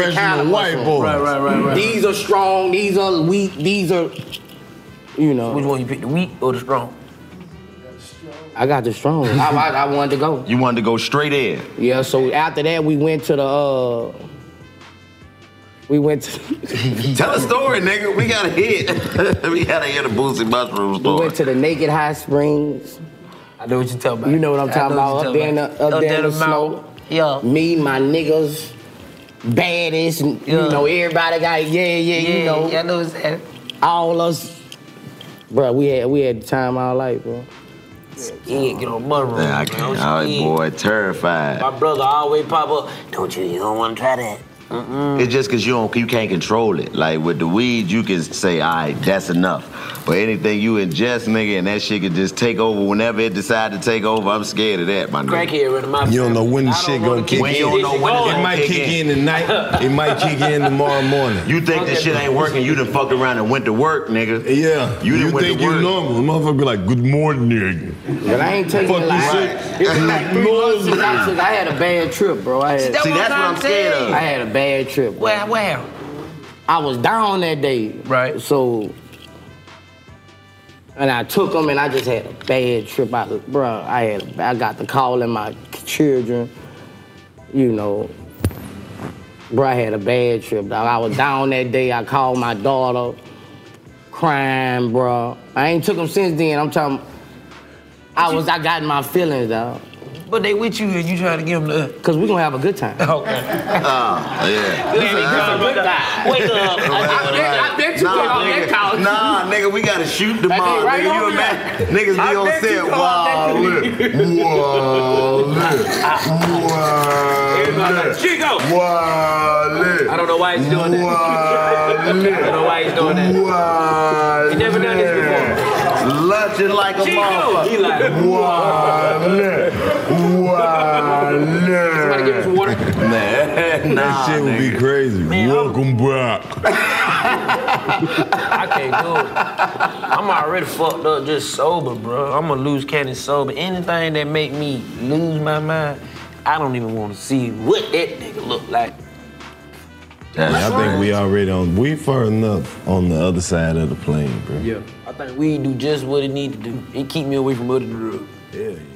S4: Professional white
S1: mushroom.
S4: boys. Right,
S7: right, right, right.
S1: These are strong. These are weak. These are, you know.
S7: Which one you pick, the weak or the strong?
S1: I got the strong. I, I, I wanted to go.
S6: You wanted to go straight in.
S1: Yeah, so after that we went to the uh we went to
S6: Tell a story, nigga. We gotta hit. we gotta hit a Boosie mushroom
S1: we
S6: story.
S1: went to the Naked High Springs.
S7: I know what you talking about.
S1: You know what I'm
S7: I
S1: talking
S7: know what
S1: about.
S7: you
S1: Up
S7: talking
S1: there
S7: about.
S1: in the up there in the snow.
S7: Yeah.
S1: Me, my niggas, baddest, and
S7: Yeah.
S1: you know, everybody got yeah, yeah, you
S7: Yeah,
S1: know.
S7: yeah, I know what you're saying.
S1: All us Bruh, we had we had the time of our life, bro.
S7: Yeah, get on mushroom.
S6: Yeah, I
S7: man.
S6: can't. All right, boy, terrified.
S7: My brother always pop up. Don't you? You don't want to try that.
S6: It's just because you don't, you can't control it. Like with the weed, you can say, "All right, that's enough." But anything you ingest, nigga, and that shit can just take over whenever it decide to take over. I'm scared of that, my nigga.
S7: Crackhead running my
S25: You don't know when the shit gonna kick
S6: When
S25: in.
S6: you don't know when
S25: it might kick in tonight. It might kick in tomorrow morning.
S6: You think this shit ain't working? You done fucked around and went to work, nigga. Yeah. You done
S4: You
S6: went
S4: think
S6: to
S4: you
S6: work.
S4: normal? Motherfucker be like, good morning, nigga.
S1: But I ain't taking
S4: Fuck
S1: it
S4: you,
S1: like
S4: sick.
S1: It was like three months since I took. I had a bad trip, bro. I
S7: See,
S1: had.
S7: that See, what that's what I'm I'm scared saying. of.
S1: I had a bad trip. Bro.
S7: Wow, wow.
S1: I was down that day. Right. So. And I took them, and I just had a bad trip. I, bro, I had. I got the call in my children. You know. Bro, I had a bad trip, dog. I was down that day. I called my daughter, crying, bro. I ain't took them since then. I'm talking. I was. I got in my feelings, dog.
S7: But they with you and you trying to give them the.
S1: Cause we gonna have a good time.
S7: Okay.
S6: Oh, yeah.
S7: There we go. Wake up. I bet- I bet you
S6: Nah,
S7: get on that
S6: nigga.
S7: couch.
S6: Nah, nigga, we gotta shoot the
S7: That
S6: mom.
S7: nigga right
S6: nigga, you
S7: over
S6: imagine. Niggas
S7: I
S6: be on
S7: bet you
S6: set.
S7: come out
S6: Wow, look. Wow, look. Wow, look.
S7: Chico.
S6: Wow, look.
S7: I don't know why he's doing that. I don't know why he's doing that.
S6: Wow,
S7: he never done this before.
S6: Lunching like a
S7: Chico.
S6: motherfucker.
S7: He like,
S6: wow, look. Wow, look. Somebody give us water. Nah, nah,
S4: that shit would be crazy. Welcome back.
S7: I can't do it. I'm already fucked up, just sober, bro. I'm a loose cannon sober. Anything that make me lose my mind, I don't even want to see what that nigga look like.
S27: Yeah, I think we already on. We far enough on the other side of the plane, bro.
S7: Yeah. I think we do just what it need to do. It keep me away from other drugs.
S27: Yeah, yeah.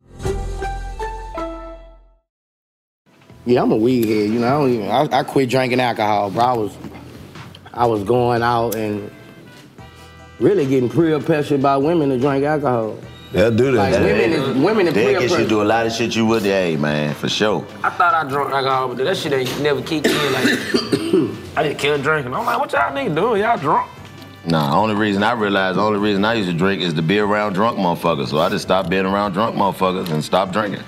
S1: Yeah, I'm a weed head. You know, I don't even. I, I quit drinking alcohol, bro. I was, I was going out and really getting peer-pressured by women to drink alcohol.
S6: They'll do
S1: that. Like, women is- women is
S6: They'll
S1: peer
S6: get you to
S1: pressure.
S6: do a lot of shit you would. Hey, man, for sure.
S7: I thought I drunk alcohol, but that shit ain't never kicked in. Like, I just kept drinking. I'm like, what y'all niggas doing? Y'all drunk?
S6: Nah, only reason I realized, only reason I used to drink is to be around drunk motherfuckers. So I just stopped being around drunk motherfuckers and stopped drinking.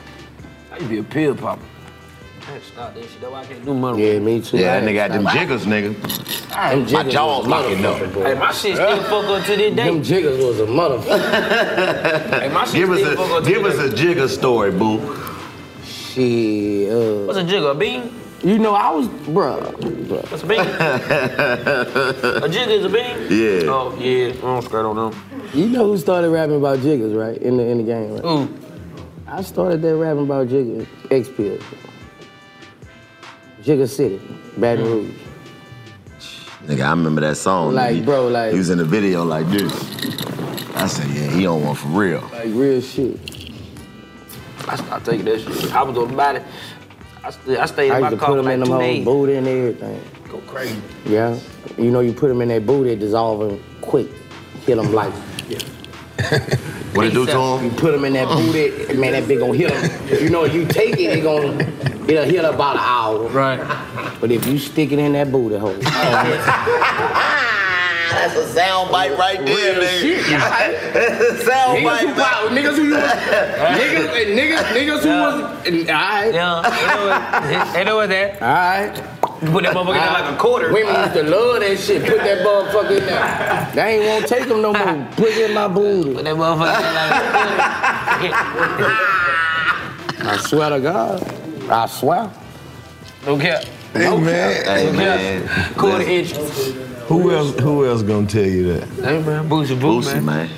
S7: I used to be a pill popper. I had to stop that shit. That's why I can't do money.
S1: Yeah, me too.
S6: Yeah, that nigga got them jiggers, nigga.
S7: Them
S6: My
S7: jiggers
S6: jaw's
S7: was
S6: locking up.
S7: Hey, my shit still fuck up to this day.
S1: Them jiggers was a motherfucker.
S7: hey, my shit
S6: Give
S7: still fuck
S6: us
S7: up
S6: a
S7: to
S6: give
S7: this
S6: us
S7: day.
S6: a jigger story, boo.
S1: Shit. Uh,
S7: What's a jigger? A bean?
S1: You know, I was, bruh.
S7: That's a bean. a jigger is a bean?
S1: Yeah.
S7: Oh, yeah. I don't straight on them.
S1: You know who started rapping about jiggers, right? In the in the game, right? I started that rapping about jiggers. X pills. Jigger City, Baton Rouge.
S6: Nigga, I remember that song.
S1: Like,
S6: He-
S1: bro, like-
S6: he was in the video like this. I said, yeah, he on one for real.
S1: Like real shit.
S7: I stopped taking that shit. I was on the body. I, st- I stayed
S1: I
S7: in
S1: used
S7: my
S1: to
S7: car
S1: put
S7: for
S1: them in
S7: like
S1: them
S7: two
S1: whole
S7: days.
S1: booty and everything.
S7: Go crazy.
S1: Yeah. You know, you put them in that booty, it dissolve them quick. Hit them like.
S6: What it do to
S1: You put them in that booty, man, that bitch gonna hit them. You know, if you take it, it gonna, it'll hit about an hour. Right. But if you stick it in that booty hole,
S6: That's a sound bite right there, nigga. That's a sound
S1: Niggas who pop- niggas who you was, niggas, and niggas, niggas who was, and, all right.
S7: Yeah, they know what that.
S1: All right.
S7: Put that motherfucker in like a quarter.
S1: Women used to love that shit. Put that motherfucker in there. They ain't won't take them no more. Put it in my booty. Put
S7: that motherfucker
S1: I swear to God. I swear.
S7: Don't care.
S4: Hey, man.
S1: Hey, man.
S7: Quarter inch.
S4: Who else? Who else gonna tell you that?
S7: Hey man, Boosie Boo,
S6: Boosie, man.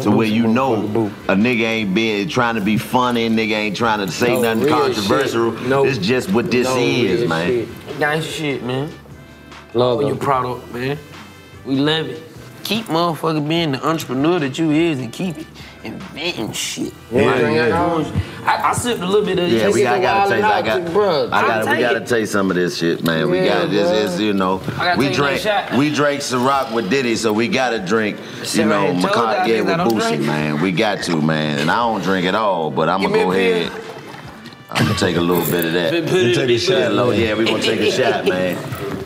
S6: So where you know a nigga ain't being trying to be funny, nigga ain't trying to say
S7: No
S6: nothing
S7: real
S6: controversial.
S7: shit. No-
S6: It's just what this
S7: no
S6: is,
S7: real
S6: man.
S7: shit. Nice shit, man.
S1: Love
S7: your product, man. We love it. Keep motherfucker being the entrepreneur that you is and keep it inventing shit.
S6: Yeah,
S7: Like,
S6: yeah.
S7: I always- I, I sipped a little bit of
S6: Yeah,
S7: this
S6: we,
S7: shit
S6: I
S7: a
S6: gotta
S7: while
S6: taste.
S7: and
S6: I got. I
S7: I'll
S6: gotta. We
S7: take
S6: gotta
S7: it.
S6: taste some of this shit, man. We
S7: Yeah,
S6: got. It's, it's you know.
S7: I gotta
S6: We
S7: take another
S6: drank.
S7: shot.
S6: We drank Ciroc with Diddy, so we gotta drink. You
S7: Sarah
S6: know,
S7: had told y'all
S6: Macaque
S7: niggas I
S6: with
S7: don't
S6: Boosie,
S7: drink.
S6: man. We got to, man. And I don't drink at all, but I'm
S7: Give me
S6: gonna
S7: a
S6: go
S7: beer.
S6: ahead. I'm gonna take a little bit of that.
S7: Put it in the beer.
S6: Lo. Yeah, we gonna take a shot, man.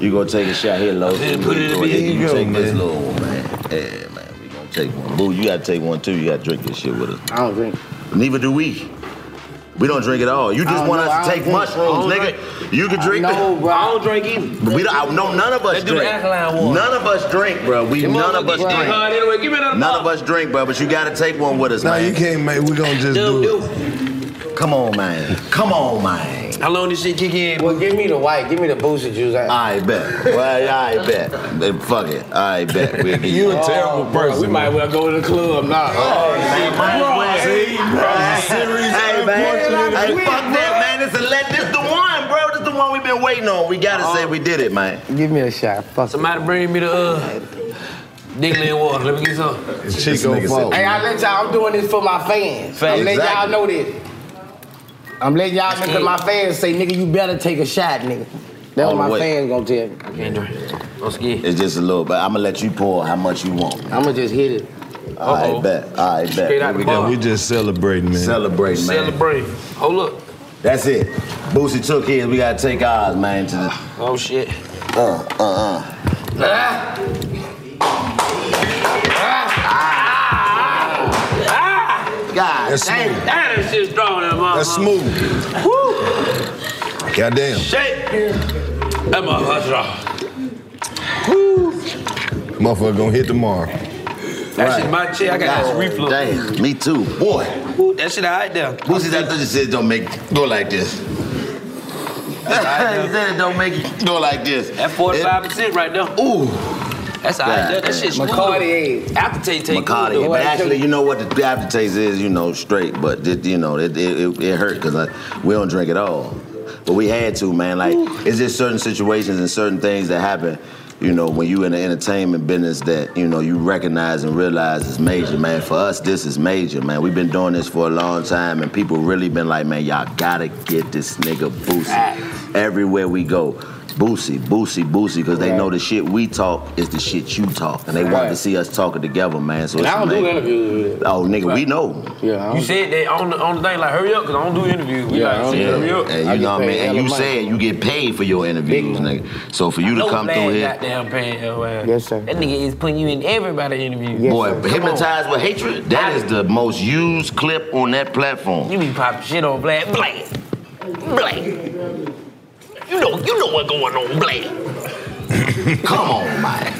S6: You gonna take a shot here, Lo.
S7: it in the
S6: Go ahead,
S7: beer.
S6: You take
S7: Here you go,
S6: this
S7: man.
S6: little one, man. Yeah, man. We gonna take one. Boo, you gotta take one too. You gotta drink this shit with us.
S1: I don't drink.
S6: Neither do we. We don't drink at all. You
S1: I
S6: just
S1: don't
S6: want
S1: know, I
S6: us
S1: don't
S6: to take
S1: drink.
S6: mushrooms,
S1: I don't
S6: nigga. You can
S1: I
S6: drink.
S1: know, bro.
S6: I
S7: don't drink either.
S6: We don't. I, no, none of us
S7: They do the
S6: drink.
S7: alkaline water.
S6: None of us drink, bro. We
S7: Them
S6: none of us
S7: motherfuckers get hard
S6: drink.
S7: anyway. Give me another
S6: None of us drink, bro. But you gotta take one with us,
S4: Nah,
S6: man.
S4: you can't make. We gonna just do, it.
S6: Come on, man. Come on, man.
S7: How long this shit kick in?
S1: Well, give me the white. Give me the booster juice.
S6: I bet. Well, I bet. Man, Fuck it. I bet. We'll get
S1: You a terrible person. Oh, We might well go to the club now. Oh,
S6: man. Hey, man. Hey, fuck that, man. It's a let. This the one, bro. This the one we've been waiting on. We gotta
S1: Oh,
S6: say we did it, man.
S1: Give me a shot. Fuck
S7: Somebody bring me the uh, Digley water. Let me get some.
S6: It's Chico fault.
S1: Hey, I let y'all, I'm doing this for my fans. I'm letting y'all
S7: Exactly.
S1: know this. I'm letting y'all know 'cause
S7: can't-
S1: my fans say, nigga, you better take a shot, nigga. That's
S7: All
S1: what
S7: the
S1: my
S7: way.
S1: fans gonna tell me.
S7: I can't do it.
S6: It's just a little, but I'm gonna let you pour how much you want.
S1: I'm gonna just hit it.
S6: All right, bet. All right, bet.
S1: Straight out the bar.
S27: We just celebrating, man.
S6: Celebrate, man.
S28: Celebrate.
S6: Hold up. That's it. Boosie took his. We gotta take ours, man. To the...
S28: Oh shit.
S6: Uh, uh, uh. God,
S28: That's
S6: damn.
S28: smooth. Damn, that shit's strong in that motherfucker.
S27: That's smooth. Goddamn.
S28: Shake. That motherfucker strong.
S27: Motherfucker gonna hit tomorrow.
S28: That shit my chick. I got this reflux.
S6: Damn, me too. Boy.
S28: Woo, that shit all right there.
S6: Boosie, that just said don't make go like this. He said it don't make it go like this.
S28: That 45% right there.
S6: Ooh.
S28: That's all right there. That shit's smooth.
S1: McCarty.
S28: Aftertaste taste
S6: Bacardi.
S28: good, though.
S6: But actually, you know what the, the aftertaste is, you know, straight. But it, you know, it it, it, it hurt because we don't drink at all. But we had to, man. Like, it's just certain situations and certain things that happen. You know, when you in the entertainment business, that you know you recognize and realize is major, man. For us, this is major, man. We've been doing this for a long time, and people really been like, man, y'all gotta get this nigga Boosie everywhere we go. Boosie, Boosie, Boosie, because they know the shit we talk is the shit you talk, and they want to
S1: Right.
S6: see us talking together, man. So
S1: And
S6: it's
S1: I don't do
S6: amazing.
S1: interviews with it.
S6: Oh, nigga, we know.
S1: Yeah, I
S7: You
S1: don't
S7: said that on the, on the thing, like, hurry up, because I don't do interviews. We like, shit, hurry up.
S6: And you know what I mean? And you said you get paid for your interviews, nigga. So for you to
S7: No
S6: come
S7: man
S6: through here,
S7: Goddamn paying your ass. Yes,
S1: sir.
S7: That nigga is putting you in everybody interview.
S6: boy, hypnotized with hatred. That is the most used clip on that platform.
S7: You be popping shit on Black. Black. Black. You know, you know what's going on, Black.
S6: Come on, man.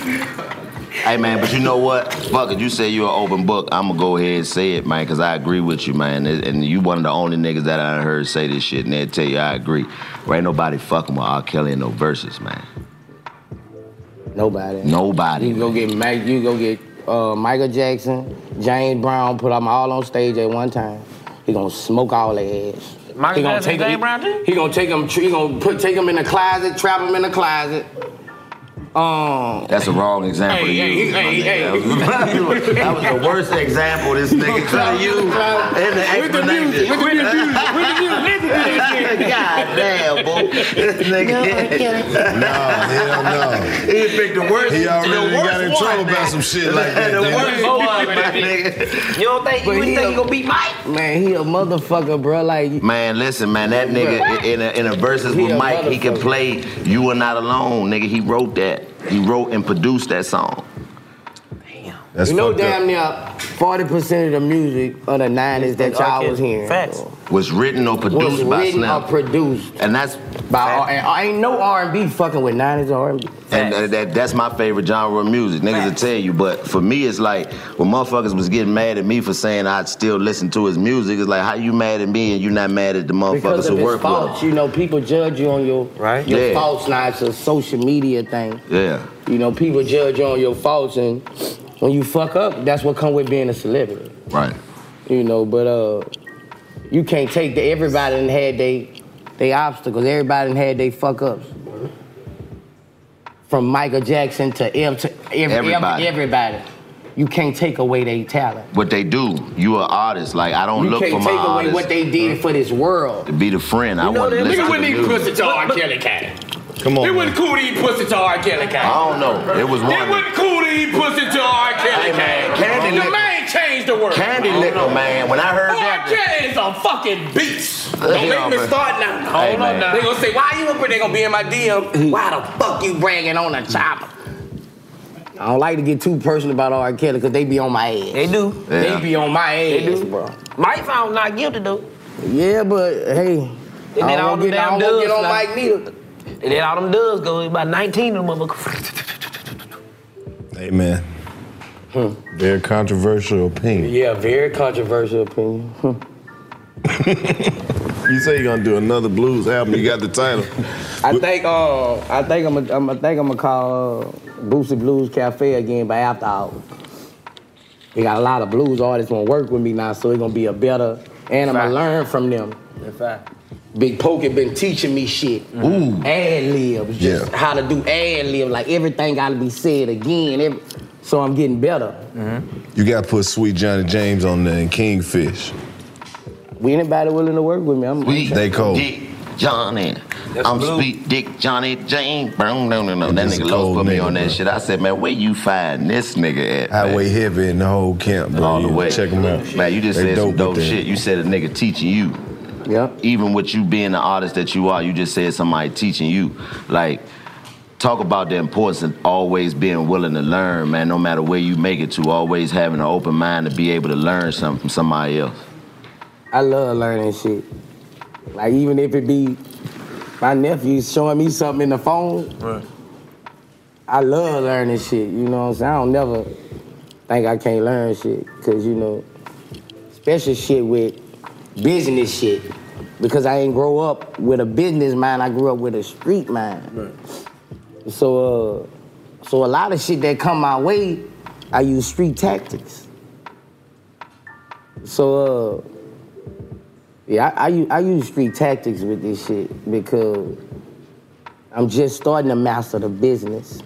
S6: Hey man, but you know what? Fuck it. You say you're an open book. I'ma go ahead and say it, man, because I agree with you, man. And- And you one of the only niggas that I done heard say this shit, and they tell you I agree. Well, ain't nobody fucking with R. Kelly in no verses, man.
S1: Nobody.
S6: Nobody.
S1: You go get Mike. You go get uh, Michael Jackson, James Brown. Put them all on stage at one time. He gonna smoke all their ass.
S7: Michael
S1: He gonna
S7: Jackson,
S1: take 'em-
S7: James Brown
S1: He gonna take them. He gonna put take them in the closet. Trap them in the closet. Um.
S6: That's the wrong example
S1: Hey,
S6: to
S1: hey,
S6: use. my
S1: hey,
S6: nigga.
S1: hey.
S6: that was the worst example this nigga could have used in the
S1: With the
S6: explanation.
S1: music, with the music, with the music. Listen to this shit.
S6: God damn, boy. This nigga.
S27: No, hell no.
S6: He picked the worst.
S27: He already
S6: the
S27: done got
S6: worst
S27: in
S6: one,
S27: trouble about
S6: man.
S27: some shit like that,
S6: The
S27: damn
S6: worst
S27: it.
S6: one,
S27: My
S6: man. You don't think
S1: But he a-
S6: gonna beat Mike?
S1: Man, he a motherfucker, bro. Like
S6: Man, listen, man, that nigga in a, in a versus
S1: He
S6: with
S1: a
S6: Mike, he can
S1: motherfucker.
S6: play "You Are Not Alone," nigga. He wrote that. He wrote and produced that song.
S1: you know, damn near forty percent of the music of the nineties that y'all was hearing
S6: Was written or
S1: was
S6: produced by
S1: written or
S6: Slim.
S1: produced
S6: and that's
S1: by. R- and I ain't no R and B fucking with nineties or R and B.
S6: And uh, that, that's my favorite genre of music. Niggas will tell you, but for me, it's like when motherfuckers was getting mad at me for saying I'd still listen to his music. It's like, how you mad at me and you not mad at the motherfuckers
S1: Because
S6: who
S1: of his
S6: work with
S1: faults, you know, people judge you on your
S6: Right.
S1: your
S6: Yeah.
S1: faults. Now it's a social media thing.
S6: him? Yeah.
S1: You know, people judge you on your faults, and when you fuck up, that's what come with being a celebrity.
S6: Right.
S1: You know, but uh, you can't take the everybody and had they they obstacles. Everybody done had they fuck ups. From Michael Jackson to M to every, everybody.
S6: Everybody.
S1: everybody, you can't take away their talent.
S6: What they do, you an artist. Like I don't
S1: you
S6: look
S1: can't
S6: for my
S1: take away
S6: artist
S1: what they did for this world.
S6: to be the friend. I want to listen to the music.
S28: to R. Kelly cat.
S6: Come
S28: It wasn't cool to eat pussy to R. Kelly cat.
S6: I don't know. It was
S28: It
S6: one-
S28: wasn't cool to eat pussy to R. Kelly
S6: Hey, man,
S28: cat.
S6: Candy
S28: the
S6: Liquor-
S28: man changed the world.
S6: Candy Liquor, man. When I heard
S28: R.
S6: that-
S28: Kelly is a fucking beast.
S6: Hell,
S28: Don't make me
S6: man.
S28: start now.
S6: Hey,
S28: Hold on
S6: man.
S28: now. They gonna say, why you up here? They gonna be in my DM.
S1: Why the fuck you bragging on a chopper? I don't like to get too personal about R. Kelly because they be on my ass. They
S7: do.
S6: Yeah.
S1: They be on my
S7: They
S1: ass,
S7: do.
S1: bro.
S7: Mike found not guilty, though.
S1: Yeah, but hey,
S7: And
S1: I
S7: then all
S1: don't
S7: them
S1: get, I
S7: damn
S1: don't
S7: dubs.
S1: get on
S7: like-
S1: Mike neither.
S7: And then all them dubs go, about 19 of them motherfuckers.
S27: Hey, man.
S6: Hmm.
S27: Very controversial opinion.
S1: Yeah, very controversial opinion.
S27: You say you're gonna do another blues album. You got the title.
S1: I think uh, I think I'm a, I'm a, I think I'm gonna call uh, Boosie Blues Cafe again by after hours. We got a lot of blues artists gonna work with me now, so it's gonna be a better, and I'm gonna learn from them.
S7: In fact. Mm-hmm.
S1: Big Pokey been teaching me shit. Ooh. Ad libs, just
S7: Yeah.
S1: how to do ad lib. Like everything gotta be said again. Every, so I'm getting better.
S6: Mm-hmm.
S27: You gotta put Sweet Johnny James on there and Kingfish.
S1: We anybody willing to work with me? I'm
S27: They cold.
S6: Johnny
S28: That's
S6: I'm
S28: blue.
S6: Speak Dick Johnny Jane. No, no, no. That
S27: That's a
S6: nigga low
S27: cold
S6: put me
S27: nigga,
S6: on that
S27: bro.
S6: shit. I said, man, where you find this nigga at? man?
S27: Highway heavy in the whole camp, bro.
S6: All
S27: You
S6: the way.
S27: Check them out.
S6: Man, you just
S27: They
S6: said some
S27: with
S6: dope
S27: that.
S6: shit. You said a nigga teaching you. Yeah. Even with you being the artist that you are, you just said somebody teaching you. Like, talk about the importance of always being willing to learn, man, no matter where you make it to, always having an open mind to be able to learn something from somebody else.
S1: I love learning shit. Like even if it be my nephew showing me something in the phone, I love learning shit. You know what I'm saying? I don't never think I can't learn shit, cause you know, especially shit with business shit, because I ain't grow up with a business mind. I grew up with a street mind. So, uh, so a lot of shit that come my way, I use street tactics. So, uh, yeah, I, I, u- I use street tactics with this shit because I'm just starting to master the business.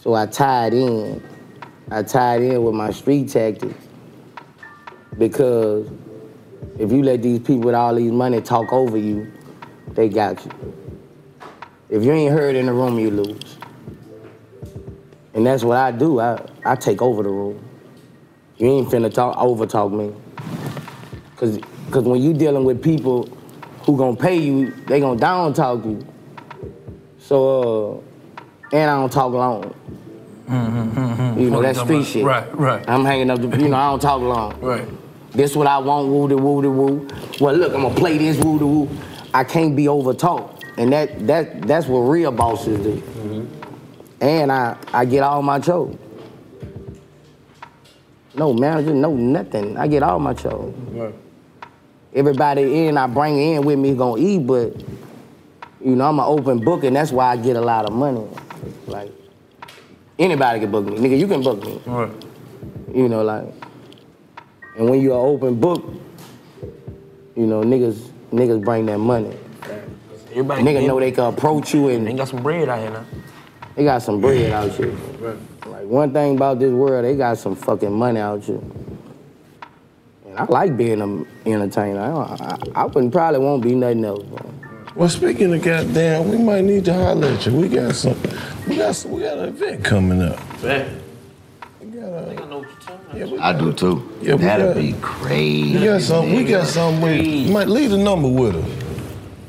S1: So I tied in. I tied in with my street tactics because if you let these people with all these money talk over you, they got you. If you ain't heard in the room, you lose. And that's what I do. I, I take over the room. You ain't finna talk over talk me. Cause, Cause when you dealing with people who gonna pay you, they gonna down talk you. So uh, and I don't talk long. You know,
S26: What
S1: that
S26: you talking
S1: street
S26: about?
S1: shit.
S26: Right, right.
S1: I'm hanging up the, you know, I don't talk long. Right. This what I want, woo de woo de woo. Well look, I'm gonna play this woo de woo. I can't be over talked. And that that that's what real bosses do. And I I get all my choke. No manager, no nothing. I get all my choke.
S28: Right.
S1: Everybody in, I bring in with me gonna eat, but you know, I'm an open book and that's why I get a lot of money. Like anybody can book me. Nigga, you can book me.
S28: Right.
S1: You know, like and when you're an open book, you know, niggas niggas bring that money.
S7: Everybody
S1: Nigga know they can approach you and
S7: They got some bread out here now.
S1: they got some bread out here. Like one thing about this world, they got some fucking money out here. And I like being an entertainer. I, don't- I, I wouldn't probably won't be nothing else. bro.
S27: Well, speaking of goddamn, we might need to holler at you. We got some, we got some, we got an event coming up.
S6: I do too.
S27: Yeah, we
S6: That'd
S27: got-
S6: be crazy.
S27: We got some, we got some with, might leave the number with her.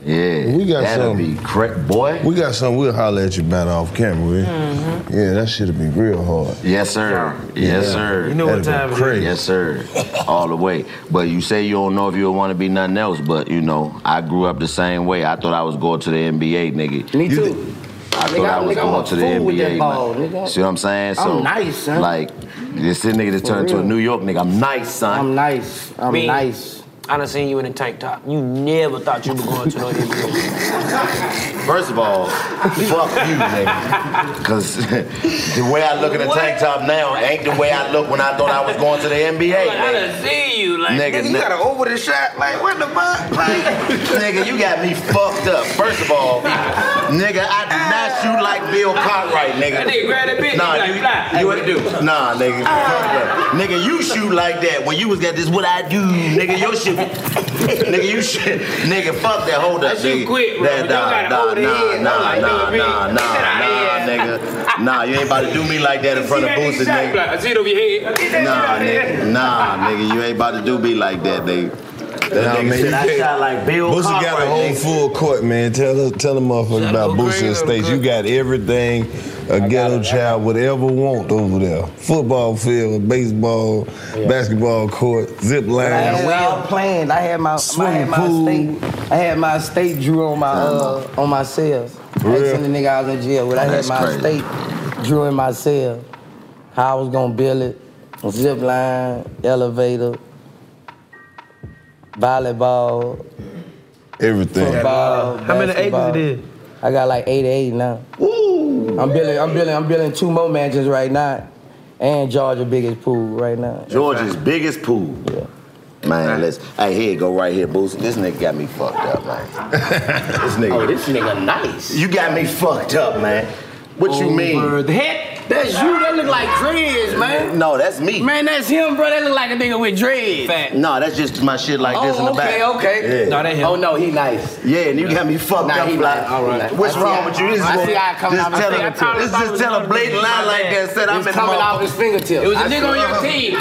S6: Yeah,
S27: We got
S6: that'd
S27: something.
S6: be correct, boy. Mm-hmm.
S27: We got something we'll holler at you about off camera. eh? Yeah, that shit'll be real hard.
S6: Yes, sir. Yes,
S27: Yeah.
S6: sir.
S27: You know what That'd be time it is. crazy.
S6: Yes, sir. All the way. But you say you don't know if you'll want to be nothing else, but you know, I grew up the same way. I thought I was going to the NBA, nigga.
S1: Me too.
S6: I
S1: Nigga,
S6: thought I
S1: I'm-
S6: was
S1: nigga, I'm
S6: going
S1: a
S6: to the
S1: fool with that
S6: NBA.
S1: ball,
S6: man.
S1: nigga.
S6: See what I'm saying?
S1: I'm
S6: So,
S1: nice, son.
S6: Like, this shit nigga just
S1: For
S6: turned to a
S1: real.
S6: New York nigga. I'm nice, son.
S1: I'm nice. I'm
S7: Me,
S1: nice.
S7: I done seen you in a tank top. You never thought you were going to no NBA.
S6: First of all, fuck you, nigga. Because the way I look in the tank top now ain't the way I look when I thought I was going to the NBA.
S7: I done seen you. Like,
S6: Nigga,
S7: nigga, you
S6: nigga.
S7: got an over the shot. Like, what the fuck? Like,
S6: nigga, you got me fucked up. First of all, nigga, I do not shoot like Bill Cartwright, nigga.
S7: That nigga grab that bitch,
S6: Nah,
S7: he like,
S6: you,
S7: fly. Hey, what it do?
S6: Nah, nigga. fuck that. Nigga, you shoot like that when you was got this. What I do, nigga? Your shit. nigga, you shit. Nigga, fuck that. Hold up, nigga.
S7: quick, bro.
S6: That,
S7: You got it
S6: nah,
S7: over the head. I'm
S6: nah,
S7: like,
S6: nah,
S7: nigga,
S6: nah, nah,
S7: bitch.
S6: nah, nah, nigga. Nah, you ain't about to do me like that in front of Boosie, nigga.
S7: I see it over your head.
S6: Nah, nigga. Nah, nigga. You ain't about to do me like that, nigga. That
S27: Nah,
S6: nigga
S27: man, you
S6: said I
S27: can't-
S6: shot like Bill
S27: Boosie got a
S6: Cartwright,
S27: whole
S6: nigga.
S27: full court, man. Tell her, tell the motherfucker about Boosie and States. You got everything a ghetto child would ever want over there. Football field, baseball, basketball court, zip
S1: I
S27: lines.
S1: had it all planned. I had my, I had
S27: Swimming
S1: my
S27: pool.
S1: state. I had my state drew on my uh, on my cell.
S27: For real?
S1: I seen the nigga I was in jail with. I had
S27: That's
S1: my
S27: crazy.
S1: state drew in my cell. How I was gonna build it. Zip line, elevator, volleyball,
S27: Everything.
S1: football. basketball. I got like 88 now. I'm building, I'm building, I'm building two more mansions right now. And Georgia biggest pool right now.
S6: Georgia's biggest pool. Man, let's. Hey, here you go right here, Boosie. This nigga got me fucked up, man. this nigga.
S1: Oh, this nigga nice.
S6: You got me fucked up, man. What you mean?
S7: Over the head.
S1: That's you. That look like dreads, man.
S6: No, that's me.
S1: Man, that's him, bro. That look like a nigga with dreads.
S6: No, that's just my shit like this in the
S1: oh, okay,
S6: back.
S1: okay.
S6: Yeah.
S1: Oh no, he nice.
S6: Yeah, and you got me fucked
S1: Nah,
S6: up.
S1: he
S6: like,
S1: nice. All right.
S6: What's
S1: I see
S6: wrong
S1: how-
S6: with you? This is
S1: I
S6: what-
S1: see how it coming
S6: just
S1: out his
S6: tell
S1: finger.
S6: a-
S1: I probably
S6: this
S1: thought it
S6: just
S1: was
S6: tell a
S1: gonna
S6: blatant
S1: be
S6: lie
S1: my
S6: like
S1: bad.
S6: that. Said
S1: It
S6: I'm
S1: was
S6: in the
S1: coming off his fingertips. It was
S6: a
S1: a nigga on your team.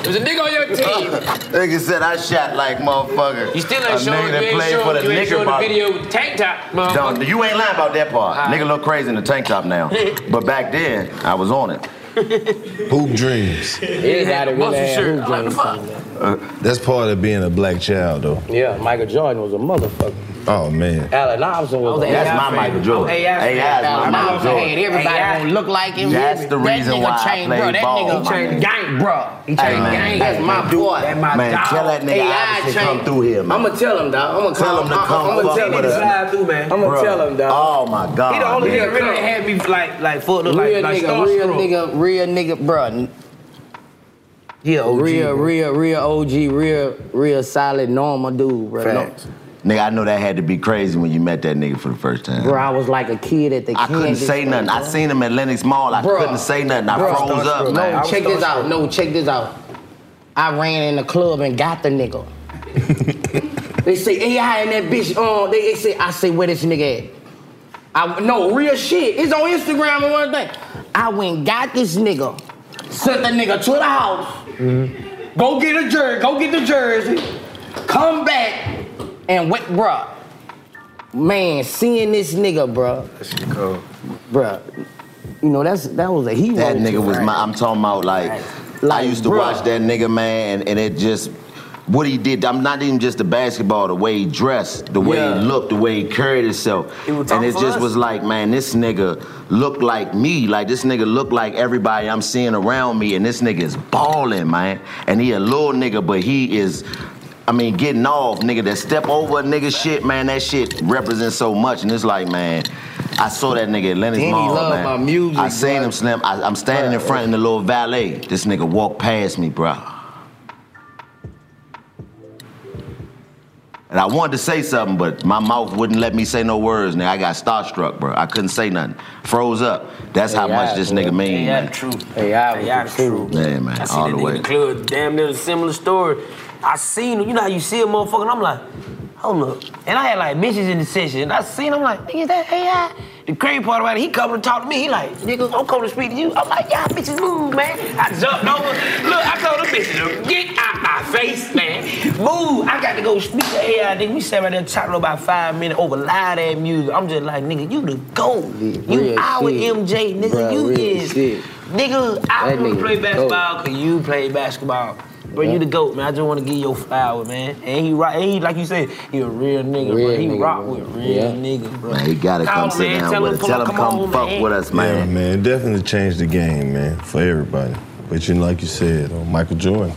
S1: It was a nigga on your team.
S6: Nigga said I shot like motherfucker. You
S1: still ain't showing-
S6: a nigga that
S1: you ain't
S6: played
S1: showing-
S6: for the
S1: you ain't
S6: nigger
S1: showing the
S6: bar-
S1: video with tank top, motherfucker.
S6: Don't- you ain't lying about that part.
S1: All right.
S6: Nigga look crazy in the tank top now, but back then I was on it.
S25: Hoop dreams.
S1: Everybody really
S6: Muscle
S1: had
S6: shirt.
S1: hoop
S6: I like the
S1: dreams.
S25: That's part of being a black child, though.
S1: Uh, Yeah, Michael Jordan was a motherfucker.
S25: Oh man.
S1: Allen Iverson
S25: was
S1: was. Oh, a
S25: an
S1: motherfucker.
S25: AI fan. I was an AI
S6: fan.
S1: Allen
S6: Michael
S1: Iverson
S6: Jordan.
S1: had everybody
S6: AI.
S1: gonna look like him.
S6: That's the
S1: That
S6: reason
S1: nigga
S6: why I
S1: changed,
S6: played
S1: bro. That
S6: ball,
S1: nigga
S6: my
S1: changed
S6: nigga.
S1: gang, bro. He changed
S6: Hey, man.
S1: gang. That's
S6: Hey,
S1: my
S6: man.
S1: boy. That's my
S6: Man,
S1: dog.
S6: tell that nigga Iverson come through here, man.
S1: I'ma tell him, dog. I'ma
S6: Tell
S1: call
S6: him to come
S1: I'ma
S6: fuck
S1: tell
S6: with
S1: him
S6: us.
S1: slide through, man. I'ma
S6: Bruh.
S1: tell him, dog.
S6: Oh my god.
S7: He the only
S6: man.
S7: nigga really had me like like fucked
S1: Real
S7: up like like
S1: nigga, real nigga, real nigga, bro. Yeah,
S6: OG,
S1: real,
S6: bro.
S1: real, real OG, real, real solid normal dude, bro. No-
S6: Facts. Nigga, I know that had to be crazy when you met that nigga for the first time.
S1: Bro, I was like a kid at the
S6: I couldn't
S1: candy
S6: say
S1: store,
S6: nothing. I
S1: bro.
S6: seen him at Lennox Mall. I
S1: Bruh.
S6: couldn't say nothing. I
S1: Bruh.
S6: froze up,
S1: No,
S6: man.
S1: check this out. No, check this out. I ran in the club and got the nigga. they say AI and that bitch on. They, they say I say where this nigga at. I no real shit. It's on Instagram and one thing. I went and got this nigga. Sent the nigga to the house. Go get a jersey. Go get the jersey. Come back and went, bruh. Man, seeing this nigga, bruh. That shit cold. Bruh, you know that's that was a hero.
S6: That nigga was
S1: Right.
S6: my. I'm talking about like, I used to
S1: bruh.
S6: watch that nigga man, and it just what he did. I'm not even just the basketball, the way he dressed, the way
S1: Yeah.
S6: he looked, the way he carried himself,
S1: He was
S6: and
S1: talking
S6: it
S1: for
S6: just
S1: us.
S6: was like, man, this nigga looked like me. Like this nigga looked like everybody I'm seeing around me, and this nigga is balling, man. And he a little nigga, but he is. I mean, getting off, nigga, that step over nigga shit, man, that shit represents so much. And it's like, man, I saw that nigga at Lennox
S1: Then he
S6: Mall,
S1: love
S6: man.
S1: my music,
S6: I seen him slam. I, I'm standing in front in the little valet. This nigga walked past me, bro. And I wanted to say something, but my mouth wouldn't let me say no words, nigga. I got starstruck, bro. I couldn't say nothing. Froze up. That's how much this nigga mean,
S7: Yeah,
S6: man.
S7: the truth.
S1: AI
S7: Yeah, the truth.
S6: Yeah, man,
S7: I seen
S6: all
S7: that
S6: the
S7: nigga
S6: way.
S7: in the club, damn near a similar story. I seen him, you know how you see a motherfucker, and I'm like, hold up. And I had like bitches in the session, and I seen him like, nigga, is that AI? The crazy part about it, he come to talk to me, he like, nigga, I'm coming to speak to you. I'm like, y'all bitches move, man. I jumped over. Look, I told them bitches, to get out my face, man. Move. I got to go speak to AI, nigga. We sat right there talking about five minutes over loud ass music. I'm just like, nigga, you the GOAT. You
S1: real
S7: our
S1: shit.
S7: MJ, nigga,
S1: Bruh,
S7: you
S1: real
S7: is.
S1: shit.
S7: Nigga, I
S1: That
S7: want
S1: nigga
S7: to play
S1: is
S7: basketball because you play basketball. Bro, you the GOAT, man. I just want to give you your flower, man. And he rock, and he, like you said, he a real nigga, bro. He
S1: nigga,
S7: rock
S1: bro.
S7: with real
S1: Yeah.
S7: niggas, bro.
S6: Man, he gotta
S7: Call,
S6: come sit
S7: man.
S6: down
S7: Tell
S6: with
S7: him
S6: us. Tell him
S7: come
S6: come
S7: on,
S6: fuck
S7: man.
S6: with us, man.
S25: Yeah, man. It definitely changed the game, man, for everybody. But you know, like you said, uh, Michael Jordan,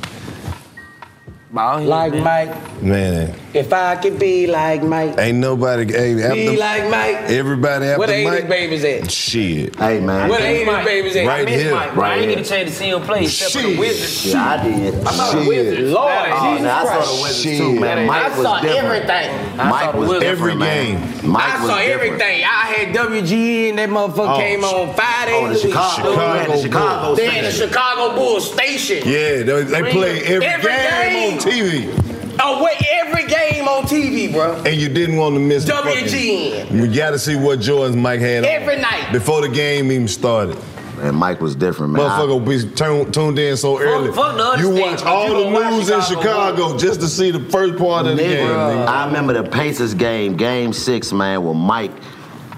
S1: Like Mike,
S25: man,
S1: if I could be like Mike,
S25: ain't nobody. Hey, after,
S1: be like Mike.
S25: Everybody after
S1: What age
S25: Mike.
S1: his babies at?
S25: Shit.
S6: Hey man.
S1: What age his
S7: Mike.
S1: babies at?
S7: I
S25: Right
S7: miss
S25: here,
S7: Mike, bro. I
S25: right
S7: ain't get
S25: here.
S7: a chance to see him play except for the Wizards.
S6: Yeah, I did.
S7: I saw the
S6: Shit.
S7: Wizards.
S6: Lord,
S7: Now,
S6: oh, man, I saw
S7: Jesus
S6: the Wizards
S7: Christ.
S6: too, man.
S7: Shit.
S6: Mike
S7: I
S6: was
S7: saw
S6: different.
S1: everything. I saw
S6: Mike
S1: the
S6: was
S1: Wizards.
S6: different,
S1: Every
S6: man. Mike
S1: I
S6: was
S1: saw
S6: different.
S1: everything. I had WGN. That motherfucker
S6: Oh,
S1: came on Friday.
S6: oh, the Chicago-
S1: Louis-
S6: Chicago Bulls. Chicago
S1: They had the
S6: station.
S1: Chicago Bulls station.
S25: Yeah, they, they play every, game, on TV,
S1: Oh wait, every game on TV, bro.
S25: and you didn't want to miss. the fucking-
S1: WGN.
S25: You got to see what Jordan's Mike had on.
S1: Every night.
S25: before the game even started.
S6: And Mike was different, man. I-
S25: Motherfucker be tuned, tuned in so early.
S6: fuck the other
S25: you watch
S6: states, but
S25: all
S6: you
S25: the
S6: gonna watch
S25: news in
S6: Chicago.
S25: Chicago just to see the first part of the game.
S6: Nigga,
S25: nigga.
S6: I remember the Pacers game, game six, man, where Mike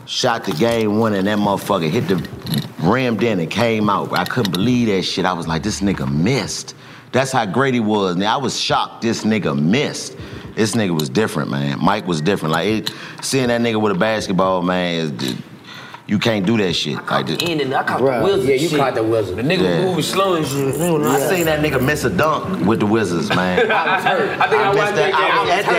S6: shot the game winner and that motherfucker hit the rammed in and came out. I couldn't believe that shit. I was like, this nigga missed. That's how great he was. Now I was shocked this nigga missed. This nigga was different, man. Mike was different. Like it, seeing that nigga with a basketball, man, is just- you can't do that shit. Like this-
S7: Ended. I caught
S6: Bruh,
S7: the Wizards.
S6: yeah, you
S7: shit.
S6: caught the Wizards.
S7: The nigga
S6: Yeah.
S7: moving slow and shit.
S6: I seen that nigga miss a dunk with the Wizards, man.
S7: I think I,
S6: missed
S7: watched that,
S6: I was
S7: game.
S6: at that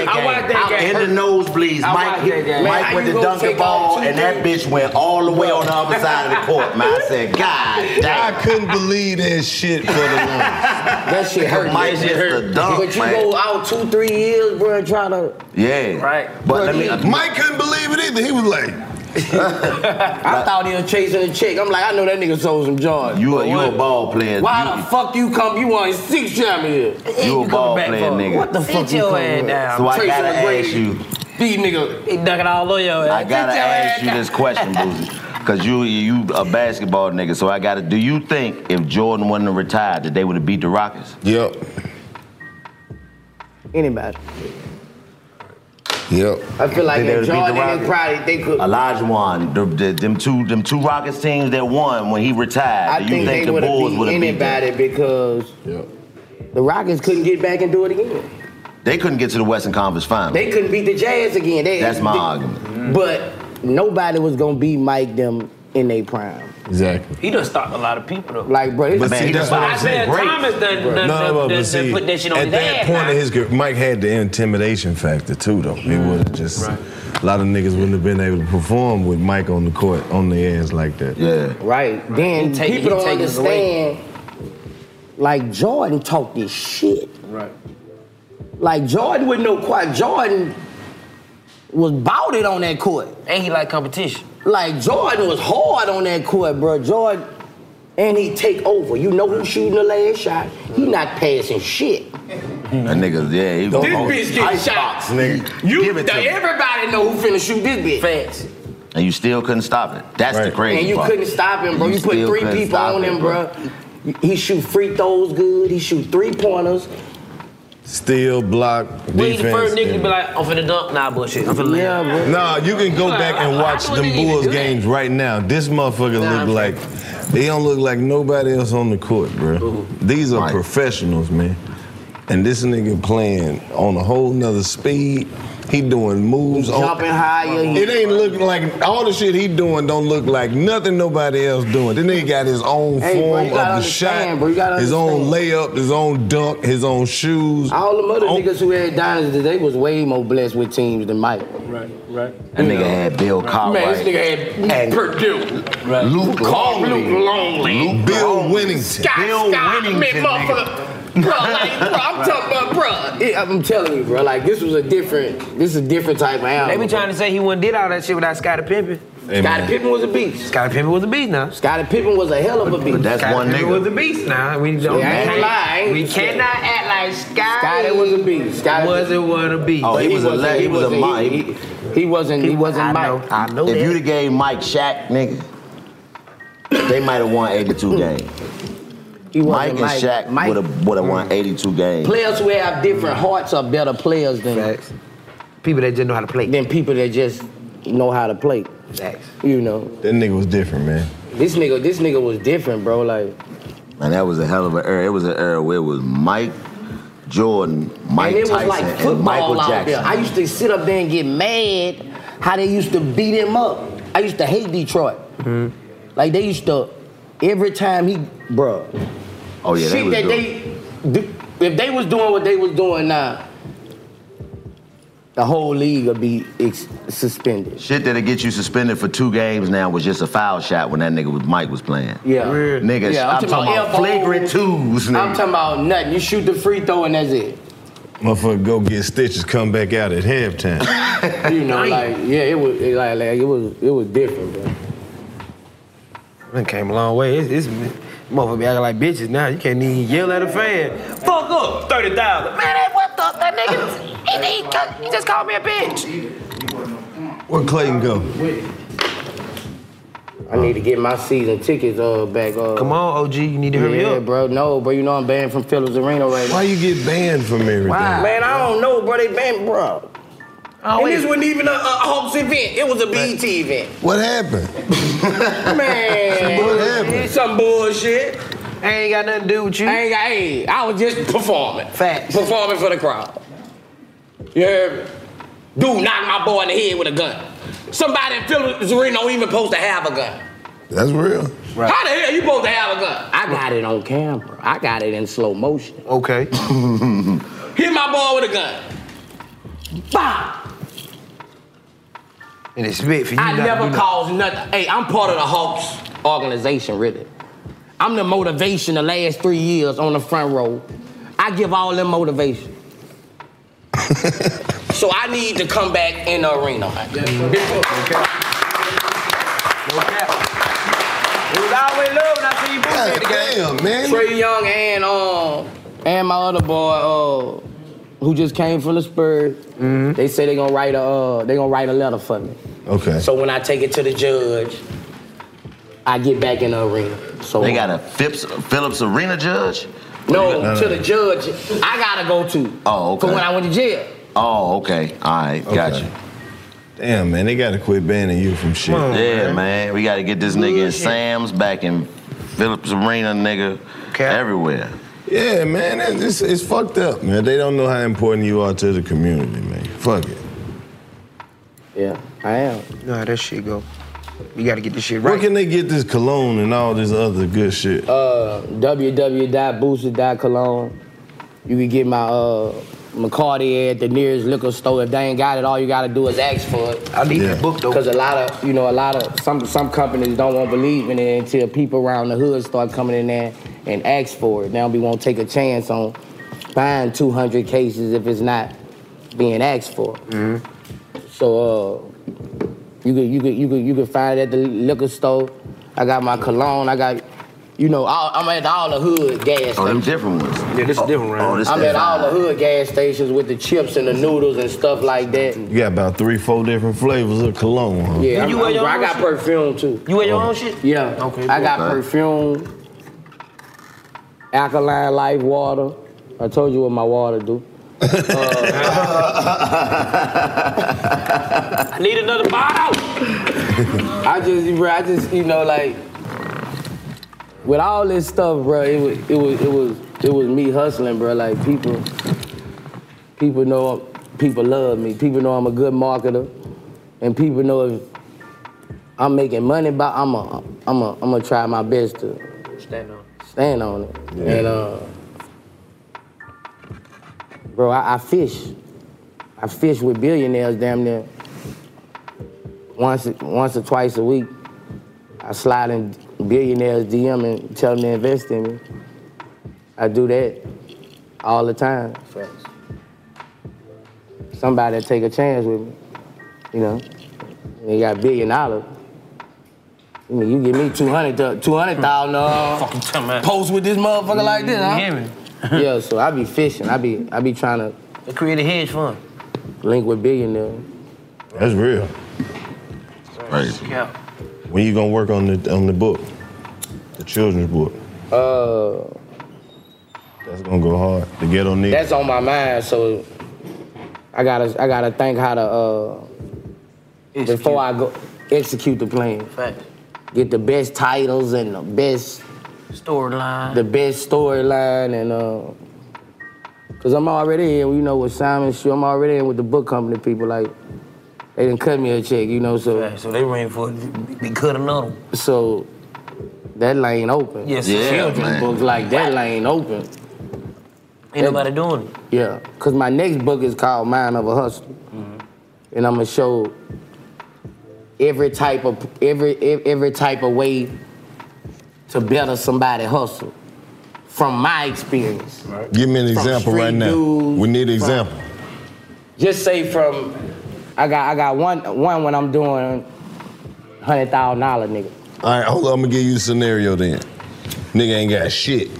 S7: I
S6: game.
S7: watched that
S6: I-
S7: game.
S6: In the nosebleeds.
S7: I
S6: Mike,
S7: watched that game. Man,
S6: Mike
S7: how
S6: went
S7: you
S6: to
S7: gonna
S6: dunk the
S7: take out
S6: ball,
S7: two
S6: and that bitch went all the way on the other side of the court, man. I said, God damn.
S25: I couldn't believe that shit for the longest.
S1: That shit hurt.
S6: Mike
S1: that shit
S6: missed
S1: hurt.
S6: the dunk,
S1: but you
S6: man.
S1: go out Oh, two, three years, bro, and try to.
S6: Yeah.
S1: Right.
S6: But let me.
S25: Mike couldn't believe it either. He was like,
S1: I thought he was chasing a chick. I'm like, I know that nigga sold some jars.
S6: You a, you a ball player.
S1: Why the fuck you come? You want six shot me here?
S6: You a ball player, nigga.
S1: What the fuck you come with?
S6: So I
S1: Tracy
S6: gotta ask
S1: McGrady.
S6: you.
S1: These niggas,
S7: he ducking all over your
S6: I gotta ask you this question, Boozy. Cause you you a basketball nigga, so I gotta. Do you think if Jordan wasn't retired, that they would have beat the Rockets?
S27: Yep.
S1: Anybody.
S27: Yep.
S1: I feel like
S6: They
S1: if
S6: would've beat the
S1: Jordan, they
S6: Rockets.
S1: probably they could.
S6: Olajuwon, the, the, them two them two Rockets teams that won when he retired.
S1: I
S6: do you
S1: think,
S6: think,
S1: they
S6: the
S1: would
S6: Bulls
S1: have
S6: would
S1: beat
S6: have beat them?
S1: anybody because the Rockets couldn't get back and do it again.
S6: They couldn't get to the Western Conference Finals.
S1: They couldn't beat the Jazz again. They,
S6: That's my
S1: they-
S6: argument.
S1: But nobody was gonna beat Mike them in their prime.
S27: Exactly.
S7: He done stopped a lot of people though.
S1: Like, bro,
S27: But see, that's what I'm saying.
S7: Isaiah Thomas done, done, done,
S27: No,
S7: done,
S27: but- but
S7: done
S27: see,
S7: put that shit on
S27: at
S7: his
S27: that
S7: ass.
S27: point of his career, Mike had the intimidation factor too, though. It would have just a lot of niggas wouldn't have been able to perform with Mike on the court on the ass like that.
S6: Yeah.
S1: Right. Then
S27: He take-
S1: people
S27: he
S1: don't
S27: take us away.
S1: understand. Like Jordan talked this shit.
S7: Right.
S1: Like Jordan with no quad. Jordan was bouted on that court.
S7: And he like competition.
S1: Like Jordan was hard on that court, bro. Jordan, and he take over. You know who's shooting the last shot. He not passing shit.
S6: That nigga, yeah, he
S1: This bitch getting shots. You,
S6: Give it to him.
S1: everybody know who finna shoot this bitch. Facts.
S6: and you still couldn't stop it. That's the crazy
S1: and you
S6: part.
S1: couldn't stop him, bro. You, put
S6: still
S1: three
S6: couldn't
S1: people
S6: stop
S1: on
S6: it,
S1: him, bro. He shoot free throws good. He shoot three pointers.
S27: Still block
S7: Well, he
S27: defense.
S7: the first nigga to
S27: and-
S7: be like, I'm finna dunk. Nah, bullshit. I'm finna yeah,
S1: bro.
S27: Nah, you can go back and watch them Bulls games right now. This motherfucker look like they don't look like nobody else on the court, bro. These are professionals, man. And this nigga playing on a whole nother speed. He doing moves on-
S1: Jumping higher.
S27: It ain't looking like all the shit he doing don't look like nothing nobody else doing. This nigga got his own
S1: Hey, bro, you gotta
S27: form of the
S1: understand,
S27: shot,
S1: bro, you gotta
S27: his own layup, his own dunk, his own shoes. Oh.
S1: All the other niggas who had dynasties, they was way more blessed with teams than Mike. Right, right.
S6: That nigga had Bill Cartwright.
S1: Man, this nigga had Purdue.
S6: Luke
S1: Carl
S6: Longley.
S1: Luke Longley.
S6: Luke
S27: Bill Winnington.
S1: Scott
S6: Bill
S1: Scott, man,
S6: Winnington, nigga.
S1: motherfucker. Bro, like, bro, I'm talking about, bro. Yeah, I'm telling you, bro. Like, this was a different, this is a different type of
S7: They
S1: album.
S7: be trying to say he wouldn't did all that shit without Scottie Pippen.
S1: Hey, Scottie man. Pippen was a beast.
S7: Scottie Pippen was a beast now.
S1: Scottie Pippen was a hell of a beast.
S7: Scottie Pippen was a beast now. We don't
S1: Yeah, I ain't gonna lie, I ain't-
S7: We cannot act like Scottie.
S1: Scotty was a beast. Scotty
S7: wasn't what a beast.
S6: Oh, he, was, a
S1: wasn't-
S6: le- he was
S1: wasn't-
S6: a Mike.
S1: He, he wasn't. He wasn't Mike.
S6: I know. If you'd have gave Mike Shaq, nigga, they might have won 82 games. Mike and
S1: Mike.
S6: Shaq
S1: Mike- Hmm.
S6: would have would have won 82 games.
S1: Players who have different hearts are better players than
S7: people that just know how to play.
S1: Than people that just know how to play. You know,
S27: That nigga was different, man.
S1: this nigga, this nigga was different, bro. Like,
S6: And that was a hell of an era. It was an era where it was Mike Jordan, Mike
S1: and it was
S6: Tyson,
S1: like
S6: and Michael
S1: football out there.
S6: Jackson.
S1: I used to sit up there and get mad how they used to beat him up. I used to hate Detroit.
S6: Mm-hmm.
S1: Like they used to, every time he, bro.
S6: oh yeah,
S1: shit
S6: they was
S1: that
S6: doing-
S1: they, do- if they was doing what they was doing now, the whole league would be ex- suspended.
S6: Shit that'll get you suspended for two games now was just a foul shot when that nigga was Mike was playing.
S1: Yeah.
S6: Nigga,
S1: Yeah,
S6: I'm, talking about,
S1: elbows.
S6: flagrant twos, nigga.
S1: I'm talking about nothing. You shoot the free throw and that's it.
S27: Motherfucker go get stitches, come back out at halftime.
S1: You know, like yeah, it was it, like, like it was it was different, bro.
S7: It came a long way. It's, it's motherfucker be acting like bitches now. You can't even yell at a fan. Fuck up, thirty thousand. Man, that what the that nigga? He, he, cut- he just called me a bitch.
S27: Where Clayton go?
S1: I need to get my season tickets uh back up. Come
S7: on, OG, you need to hurry
S1: yeah,
S7: up.
S1: bro. No, bro, you know I'm banned from Phillips Arena right now.
S27: Why you get banned from everything?
S1: Why? Man, I don't know, bro. They banned, bro.
S7: Oh,
S1: and this wasn't even a, a Hopes event. It was a BET event.
S27: What happened?
S1: Man,
S27: What happened?
S1: It's some bullshit.
S7: I ain't got nothing to do with you.
S1: I ain't got. Hey, I was just performing. Facts. Performing for the crowd. You heard me? Dude knocked my boy in the head with a gun. Somebody in Phillips Arena don't even supposed to have a gun.
S27: That's real.
S1: How the hell you supposed to have a gun? I got it on camera. I got it in slow motion.
S7: Okay.
S1: Hit my boy with a gun. Bop.
S7: And it's big for you.
S1: I
S7: not to do
S1: never
S7: nothing.
S1: caused nothing. Hey, I'm part of the Hawks organization, really. I'm the motivation the last three years on the front row. I give all them motivation. so I need to come back in the arena. man.
S7: No cap. It was always love when I see you boys at the game.
S1: Trey Young and um and my other boy, uh, who just came from the Spurs,
S7: Mm-hmm.
S1: they say they gonna write a uh, they gonna write a letter for me.
S27: Okay.
S1: So when I take it to the judge, I get back in the arena. So
S6: They got a Phipps, Phillips Arena judge?
S1: no, to the judge I gotta go to
S6: Oh, okay.
S1: for when I went to jail.
S6: Oh, okay. All right, got you.
S27: Damn, man, they gotta quit banning you from shit.
S6: yeah, man. We got to get this nigga in Sam's back in Phillips Arena, nigga, everywhere.
S27: Yeah, man, it's, it's, it's fucked up, man. They don't know how important you are to the community, man. Fuck it.
S1: Yeah, I am.
S27: You know how that shit go. You gotta get this shit right. Where can they get this cologne and all this other good shit?
S1: Uh, www.booster.cologne. You can get my uh McCarty at the nearest liquor store. If they ain't got it, all you gotta do is ask for it. I
S27: need that Yeah. book,
S1: though, because a lot of you know a lot of some some companies don't want to believe in it until people around the hood start coming in there and ask for it. Now we won't take a chance on buying 200 cases if it's not being asked for.
S6: Mm-hmm.
S1: So uh, you could you could you could you could find it at the liquor store. I got my cologne. I got. You know, all, I'm at all the hood gas
S6: Oh, them
S1: stations.
S6: different ones.
S1: Yeah, this is different
S6: round. Oh, this
S1: I'm
S6: is
S1: at all the hood gas stations with the chips and the noodles and stuff like that.
S27: You got about three, four different flavors of cologne, huh?
S1: Yeah, I'm- I'm- I got perfume too.
S7: You wear your own shit?
S1: Yeah. Okay. I got
S27: Okay.
S1: perfume, alkaline life water. I told you what my water do.
S7: I need another bottle.
S1: I just, bro, I just, you know, like with all this stuff, bro, it was, it was, it was, it was me hustling, bro. Like people, people know, people love me. People know I'm a good marketer, and people know if I'm making money, but I'm a, I'm a, I'm gonna try my best to
S7: Stand on.
S1: stand on it.
S7: Yeah.
S1: And uh, bro, I, I fish. I fish with billionaires damn near once, once or twice a week. I slide in billionaires DM and tell them to invest in me. I do that all the time. Somebody take a chance with me, you know. And you got billion dollars. I mean, you give me 200, 200,000 uh,
S7: Fucking tell me.
S1: post with this motherfucker like this, huh?
S7: You hear me?
S1: yeah, so I be fishing. I be I be trying to
S7: They create a hedge fund.
S1: link with billionaires.
S27: That's real.
S7: Yeah.
S27: When you gonna work on the on the book, the children's book?
S1: Uh,
S27: That's gonna go hard. The ghetto nigga.
S1: that's on my mind. So I gotta I gotta think how to uh before I go execute the plan.
S7: Fact.
S1: Get the best titles and the best
S7: Storyline.
S1: the best storyline and uh cause I'm already in, you know, with Simon Shoe, I'm already in with the book company people, like they didn't cut me a check, you know, so
S7: So they ran for it. They cut another one.
S1: So that lane open.
S7: Yes, Yeah,
S1: children's
S7: man.
S1: books like that lane open.
S7: Ain't nobody doing it.
S1: Yeah, cause my next book is called Mind of a Hustler, and I'm gonna show every type of every ev- every type of way to better somebody hustle from my experience.
S4: Give me an
S1: From
S4: example
S1: street
S4: right now.
S1: dudes,
S4: we need an
S1: from-
S4: example.
S1: Just say from I got I got one one when I'm doing hundred thousand dollar nigga.
S4: All right, hold on. I'm gonna give you the scenario then. Nigga ain't got shit.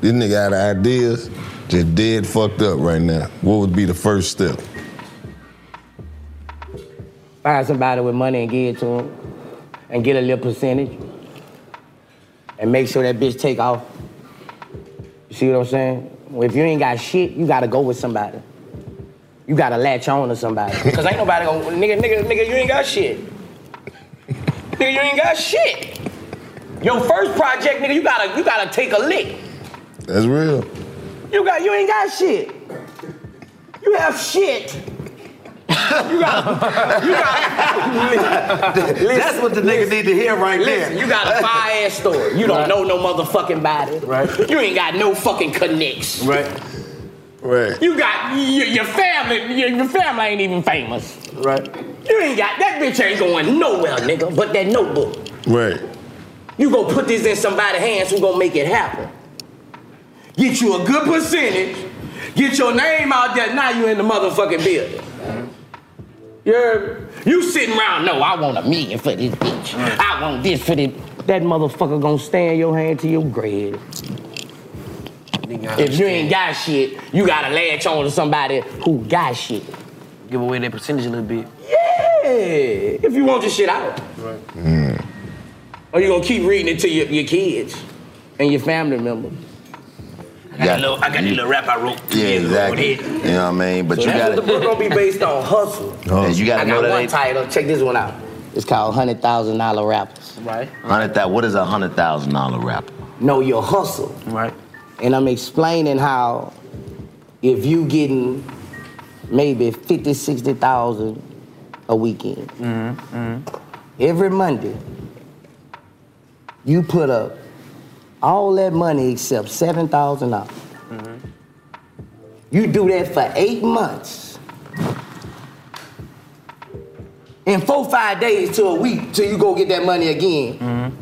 S4: This nigga out of ideas, just dead fucked up right now. What would be the first step?
S1: find somebody with money and give it to him and get a little percentage and make sure that bitch take off. You see what I'm saying? If you ain't got shit, you gotta go with somebody. You gotta latch on to somebody. Cause ain't nobody gonna, nigga, nigga, nigga, you ain't got shit. nigga, you ain't got shit. Your first project, nigga, you gotta, you gotta take a lick.
S4: That's real.
S1: You got, you ain't got shit. You have shit. you got, you got.
S29: That's what the nigga need to hear right
S1: Listen,
S29: there.
S1: you got a fire ass story. You don't know no motherfucking body. Right. You ain't got no fucking connects.
S29: Right.
S4: Right.
S1: You got your, your family. Your, your family ain't even famous. Right. You ain't got that bitch ain't going nowhere, nigga. But that notebook.
S4: Right.
S1: You gonna put this in somebody's hands who gonna make it happen. Get you a good percentage. Get your name out there. Now you in the motherfucking building. You heard me? You sitting around, no, I want a million for this bitch. I want this for this. That motherfucker gonna stand your hand to your grave. If you ain't got shit, you gotta latch on to somebody who got shit.
S7: Give away that percentage a little bit.
S1: Yeah, if you want your shit out.
S7: Right.
S1: Or you gonna keep reading it to your, your kids and your family members.
S6: I got, a
S1: little, I got a little rap I wrote.
S6: Yeah, exactly. You know what I mean? But
S1: So
S6: you
S1: that's what
S6: got
S1: the book gonna be based on hustle.
S6: And you gotta
S1: I
S6: know
S1: got
S6: that
S1: one
S6: ain't-
S1: title. Check this one out. It's called Hundred Thousand Dollar Rappers.
S7: Right.
S6: Hundred thousand. What is a hundred thousand dollar rapper?
S1: Know your hustle.
S7: Right.
S1: And I'm explaining how if you getting maybe 50, 60,000 a weekend,
S7: Mm-hmm,
S1: every Monday, you put up all that money except $7,000. Mm-hmm. You do that for eight months. In four, five days to a week till you go get that money again.
S7: Mm-hmm.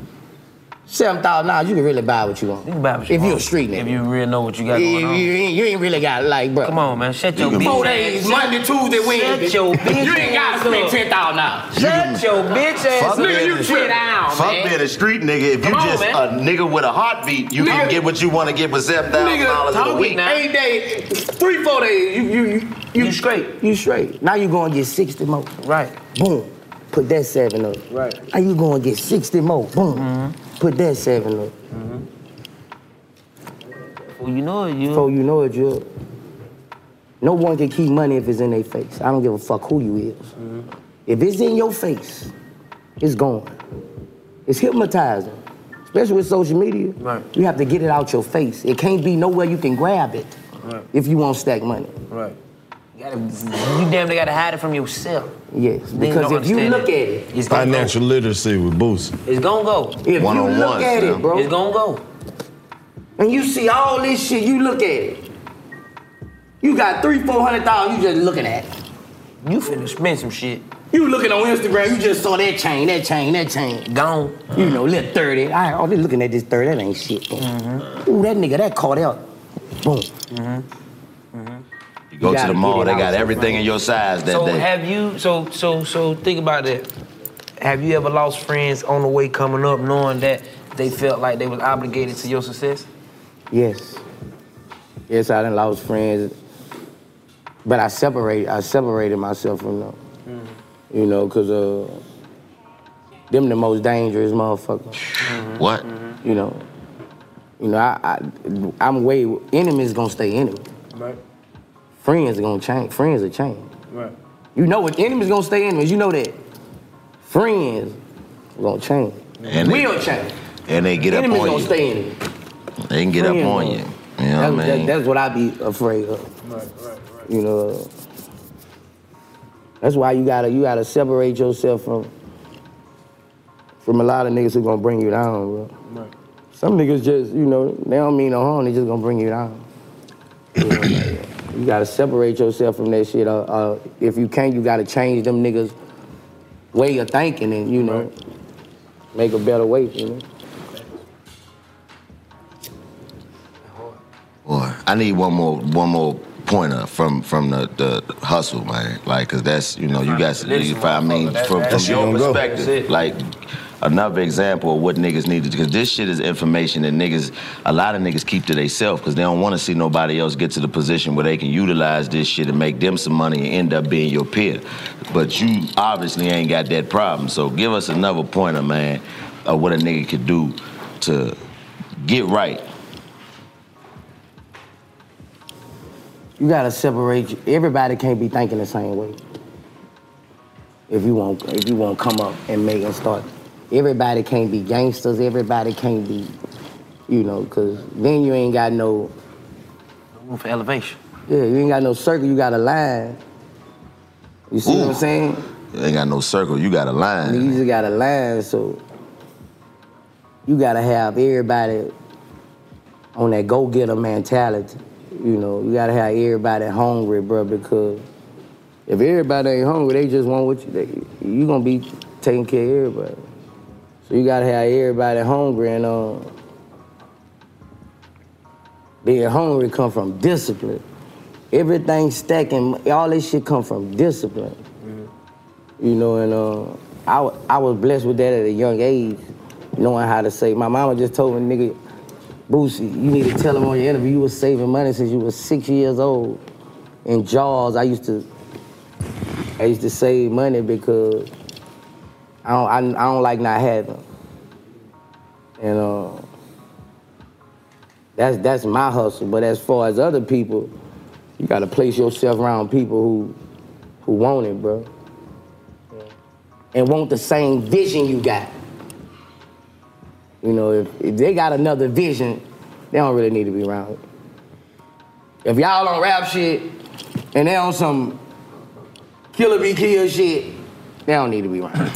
S1: Seven thousand dollars, you can really buy what you want. You can buy what you if want. If you're a street nigga. If you
S7: really know what you got
S1: you,
S7: going on.
S1: You, ain't- you ain't really got like, bro. Come
S7: on, man. Shut your
S1: Four
S7: bitch
S1: days,
S7: ass
S1: Monday,
S7: up.
S1: Tuesday,
S7: Shut
S1: Wednesday.
S7: your bitch
S1: You ain't gotta
S7: ass
S1: spend
S7: up.
S1: ten thousand dollars.
S7: Shut your bitch ass up.
S6: being a-
S7: Sit down,
S6: Fuck
S7: man.
S6: being a street nigga. If you
S7: Come on,
S6: just
S7: man.
S6: a nigga with a heartbeat, you
S1: Nigga.
S6: can get what you want to get for seven thousand dollars in a week.
S1: Eight days, three, four days, you you you, you, straight. You straight. Now you gonna get sixty more. Right. Boom. Put that seven up. Right. Now you gonna get sixty more. Boom. Put that seven up.
S7: Well, you know it, you.
S1: Before you know it, you. No one can keep money if it's in their face. I don't give a fuck who you is. If it's in your face, it's gone. It's hypnotizing, especially with social media. Right. You have to get it out your face. It can't be nowhere you can grab it
S7: Right.
S1: if you want to stack money.
S7: Right. You, gotta, you damn near gotta hide it from yourself.
S1: Yes,
S7: They
S1: because
S7: don't
S1: if you
S7: understand
S1: look
S7: it.
S1: at it,
S7: It's gonna go.
S4: Financial literacy with Boosie.
S7: It's gonna go.
S1: If you look at it, bro,
S7: It's gonna go.
S1: and you see all this shit, you look at it. You got three, four hundred thousand. You just looking at.
S7: You finna spend some shit.
S1: You looking on Instagram, you just saw that chain, that chain, that chain. Gone. You know, little 30. I already looking at this 30. That ain't shit. Boom. Ooh, that nigga, that caught out. Boom.
S7: Mm-hmm.
S6: You go
S7: You
S6: to
S7: gotta
S6: the
S7: get
S6: mall,
S7: it
S6: they
S7: out
S6: got
S7: your
S6: everything
S7: mind.
S6: in your size that
S7: So
S6: day.
S7: have you? So so so think about that. Have you ever lost friends on the way coming up, knowing that they felt like they was obligated to your success?
S1: Yes. Yes, I done lost friends. But I separated, I separated myself from them.
S28: Mm,
S1: You know, cause uh them the most dangerous motherfuckers.
S7: Mm-hmm.
S6: What?
S1: You know. You know, I, I I'm way enemies gonna stay enemies.
S7: Right.
S1: Friends are gonna change. Friends are change.
S7: Right.
S1: You know what? Enemies gonna stay enemies. You know that. Friends gonna change.
S6: And
S1: We'll
S6: they-
S1: change.
S6: And they get up
S1: enemies
S6: on
S1: gonna
S6: you.
S1: stay enemies.
S6: They can get up
S1: Friends
S6: on
S1: gonna-
S6: you. You know what I
S1: That's- that-
S6: mean?
S1: that's what I be afraid of. You know. That's why you gotta you gotta separate yourself from from a lot of niggas who gonna bring you down, bro.
S7: Right.
S1: Some niggas just, you know, they don't mean no harm, they just gonna bring you down. You know, like, you gotta separate yourself from that shit. Uh, uh, if you can't, you gotta change them niggas' way of thinking and, you know, make a better way, you know.
S6: Boy, I need one more one more pointer from from the, the hustle, man. Like, cause that's you know you got you, I mean from, from
S4: That's
S6: your
S4: gonna go. That's
S6: perspective,
S4: it.
S6: like. Another example of what niggas need to, because this shit is information that niggas, a lot of niggas keep to themselves because they don't want to see nobody else get to the position where they can utilize this shit and make them some money and end up being your peer. But you obviously ain't got that problem. So give us another pointer, man, of what a nigga could do to get right.
S1: You gotta separate. Everybody can't be thinking the same way. If you want, if you want to come up and make and start, everybody can't be gangsters. Everybody can't be, you know, because then you ain't got no,
S7: Room for elevation.
S1: yeah, you ain't got no circle. You got a line. You see what I'm saying?
S6: You ain't got no circle, you got a line.
S1: You just got a line, so you gotta have everybody on that go-getter mentality. You know, you gotta have everybody hungry, bro, because if everybody ain't hungry, they just want what you. They, you gonna be taking care of everybody. So you gotta have everybody hungry, and uh, being hungry come from
S7: Mm-hmm.
S1: discipline. Everything stacking, all this shit come from discipline. You know, and uh, I, wa- I was blessed with that at a young age, knowing how to save. My mama just told me, nigga, Bruce, you need to tell him on your interview you was saving money since you was six years old. In Jaws, I used to, I used to save money because I don't, I, I don't like not having. And uh, that's that's my hustle. But as far as other people, you gotta place yourself around people who who want it, bro. And want the same vision you got. You know, if, if they got another vision, they don't really need to be around it. If y'all on rap shit and they on some killer be killed shit, they don't need to be around it.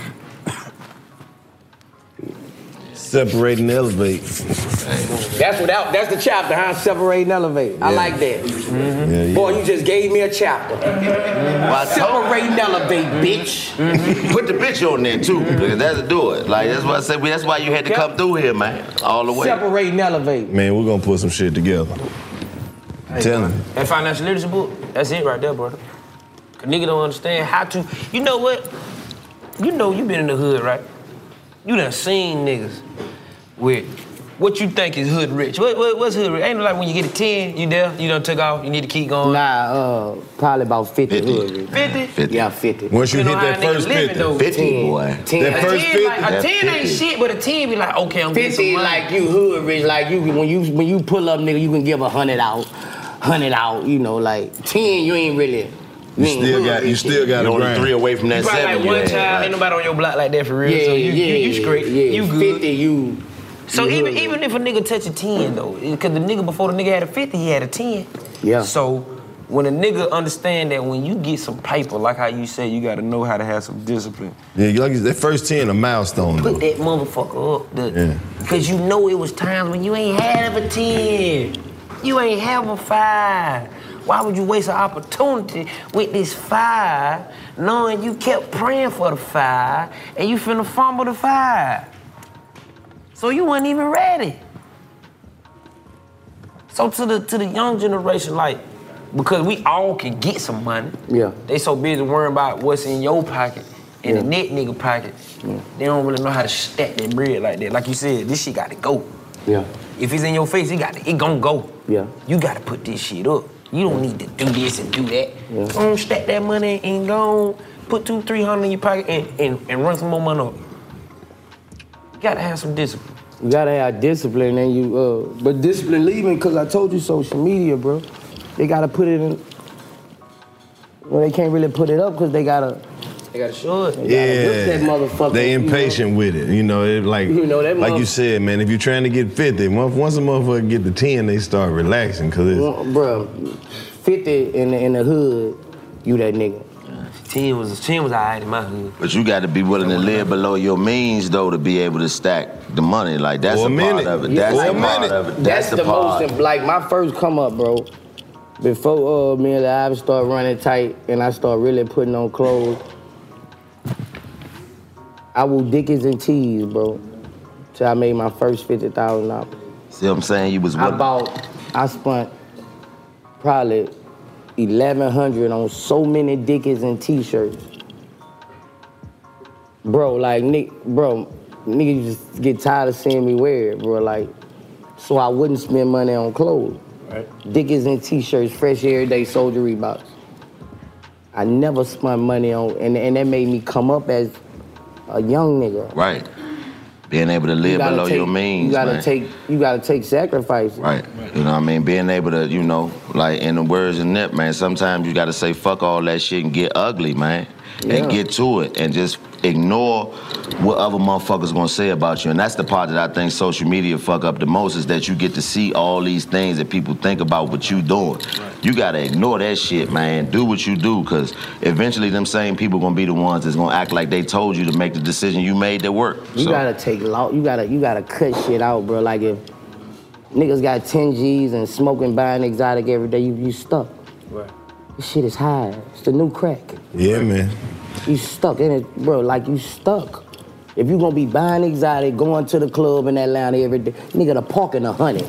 S27: Separate and elevate.
S1: That's without. That's the chapter, huh? Separate and elevate. I
S27: Yeah.
S1: like that.
S27: Mm-hmm. Yeah, yeah.
S1: Boy, you just gave me a chapter. Separate and elevate, bitch.
S6: Mm-hmm.
S1: Mm-hmm.
S6: Put the bitch on there too. nigga. That'll do it. Like that's why I said. That's why you had to come through here, man. All the way.
S1: Separate and elevate.
S27: Man, we're gonna put some shit together. Tell him.
S7: That financial literacy book, that's it right there, brother. 'Cause nigga don't understand how to. You know what? You know you been in the hood, right? You done seen niggas with what you think is hood rich. What, what, what's hood rich? Ain't it like when you get a 10, you there, you done took off, you need to keep going.
S1: Nah, uh, probably about 50. 50?
S7: 50?
S1: Yeah, 50.
S7: Once you hit that first 50,
S1: boy.
S7: a 10, like, a 10 ain't shit, but a 10 be like, okay, I'm getting
S1: 50
S7: some money.
S1: like you hood rich, like you when you when you pull up, nigga, you can give a hundred out, hundred out, you know, like ten, you ain't really.
S4: You still got you still got
S1: You're
S4: a
S1: only
S4: grind.
S1: three away
S6: from
S7: you probably like one child, ain't nobody on your block like that for real.
S1: Yeah,
S7: so you,
S1: yeah,
S7: you, you straight.
S1: yeah.
S7: You good.
S1: 50, you.
S7: So
S1: you
S7: even
S1: hood.
S7: even if a nigga touch a 10 though, because the nigga before the nigga had a 50, he had a 10.
S1: Yeah.
S7: So when a nigga understand that when you get some paper, like how you said, you gotta know how to have some discipline.
S27: Yeah, like you- that first 10 a milestone
S7: Put
S27: though.
S7: that motherfucker up. The,
S27: Yeah.
S7: Cause you know it was times when you ain't had a 10. You ain't have a five. Why would you waste an opportunity with this five, knowing you kept praying for the five, and you finna fumble the five? So you weren't even ready. So to the to the young generation, like, because we all can get some money.
S1: Yeah.
S7: They so busy worrying about what's in your pocket and the next nigga pocket. They don't really know how to stack that bread like that. Like you said, this shit gotta go.
S1: Yeah.
S7: If it's in your face, it got to, it gonna go.
S1: Yeah.
S7: You gotta put this shit up. You don't need to do this and do that. Oh, Go on, stack that money and go on, put two, three hundred in your pocket and, and, and run some more money up. You gotta have some discipline.
S1: You gotta have discipline, and you. Uh, but discipline leaving because I told you social media, bro. They gotta put it in. Well, they can't really put it up because they gotta.
S7: They gotta show it.
S27: Yeah,
S1: That motherfucker.
S27: they
S1: you know?
S27: impatient with it. You know, it like
S1: You know, that
S27: like you
S1: motherf-
S27: said, man. If you're trying to get 50, once once a motherfucker get to 10, they start relaxing because it's
S1: Well, Bruh, 50 in the, in the hood, you that nigga.
S7: Ten was ten was alright in my hood.
S6: Mm-hmm. But you got to be willing to live below your means, though, to be able to stack the money. Like that's
S1: For
S6: a,
S1: a
S6: part
S1: minute.
S6: of it.
S1: Yeah,
S6: That's
S1: for
S6: a
S1: a
S6: part
S1: minute.
S6: of it.
S1: That's, the,
S6: part.
S1: most, like my first come up, bro. Before uh, me and the Ivan start running tight and I start really putting on clothes, I wore Dickies and tees, bro. Till I made my first fifty thousand dollars.
S6: See what I'm saying? You was
S1: I
S6: willing.
S1: bought, I spent probably eleven hundred on so many Dickies and t-shirts. Bro, like Nick, bro, niggas just get tired of seeing me wear it, bro. Like, so I wouldn't spend money on clothes. Right. Dickies and t-shirts, fresh everyday soldier Reeboks. I never spent money on, and, and that made me come up as a young nigga.
S6: right. Being able to
S1: You
S6: live
S1: gotta
S6: below
S1: take-
S6: your means.
S1: You gotta
S6: man.
S1: take, you gotta take sacrifices.
S6: Right. You know what I mean? Being able to, you know, like in the words of Nip, man, sometimes you gotta say fuck all that shit and get ugly, man.
S1: Yeah.
S6: And get to it and just ignore what other motherfuckers gonna say about you. And that's the part that I think social media fuck up the most is that you get to see all these things that people think about what you doing. You gotta ignore that shit, man. Do what you do, cause eventually them same people gonna be the ones that's gonna act like they told you to make the decision you made that worked.
S1: You
S6: So-
S1: gotta take law. You gotta you gotta cut shit out, bro. Like if niggas got 10 G's and smoking, buying exotic every day, you you stuck.
S7: Right.
S1: This shit is high. It's the new crack.
S27: yeah, man.
S1: You stuck in it, bro. Like you stuck. If you gonna be buying exotic, going to the club in Atlanta every day, nigga, the parking a hundred.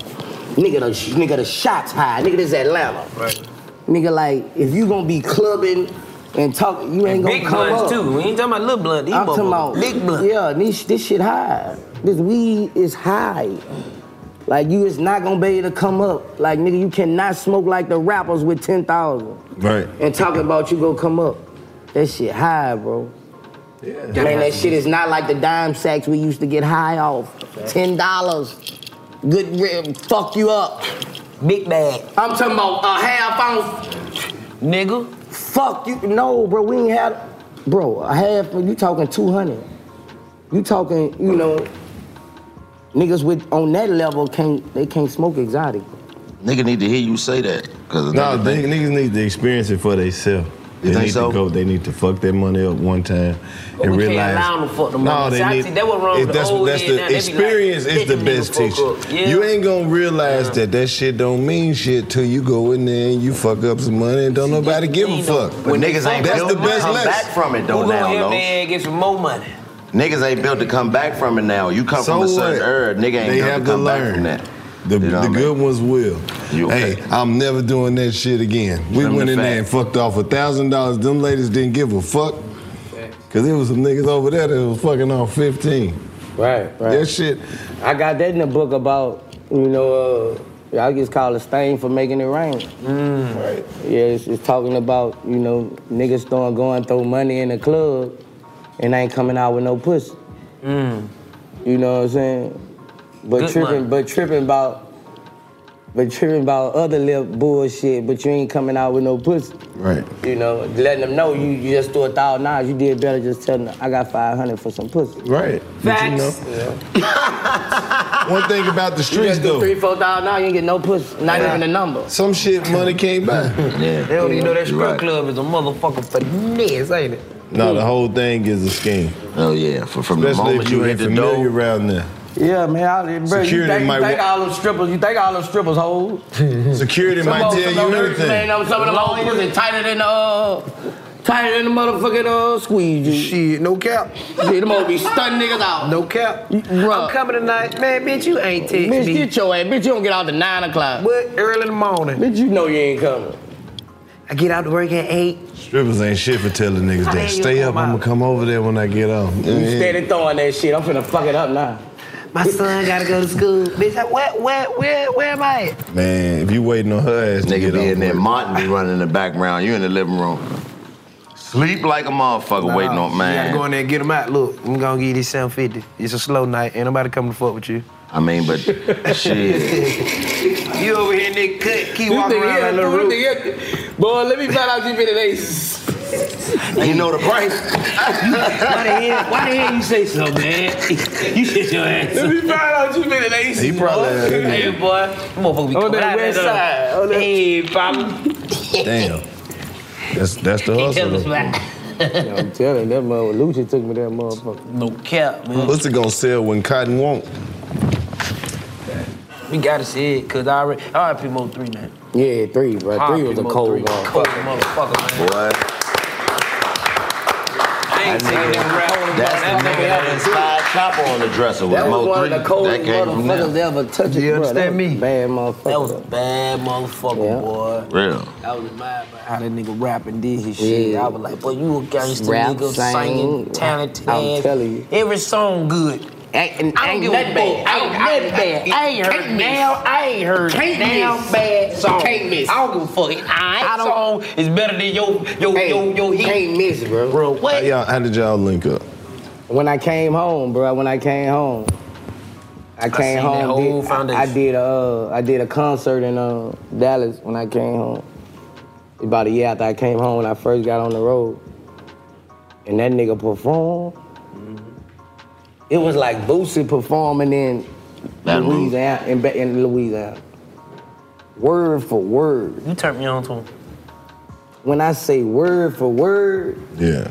S1: Nigga, the nigga, the shots high. Nigga, this Atlanta. Right. Nigga, like if you gonna be clubbing and talk. You ain't gonna
S7: Big
S1: come
S7: blunts
S1: up.
S7: too. We ain't talking about little blunt. These
S1: I'm talking
S7: motherfuckers.
S1: about
S7: big blunt.
S1: Yeah, this this shit high. This weed is high. Like you is not gonna be able to come up. Like nigga, you cannot smoke like the rappers with ten thousand
S4: Right.
S1: and talking about you gonna come up. That shit high, bro. Yeah. Man, that shit is not like the dime sacks we used to get high off. Ten dollars, good rib, fuck you up.
S7: Big bag.
S1: I'm talking about a half ounce.
S7: Nigga.
S1: Fuck you. No, bro, we ain't had. Bro, a half. You talking two hundred? You talking? You know, niggas with on that level can't they can't smoke exotic.
S6: Nigga need to hear you say that. Cause
S4: No, they, niggas need to experience it for themselves. They
S6: You think
S4: need
S6: so?
S4: to go. They need to fuck their money up one time
S7: But
S4: and
S7: we
S4: realize.
S7: can't allow them to fuck the
S4: no,
S7: money.
S4: they
S7: See, I
S4: need.
S7: see that what wrong with
S4: if
S7: the
S4: that's
S7: old
S4: that's
S7: head now.
S4: the
S7: They be like,
S4: experience
S7: "This
S4: is the
S7: nigga
S4: best
S7: fuck
S4: teacher.
S7: up." Yeah.
S4: You ain't gonna realize that that shit don't mean shit till you go in there and you fuck up some money and don't nobody give a fuck.
S6: But niggas ain't
S4: that's
S6: built
S4: the
S6: to
S4: best
S6: come
S4: lesson.
S6: back from it though
S7: Who gonna
S6: now,
S7: help
S6: though.
S7: man get some more money?
S6: Niggas ain't built to come back from it now. You come
S4: So
S6: from a
S4: what?
S6: certain era, nigga ain't
S4: They
S6: built
S4: have
S6: to
S4: to
S6: come back
S4: learn.
S6: from that.
S4: The, the good ones will. Hey, I'm never doing that shit again. We
S6: Them
S4: went
S6: the
S4: in there and fucked off a thousand dollars. Them ladies didn't give a fuck. Cause there was some niggas over there that was fucking off 15.
S1: Right, right.
S4: That shit.
S1: I got that in the book about, you know, uh, I just call it stain for making it rain.
S4: Mm.
S1: Right. Yeah, it's, it's talking about, you know, niggas throwing, going throw money in the club and ain't coming out with no pussy.
S7: Mm.
S1: You know what I'm saying? But
S7: Good
S1: tripping,
S7: money.
S1: but tripping about, but tripping about other lip bullshit, but you ain't coming out with no pussy.
S4: Right.
S1: You know, letting them know you, you just threw a thousand dollars, you did better just telling them, I got 500 for some pussy.
S4: Right. But you know. One thing about the
S1: You
S4: streets
S1: just do
S4: though.
S1: three, four thousand dollars, you ain't get no pussy, not
S4: Yeah.
S1: even a number.
S4: Some shit money can't buy. yeah.
S7: They don't even know that strip club is a motherfucker finesse, ain't it?
S4: No, the whole thing is a scheme.
S6: Oh yeah, for, from
S4: Especially
S6: the moment
S4: if you,
S6: you
S4: ain't
S6: hit the
S4: familiar
S6: door.
S4: around there.
S1: Yeah, man. I, bro, you
S4: Security
S1: think,
S4: might
S1: you think
S4: wa-
S1: all them strippers, you think all them strippers hoes?
S4: Security
S1: Some
S4: might
S1: of-
S4: tell
S1: some of
S4: you
S1: them-
S4: anything.
S1: Man, some of them hoes pussy tighter than the, uh, tighter than the motherfucking uh, squeeze. You. Shit, no cap. Shit, them hoes be stunning niggas out. No cap. Bruh.
S7: I'm coming tonight, man. Bitch, you ain't text
S1: Bitch,
S7: me.
S1: get your ass. Bitch, you don't get out to nine o'clock.
S7: What? Early in the morning.
S1: Bitch, you know you ain't coming.
S7: I get out to work at eight.
S4: Strippers ain't shit for telling niggas
S7: I
S4: that.
S7: ain't
S4: Stay
S7: gonna
S4: up, I'm gonna come over there when I get off.
S1: You steady throwing that shit. I'm finna fuck it up now.
S7: My son gotta go to school. Bitch, I, where, where, where, where am I at?
S4: Man, if you waiting on her ass to
S6: Nigga
S4: get
S6: be in there,
S4: off work.
S6: Martin be running in the background. You in the living room. Sleep like a motherfucker waiting on
S7: You gotta go
S6: man.
S7: in there and get him out. Look, I'm gonna give you this 750. It's a slow night. Ain't nobody coming to fuck with you.
S6: I mean, but shit.
S7: You over here, nigga, cut, keep walking around like little Roo.
S1: Boy, let me find out you been an ace.
S6: You know the price.
S7: why, the hell, why the hell you say so, man? you shit your ass.
S1: Let me find out you been an ace.
S4: He probably had it.
S7: Hey, boy. Motherfucker be
S1: On
S7: coming
S1: that
S7: out
S1: west side.
S7: there.
S1: On that-
S7: Hey, problem.
S4: Damn. That's that's the hustle.
S7: Tell us
S4: though.
S7: why.
S1: I'm telling that motherfucker. Lucha took me that motherfucker.
S7: No cap, man.
S4: Pussy gonna sell when cotton won't.
S7: We gotta see it, cause I already RIP Mo three man.
S1: Yeah, three, bro. three was a
S7: Mo
S1: cold
S7: three,
S1: one.
S7: Cold motherfucker, man.
S6: Boy.
S7: I ain't taking that rap.
S6: That's the nigga that inspired Chopper on the dresser with
S1: That was
S6: Mo
S1: one
S6: 3.
S1: of the coldest
S6: That came from
S1: motherfuckers
S6: them.
S1: they ever touched.
S7: You
S1: Bro, that
S7: understand
S1: was
S7: me?
S1: a Bad motherfucker.
S7: That was a bad motherfucker,
S1: Yeah.
S7: boy.
S6: Real.
S7: I was admired by how that nigga rap and did his shit.
S1: Yeah.
S7: I was like, boy, you a gangster
S1: Rap,
S7: nigga,
S1: sing,
S7: singing, talented.
S1: I'm
S7: ass.
S1: telling you.
S7: Every song good.
S1: Ain't,
S7: I don't
S1: ain't
S7: give a fuck.
S1: nothing bad.
S7: I don't- I-
S1: Ain't nothing bad. I ain't
S7: Can't
S1: heard
S7: miss.
S1: now. I ain't heard
S7: Can't
S1: now
S7: miss.
S1: bad song.
S7: Can't miss.
S1: I
S7: I don't give a fuck. It
S1: I
S7: I
S1: don't-
S7: song is better than your your
S1: Hey,
S7: your your hit.
S1: can't miss, bro.
S7: Bro,
S4: How,
S7: what?
S4: y'all, how did y'all link up?
S1: When I came home, bro, when I came home, I
S7: seen
S1: came
S7: that
S1: home.
S7: whole
S1: did,
S7: foundation.
S1: I, I did a, uh, I did a concert in uh, Dallas when I came home. About a year after I came home, when I first got on the road, and that nigga performed. It was like Boosie performing in
S6: Baton Rouge.
S1: Louisiana, in, Ba- in Louisiana. Word for word.
S7: You turned me on to him.
S1: When I say word for word,
S4: Yeah.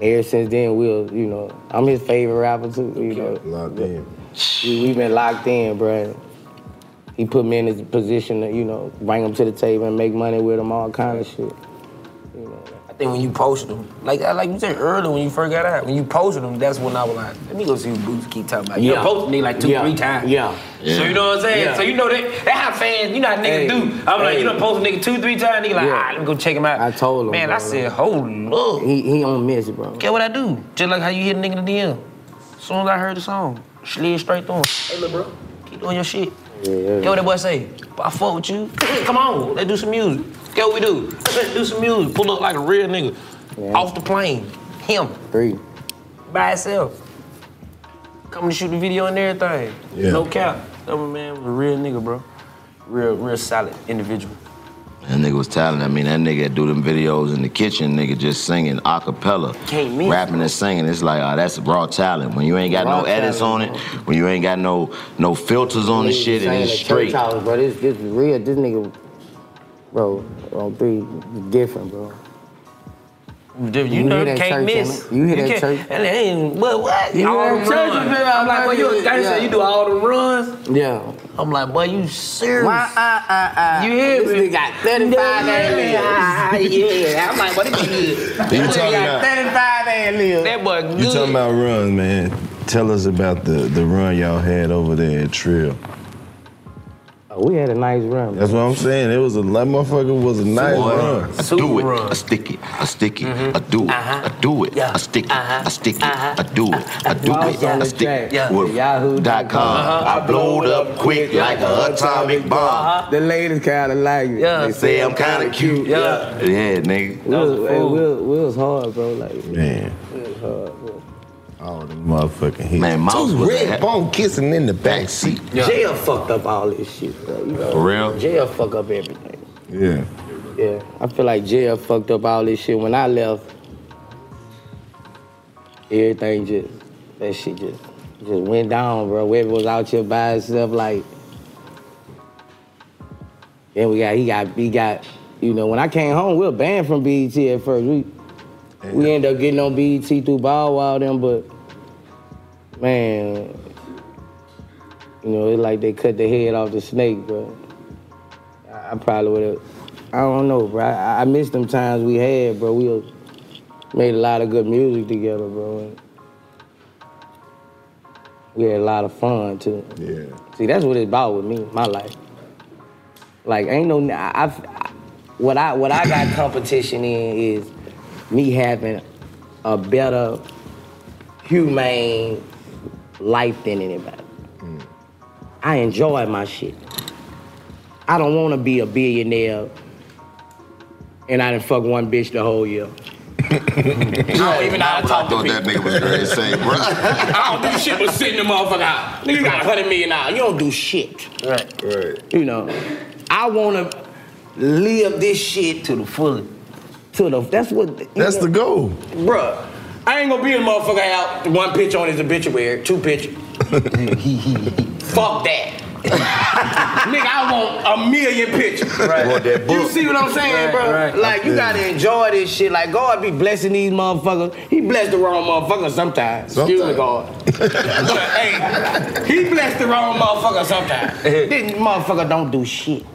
S1: ever since then we'll, you know, I'm his favorite rapper too. You know,
S4: Locked in.
S1: we, we been locked in, bruh. He put me in his position to, you know, bring him to the table and make money with him, all kind of shit. You know,
S7: I think when you posted them, like like you said earlier when you first got out, when you posted them, that's when I was like, let me go see who Boots keep talking about. You
S26: Yeah.
S7: posted me like two,
S26: Yeah.
S7: three times.
S26: Yeah.
S7: So you know what I'm saying?
S26: Yeah.
S7: So you know that that how fans, you know how niggas
S26: Hey.
S7: do. I'm like, you
S26: Hey.
S7: done post a nigga two, three times, nigga like,
S26: Yeah.
S7: ah, let me go check him out.
S1: I told him.
S7: Man, I said, hold up.
S1: He he on miss, bro.
S7: Get what I do. Just like how you hit a nigga in the DM. Soon as I heard the song, slid straight through him. Hey, look, bro, keep doing your shit. Get what that boy say? I fuck with you. Come on, let's do some music. Get what we do. Let's do some music. Pull up like a real nigga. Off the plane. Him.
S1: Three.
S7: By himself. Come to shoot the video and everything.
S1: Yeah.
S7: No cap. That my man was a real nigga, bro. Real, real solid individual.
S6: That nigga was talented. I mean, that nigga that do them videos in the kitchen, nigga just singing a cappella,
S7: Can't miss.
S6: rapping and singing. It's like, ah, that's raw talent. When you ain't got
S1: Raw
S6: no edits
S1: talent,
S6: on it, when you ain't got no no filters on the
S1: Nigga
S6: shit, and
S1: sang
S6: it's
S1: at church
S6: straight.
S1: hours, bro. This this is real. This nigga, bro, on three different, bro.
S7: You, know,
S1: hear that
S7: can't
S1: church,
S7: miss.
S1: homie? You hear that
S7: can't-
S1: church?
S7: And it ain't, but what?
S1: You hear
S7: all
S1: that
S7: them
S1: church?
S7: runs. I'm like, well, you a gangster,
S1: Yeah.
S7: you do all the runs.
S1: Yeah.
S7: I'm like, boy, you serious.
S1: Why, uh,
S7: you hear
S1: This
S7: me?
S1: nigga got 35 ad libs.
S7: Yeah, yeah. I'm like, what this nigga
S27: You
S7: That boy
S27: talking
S7: got
S27: about-
S7: 35 ad libs. That boy good.
S27: You talking about runs, man? Tell us about the the run y'all had over there at Trill.
S1: We had a nice run.
S27: That's what I'm saying. It was a that motherfucker was a nice
S6: Boy,
S27: run.
S6: I do it, I stick it, I stick it,
S7: Mm-hmm.
S6: I do it,
S7: Uh-huh.
S6: I do it, I stick it, I stick it, I do it, I do it, I stick it. With Yahoo.com, I blowed up quick like an atomic bomb.
S1: Uh-huh. The ladies kind of like it.
S6: They say I'm kind of cute.
S1: Yeah.
S6: Yeah, nigga.
S1: We was, hey, we was- we was hard, bro. Like
S27: Man.
S1: we was hard, bro.
S27: Motherfucking hit.
S6: Man, Mouse
S27: Two
S6: was
S27: red
S6: a-
S27: bone kissing in the back seat.
S1: Jail fucked up all this shit, bro. You know,
S27: For real?
S1: Jail fuck up everything.
S27: Yeah.
S1: Yeah, I feel like jail fucked up all this shit. When I left, everything just that shit just just went down, bro. Webby was out here by himself, like. Then we got he got he got you know when I came home we were banned from BET at first we we ended up getting on BET through Bow Wow them but man you know it's like they cut the head off the snake bro I, I probably would have I don't know, bro. I, I miss them times we had, bro. We was- made a lot of good music together, bro. And we had a lot of fun too.
S27: Yeah.
S1: See, that's what it's about with me, my life. Like, ain't no, I, I've, I, what I, what I got competition in is me having a better, humane life than anybody.
S6: Mm.
S1: I enjoy my shit. I don't want to be a billionaire and I didn't fuck one bitch the whole year.
S6: I don't even know how to talk to I thought that nigga was great. Say, bro.
S1: I don't do shit but sitting the motherfucker out. Nigga got a hundred million dollars. You don't do shit.
S7: Right.
S27: Right.
S1: You know, I wanna live this shit to the fullest. To the that's what.
S27: That's the goal,
S1: bruh. I ain't gonna be a motherfucker out. One picture on his obituary, two picture. Fuck that. Nigga, I want a million pictures. Right.
S6: Want that book.
S1: You see what I'm saying,
S6: Right,
S1: bro?
S6: right.
S1: Like you gotta enjoy this shit. Like God be blessing these motherfuckers. He blessed the wrong motherfucker sometimes. Excuse me, God. hey, he blessed the wrong motherfucker sometimes. this motherfucker don't do shit.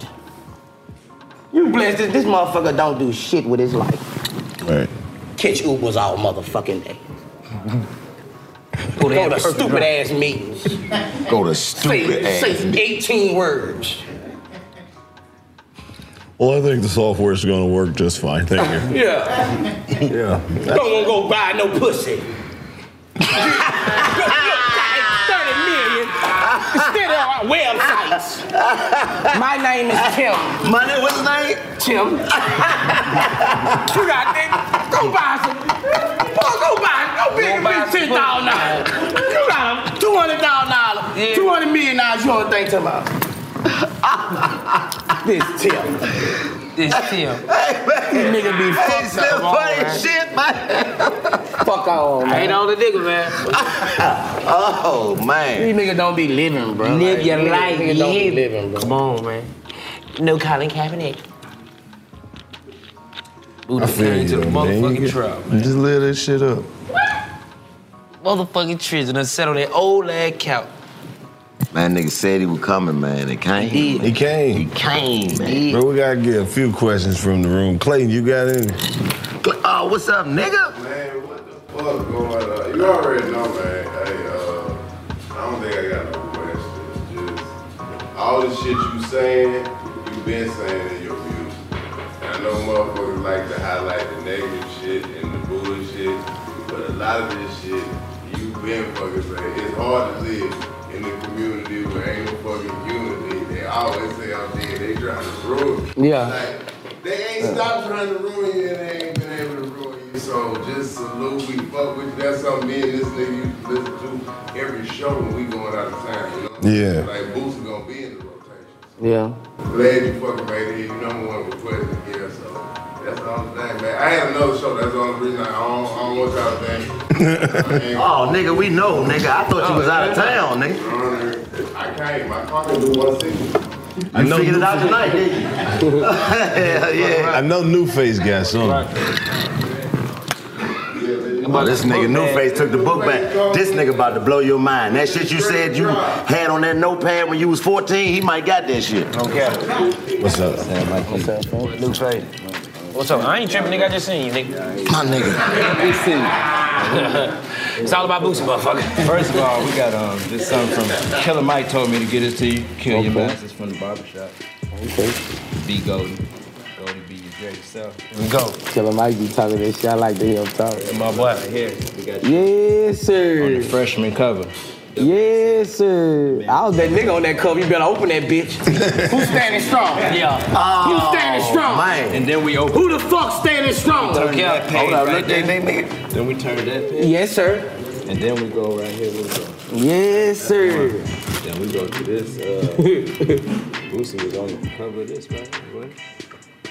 S1: You blessed this, this motherfucker don't do shit with his life.
S27: Right.
S1: Catch Ubers all motherfucking day. Go
S6: Go to
S1: to
S6: that perfect
S1: stupid
S6: job.
S1: ass meetings.
S6: Go to
S1: Say,
S6: stupid ass.
S1: say 18 words.
S11: Well, I think the software is going to work just fine. Thank you.
S1: Yeah.
S11: yeah.
S1: Don't wanna go buy no pussy. Thirty million. Instead of our websites. My name is Tim. My name, what's his name? Tim. you got that? Go buy some. Boy, go buy. Go big me ten thousand dollars. You got a two hundred thousand dollars. Two hundred million dollars. You don't think about? this Tim.
S7: This Tim.
S1: This nigga be fucked
S7: Hey, Tim,
S1: up. all
S7: funny
S1: right.
S7: shit,
S1: Fuck all, man.
S7: I ain't on the nigga, man.
S1: Oh man. These niggas don't be living, bro.
S7: Live
S1: Like,
S7: your
S1: niggas-
S7: life.
S1: Niggas don't be
S7: yeah.
S1: living, bro.
S7: Come on, man. No Colin Kaepernick. Buddha
S27: I feel
S7: came
S27: you,
S7: to the
S27: though, man. You
S7: motherfucking
S27: get-
S7: trap.
S27: Just live that shit up.
S7: Motherfucking trees and settle that old ass couch.
S6: Man, nigga said he was coming, man. It came.
S27: He, came. He
S6: came,
S27: man. Bro, we gotta get a few questions from the room. Clayton, you got any?
S6: Oh, what's up, nigga?
S30: Man, what the fuck going on? You already know, man. Hey, uh, I don't think I got no questions. Just all the shit you saying, you been saying in your music. And I know motherfuckers like to highlight the negative shit and the bullshit, but a lot of this shit you been fucking saying. It's hard to live in the community where ain't no fucking unity. They always say out there they trying to ruin. you.
S1: Yeah.
S30: Like, they ain't stopped trying to ruin you and they ain't been able to ruin you. So just salute, we fuck with you. That's something me and this nigga used to listen to every show when we going out of town. You know? what I'm saying?
S4: Yeah.
S30: Like Boosie gonna be in the room.
S1: Yeah.
S30: Glad you fucking made it here. You number one request to get us. So that's the only thing, man. I had another show. That's the only reason I don't, I don't want y'all to think.
S6: oh, nigga, we know, nigga. I thought you was out of town, nigga.
S30: I came. My car can do 160.
S6: I know figured it out tonight, didn't you? Hell yeah.
S4: I know New Face got something.
S6: But this nigga New Face took the book back. This nigga about to blow your mind. That shit you said you had on that notepad when you was 14, he might got that shit. Okay.
S4: What's up?
S6: What's up, New Face.
S31: What's up? I ain't tripping, nigga. I just seen you, nigga.
S6: My nigga.
S31: We see it's all about Boosie, motherfucker.
S7: First of all, we got um, this song from Killer Mike told me to get this to you. Kill your
S6: Okay.
S7: masters from the barbershop. Okay. Be golden. Golden be your great self.
S1: Go. Killer Mike be talking this shit. I like to hear him talk.
S7: And my boy right here. We got you
S1: Yes, sir.
S7: on the freshman cover.
S1: Yes, sir. I was that nigga on that cover. You better open that bitch. Oh, Who's standing strong?
S7: Yeah.
S1: Who's standing strong?
S7: And then we open.
S1: Who the fuck standing strong?
S7: Turn that page right there.
S1: nigga.
S7: Then we turn that page.
S1: Yes, sir.
S7: And then we go right here. We go.
S1: Yes, sir.
S7: Then we go to this. Uh, Boosie was on the cover of this, right? Boy.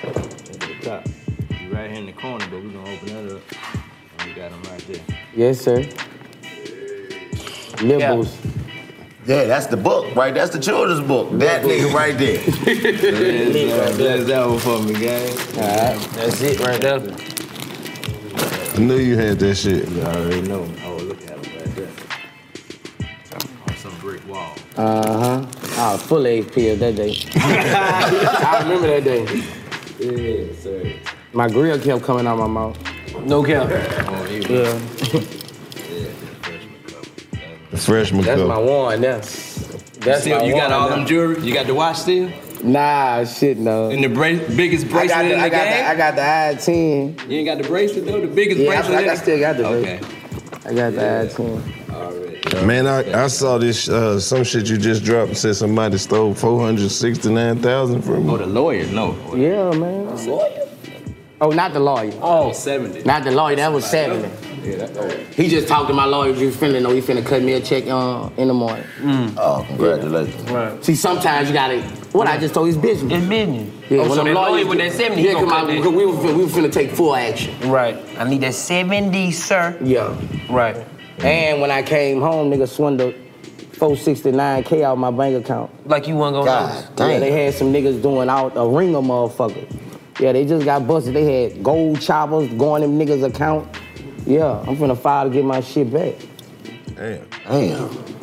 S7: At the top. You right here in the corner, but we're gonna open that up. And we got him right there.
S1: Yes, sir. Nibbles.
S6: Yeah, that's the book, right? That's the children's book. That nigga right there.
S7: There's, uh, there's that one for me, gang. Alright.
S31: That's it right there.
S4: I knew you had that shit.
S7: I already know. Oh, look at him right there. On some brick wall.
S1: Uh huh. I was full of HP of that day. I remember that day.
S7: Yeah, sir.
S1: My grill kept coming out my mouth. No cap.
S7: Oh, you.
S1: Yeah.
S4: The freshman
S1: That's
S4: cup.
S1: my one. That's that's
S7: Still,
S1: my
S7: you
S1: one.
S7: got all
S1: now.
S7: them jewelry? You got the watch still?
S1: Nah, shit, no.
S7: And the bra- biggest bracelet
S1: I got the,
S7: in the
S1: I got
S7: game?
S1: The, I got the I ten.
S7: You ain't got the bracelet though? The biggest
S1: Yeah, I-
S7: bracelet?
S1: I
S7: in
S1: got-
S7: the-
S1: still got the
S7: Okay.
S1: I got the I ten.
S4: Man, I, I saw this uh, some shit you just dropped and said somebody stole four hundred sixty nine thousand from me. Oh,
S7: the lawyer? No.
S1: Yeah, man. Lawyer? Oh, not the lawyer.
S7: Oh, 70.
S1: Not the lawyer. That was seventy.
S7: Yeah, that, oh.
S1: He just talked to my lawyer. You finna know he finna cut me a check uh, in the morning.
S6: Oh, congratulations.
S1: Right. See, sometimes you gotta. What I just told his business. His business.
S31: Oh, so that lawyer with that 70, he
S1: Yeah,
S31: gonna
S1: come out,
S31: cut that.
S1: because we were fin- we were finna take full action.
S31: Right. I need that 70, sir.
S1: Yeah.
S31: Right.
S1: And when I came home, nigga swindled 469k out my bank account.
S31: Like you wasn't gonna God
S1: Yeah, they had some niggas doing out a ring of motherfuckers. Yeah, they just got busted. They had gold choppers going them niggas account. Yeah, I'm finna file to get my shit back.
S4: Damn.
S6: Damn.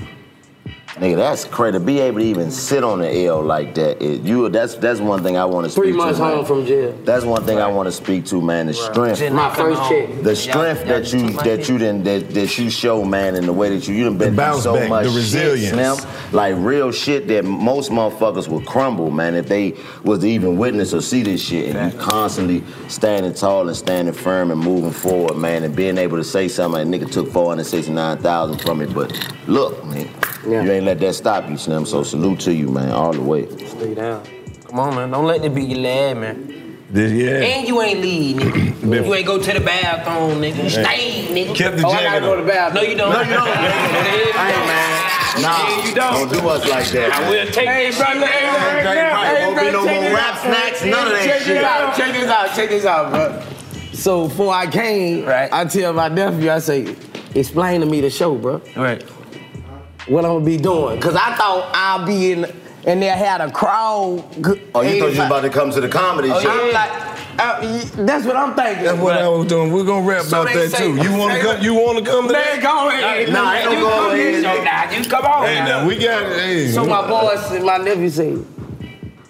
S6: Nigga, that's crazy. To be able to even sit on the L like that, it, you that's that's one thing I want to speak
S1: Three
S6: to.
S1: months
S6: man.
S1: home from jail.
S6: That's one thing I want to speak to, man. The strength.
S1: My first check.
S6: The strength that you that you didn't that, that you show, man, in the way that you you done been through
S4: bounce
S6: so
S4: back,
S6: much
S4: the resilience.
S6: shit, Slim. Like real shit that most motherfuckers would crumble, man, if they was to even witness or see this shit. And you constantly standing tall and standing firm and moving forward, man, and being able to say something. Like, nigga took four hundred sixty nine thousand from it, but look, man, you ain't let that stop you, Slim. So salute to you, man, all the way.
S31: Stay down. Come on, man. Don't let it be your lad, man.
S4: Yeah.
S31: And you ain't leave, nigga. you ain't go to the bathroom, nigga. You
S4: Yeah.
S31: stayed, nigga.
S4: Kept the Oh, I gotta jacket go on. to the
S31: bathroom. No, you don't. No, you don't.
S6: Nah, you don't. do us like that.
S31: I will take
S1: Hey, bro, look, hey, right now. Hey,
S6: Won't
S1: bro,
S6: be no
S1: check
S6: more
S1: this
S6: rap
S1: out.
S6: snacks, none of that
S1: check
S6: shit.
S1: This out, check this out, check this out, bro. So before I came, I tell my nephew, I say, explain to me the show, bro.
S31: Right.
S1: What I'm gonna be doing. Cause I thought I'll be in and they had a crowd.
S6: Oh, you thought you was about to come to the comedy show.
S1: Oh, I'm like, uh, y- that's what I'm thinking. That's
S4: what I was doing. We're gonna rap
S1: So
S4: about
S1: they
S4: that
S1: say-
S4: too. You wanna
S1: they-
S4: come? You wanna come to
S1: Man,
S4: that?
S1: go ahead.
S4: Nah, I ain't
S1: You
S4: gonna go
S1: come
S4: ahead.
S1: here,
S31: Nah, you come on.
S4: Hey,
S1: now.
S4: now we got it. Hey.
S1: So my boy said, my nephew said,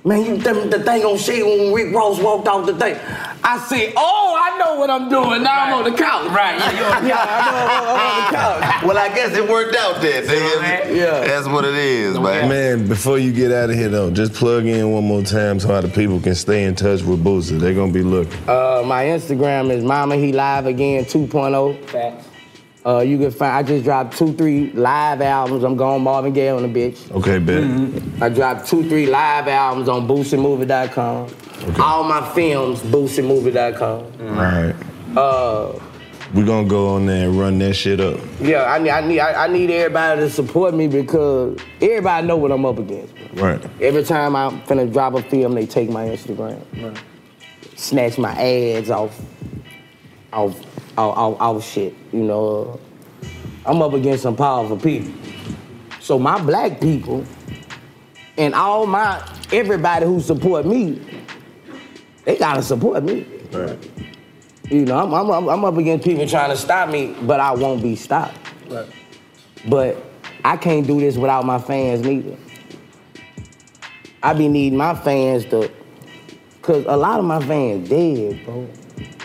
S1: man, you them, the thing on shit when Rick Ross walked off the thing.
S26: I said, oh, I know what I'm doing. Now I'm on the couch. Right. Yeah, yeah I know I'm on the couch.
S6: Well, I guess it worked out then. nigga. That's what it is, man.
S27: Man, before you get out of here though, just plug in one more time so how the people can stay in touch with Boosie. They're gonna be looking.
S1: Uh, my Instagram is Mama He Live Again 2.0. Facts. Uh, you can find. I just dropped two, three live albums. I'm going Marvin Gaye on the bitch. Mm-hmm.
S27: Okay, bet.
S1: I dropped two, three live albums on BoosieMovie.com. All my films, BoosieMovie.com.
S27: All right.
S1: Uh,
S27: We're gonna go on there and run that shit up.
S1: yeah, I need, I need, I I need everybody to support me because everybody know what I'm up against.
S27: Right.
S1: Every time I'm finna drop a film, they take my Instagram, snatch my ads off, off, off, off, off shit. You know, I'm up against some powerful people. So my black people and all my everybody who support me, they gotta support me.
S27: Right.
S1: You know, I'm, I'm, I'm, I'm up against people trying to stop me, but I won't be stopped. But I can't do this without my fans neither. I be needing my fans to, cause a lot of my fans dead, bro.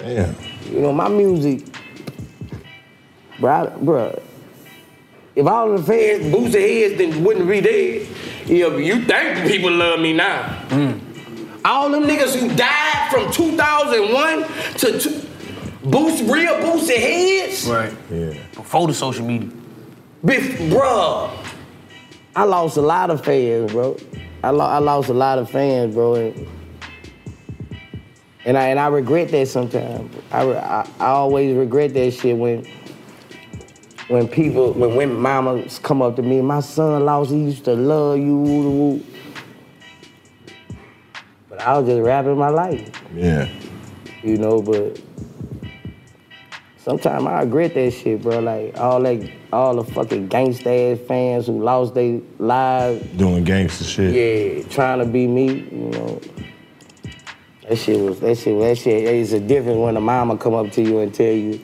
S27: Damn.
S1: You know, my music, bruh, bruh. If all the fans boost their heads, then wouldn't be dead. If you think people love me now. All them niggas who died from 2001 to two, boost, real boosted heads.
S7: Right.
S27: Yeah.
S7: Before the social media.
S1: Biff, bro. I lost a lot of fans, bro. I, lo- I lost a lot of fans, bro. And, and I and I regret that sometimes. I, re- I I always regret that shit when when people when when mamas come up to me, my son lost. He used to love you, woo, woo, woo." But I was just rapping my life,
S27: Yeah.
S1: you know. But Sometimes I regret that shit, bro. Like all that, all the fucking gangsta ass fans who lost their lives.
S27: Doing gangster shit.
S1: Yeah, trying to be me, you know. That shit was that shit. That shit is a difference when a mama come up to you and tell you,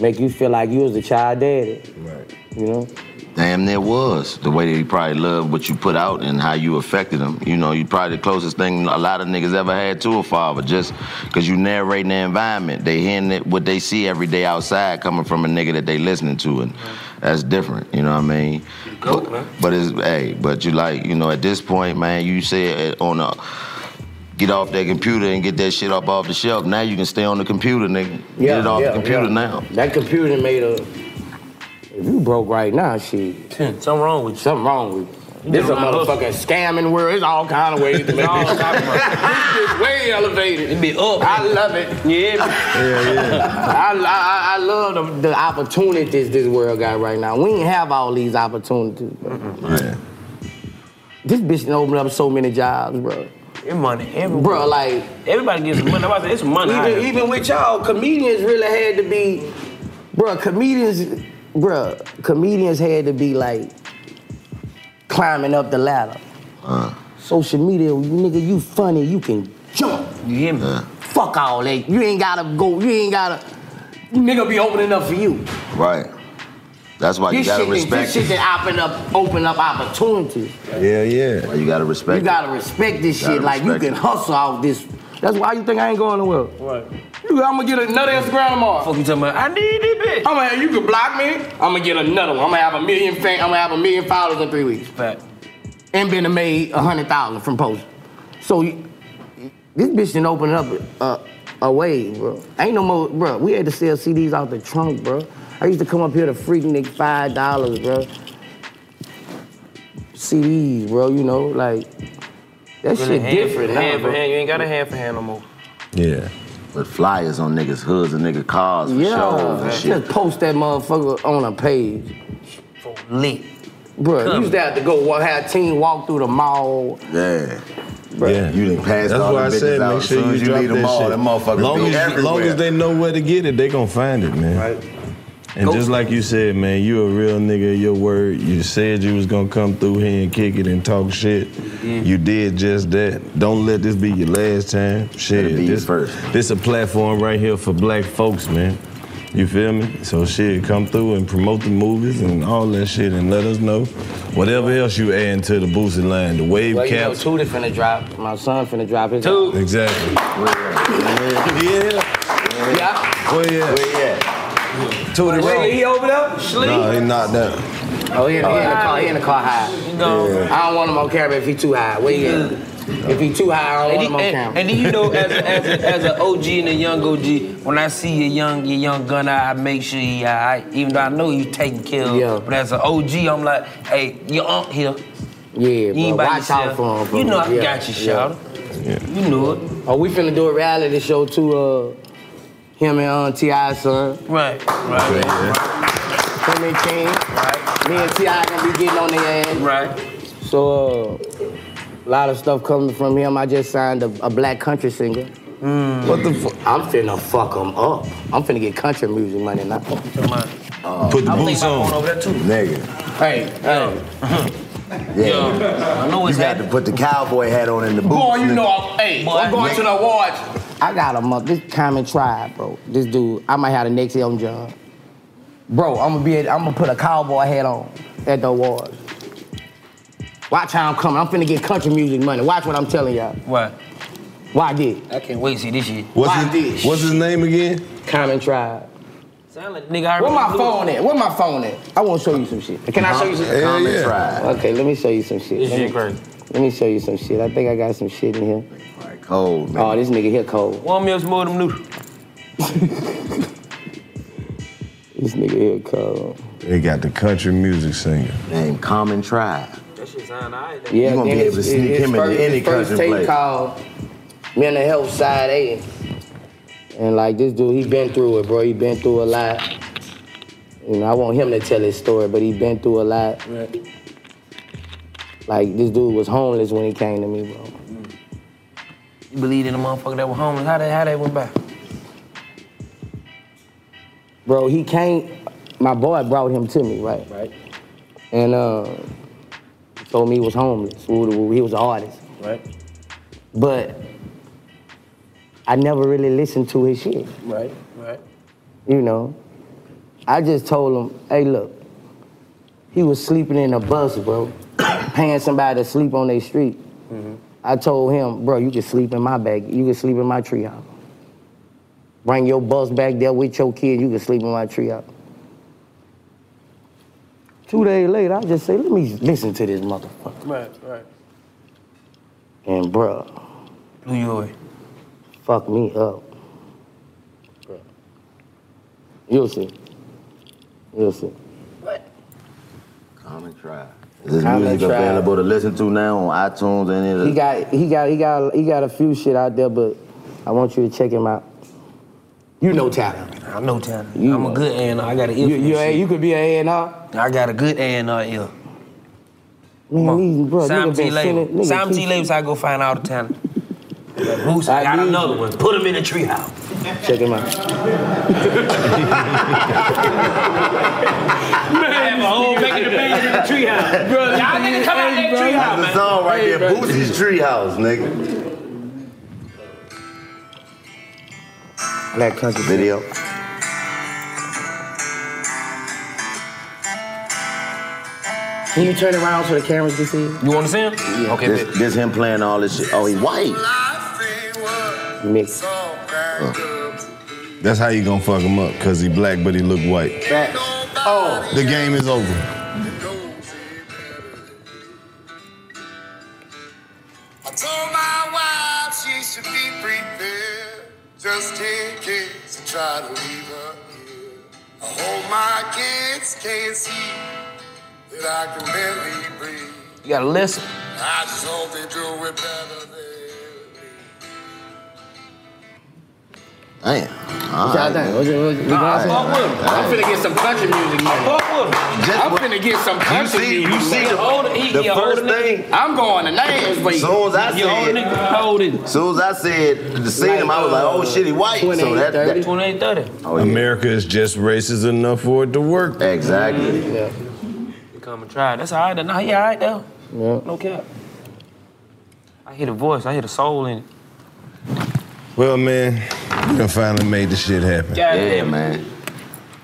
S1: make you feel like you was the child daddy. Right. You know.
S6: Damn, there was the way that he probably loved what you put out and how you affected him. You know, you probably the closest thing a lot of niggas ever had to a father, just because you narrating the environment. They hearing it, what they see every day outside coming from a nigga that they listening to, and that's different. You know what I mean? but, but it's hey, but you like you know at this point, man, you said on a get off that computer and get that shit up off the shelf. Now you can stay on the computer, nigga. get it off the computer now.
S1: That computer made a. If you broke right now, shit. something wrong with you. Something wrong with you. This a motherfucking scamming world. It's all kind of ways to make this This is way elevated. It be up. I love it. Yeah.
S27: Yeah,
S1: yeah. I, I, I love the, the opportunities this world got right now. We ain't have all these opportunities, bro.
S27: Yeah.
S1: This bitch done opened up so many jobs, bro.
S7: It money everywhere.
S1: Bro, like
S7: everybody gets money. That's why I say it's money. out
S1: Even,
S7: here.
S1: even with y'all, comedians really had to be, bruh, comedians, bruh, comedians had to be like climbing up the ladder.
S6: Uh.
S1: Social media, nigga, you funny, you can jump.
S7: You hear me?
S1: Fuck all that. You ain't gotta go, you ain't gotta, nigga be opening up for you.
S6: Right. That's why you
S1: this,
S6: gotta
S1: shit, is- this
S6: respect.
S1: shit that open up, open up opportunities.
S27: Yeah, yeah.
S6: you gotta
S1: You
S6: respect.
S1: gotta respect this
S6: Gotta
S1: shit. Like you
S6: respect
S1: can hustle out this. That's why you think I ain't going nowhere. Right. I'm gonna get another Instagram tomorrow. Fuck
S7: you talking about? I need this bitch.
S1: I'm gonna. You can block me. I'm gonna get another one. I'm gonna have a million. Fan, I'm gonna have a million followers in three weeks.
S7: Fact.
S1: And been made a hundred thousand from posting. So you- this bitch didn't open up a, a way, bro. Ain't no more, bro. We had to sell CDs out the trunk, bro. I used to come up here to freak nigga five dollars, bro. CDs, bro. You know, like that
S7: Really
S1: shit
S7: hand-
S1: different now,
S7: hand for
S1: bro.
S7: hand. You ain't got a hand for hand no more.
S27: Yeah.
S6: But flyers on niggas' hoods and niggas' cars for shows and shit.
S1: Just post that motherfucker on a page.
S7: Lit.
S1: Bruh, you
S6: Come.
S1: used to have to go walk, have a team walk through the mall.
S6: Yeah.
S27: Yeah.
S6: You didn't pass
S27: That's
S6: all
S27: why I
S6: the bitches
S27: said
S6: out.
S27: make
S6: As
S27: sure
S6: soon
S27: you,
S6: as you
S27: drop
S6: leave the
S27: that
S6: mall,
S27: shit.
S6: that motherfucker
S27: long
S6: be
S27: as,
S6: everywhere.
S27: Long as they know where to get it, they gonna find it, man. Right. And just like you said, man, you a real nigga. Your word, you said you was gonna come through here and kick it and talk shit. You did just that. Don't let this be your last time. Shit,
S6: be your
S27: this first. This a platform right here for black folks, man.
S4: You feel me? So shit, come through and promote the movies and all that shit, and let us know whatever else you add to the boosted line, the wave
S1: well,
S4: cap.
S1: you know, Tootie finna drop. My son finna drop his.
S4: Toot. Exactly.
S1: Yeah. Yeah.
S4: Where you at?
S1: Where you at?
S4: Tootie
S1: Wait,
S4: Roll.
S1: he over there? Sleep?
S4: Nah, he knocked out.
S1: Oh, he in, he in the car. He in the car high.
S4: know. Yeah.
S1: I don't want him on camera if he too high. Where he at? If he too high, I
S7: And,
S1: don't want him
S7: you-
S1: on
S7: and,
S1: camera.
S7: and then you know, as a, as a, as an OG and a young OG, when I see a young your young gunner, I make sure he alright, even though I know he's taking care. of. But as an OG, I'm like, hey, your aunt here.
S1: Yeah,
S7: you ain't
S1: bro,
S7: by
S1: watch out
S7: yourself.
S1: for him. Bro.
S7: You know I
S1: Yeah,
S7: got you,
S1: yeah.
S7: shout. You know it.
S1: Oh, we finna do a reality show too. Uh, him and uh, Ti son.
S7: Right, right.
S1: Him and King. Right. Me and Ti gonna be getting on the ass.
S7: Right.
S1: So uh, a lot of stuff coming from him. I just signed a, a black country singer.
S7: Hmm.
S1: What the fuck? I'm finna fuck him up. I'm finna get country music money now. Uh,
S4: Put the
S1: I was thinking
S4: boots
S1: about
S4: on.
S1: going over there, too.
S6: Nigga.
S1: Hey, hey.
S6: Yeah.
S1: I know it's
S6: you got to put the cowboy hat on in the booth.
S1: Boy, you
S6: nigga.
S1: know, I'm, hey, I'm going to the awards. I got a month. This common tribe, bro. This dude, I might have the next Elton John. Bro, I'm gonna be. at- I'm gonna put a cowboy hat on at the awards. Watch how I'm coming. I'm finna get country music money. Watch what I'm telling y'all.
S7: What?
S1: Why did?
S7: I can't wait to see this shit.
S1: What's Why did?
S4: What's his name again?
S1: Common Tribe.
S7: Sound like nigga. I
S1: Where my
S7: already
S1: phone
S7: knew.
S1: at? Where my phone at? I want to show you some shit. Can I show you some
S6: Hell Common yeah. Tribe.
S1: Okay, let me show you some shit.
S6: This
S1: Let me-
S6: shit crazy.
S1: Let me show you some shit. I think I got some shit in here.
S6: Cold, man.
S1: Oh, this nigga here cold.
S7: One meal more than noodles.
S1: This nigga here cold.
S4: They got the country music singer.
S6: Name Common Tribe.
S7: That shit sound alright.
S1: Yeah,
S6: You gonna be
S1: nigga,
S6: able to
S1: his-
S6: sneak
S1: his
S6: him into
S1: first-
S6: any
S1: his first
S6: country
S1: tape
S6: place.
S1: called Mental Health Side A. And like this dude, he been through it, bro. He been through a lot. You know, I want him to tell his story, but he been through a lot. Like this dude was homeless when he came to me, bro.
S7: You believe in the motherfucker that was homeless? How they how they went back?
S1: Bro, he came. My boy brought him to me, right?
S7: Right.
S1: And uh, told me he was homeless. Woo, woo, woo. He was an artist.
S7: Right.
S1: But I never really listened to his shit.
S7: Right. Right.
S1: You know, I just told him, hey, look, he was sleeping in a bus, bro, paying somebody to sleep on their street. I told him, bro, you can sleep in my bag. You can sleep in my tree house. Bring your bus back there with your kid. You can sleep in my tree house. Two days later, I just say, let me listen to this motherfucker.
S7: Right. Right.
S1: And bro,
S7: Blew you away.
S1: fuck me up.
S7: Bro.
S1: You'll see. You'll see.
S6: Common Tribe. Is this
S1: Common
S6: music
S1: Tribe.
S6: available to listen to now on iTunes and any of the
S1: He got he got he got he got a few shit out there, but I want you to check him out. You know talent.
S7: I know talent. I'm a good A&R. I got an ear.
S1: You-
S7: for
S1: you
S7: that
S1: a-
S7: shit.
S1: you could be an A&R.
S7: I got a good A&R ear.
S1: Man, these bro,
S7: Sam
S1: nigga
S7: T.
S1: been sending
S7: Label.
S1: nigga
S7: Sam
S1: keep-
S7: T. Label, I go find all the talent. Boosie, I got another one. Put him in the treehouse.
S1: Check him out.
S7: Man, my whole making the band in the treehouse. Bro, y'all niggas come out that treehouse,
S6: That's a song right there, Boosie's Treehouse, nigga.
S1: Black country
S6: video.
S1: Can you turn around so the cameras can see?
S7: You want to see him? Okay,
S6: this, this him playing all this shit. Oh, he white.
S1: Mix.
S4: That's how you gonna fuck him up, cause he black but he look white.
S1: Oh.
S4: The game is over.
S12: I told my wife she should be prepared. Just take kids and try to leave her here. I hope my kids can't see that I can barely breathe.
S7: You gotta listen.
S12: I just hope they do it better than.
S6: Damn.
S1: What y'all think? What you- what you-
S6: Nah,
S1: what y'all
S6: I-
S1: think?
S6: I-
S1: I'm finna get some country music money. I'm finna get some country
S6: see-
S1: music
S6: you see
S1: money.
S6: the- Hold it, he- the he a first older nigga. thing-
S1: I'm going to names for you.
S6: Soon as I
S1: You
S6: said,
S1: older nigga, hold it.
S6: soon as I said, seen him, I was like, oh shit, he white. So that, that
S7: 2830.
S4: America is just racist enough for it to work.
S6: Exactly.
S1: Yeah.
S7: You come and try. it. That's all right. Nah, he all right, though. No cap. I hear the voice. I hear the soul in it.
S4: Well, man, we done finally made this shit happen.
S7: Yeah, Yeah,
S6: man.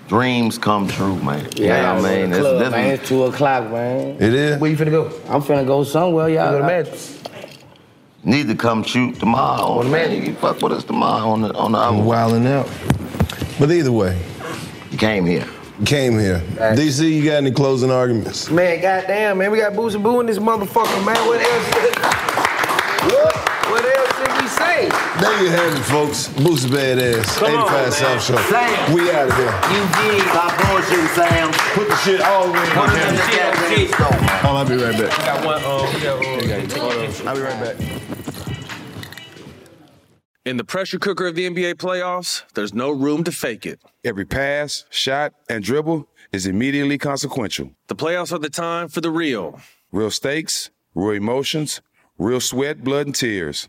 S6: Dreams come true, man.
S1: Yeah,
S6: you know what I mean?
S1: It's,
S6: That's-
S1: club,
S6: that's-
S1: man. it's two o'clock, man.
S6: It is?
S1: Where you finna go? I'm finna go somewhere, y'all.
S6: You go to Need to come shoot tomorrow. man, you fuck with us tomorrow on the on the. I'm
S25: wilding out. But either way,
S6: you came here.
S25: Came here. DC, you got any closing arguments?
S28: Man, goddamn, man, we got Boosie Boo in this motherfucker, man. What else? what? What else did we say?
S25: There you have it, folks. Boosie Badass,
S28: Come
S25: 85
S28: on, man.
S25: South Show.
S28: Sam.
S25: We out of here.
S6: You did. Stop bullshitting, Sam.
S25: Put the shit all the way in
S28: One
S25: the
S28: of them
S25: camera. Oh, I'll be right back.
S28: got one, um, we got, um, I'll be right back.
S32: In the pressure cooker of the NBA playoffs, there's no room to fake it.
S33: Every pass, shot, and dribble is immediately consequential.
S32: The playoffs are the time for the real.
S33: Real stakes, real emotions, real sweat, blood, and tears,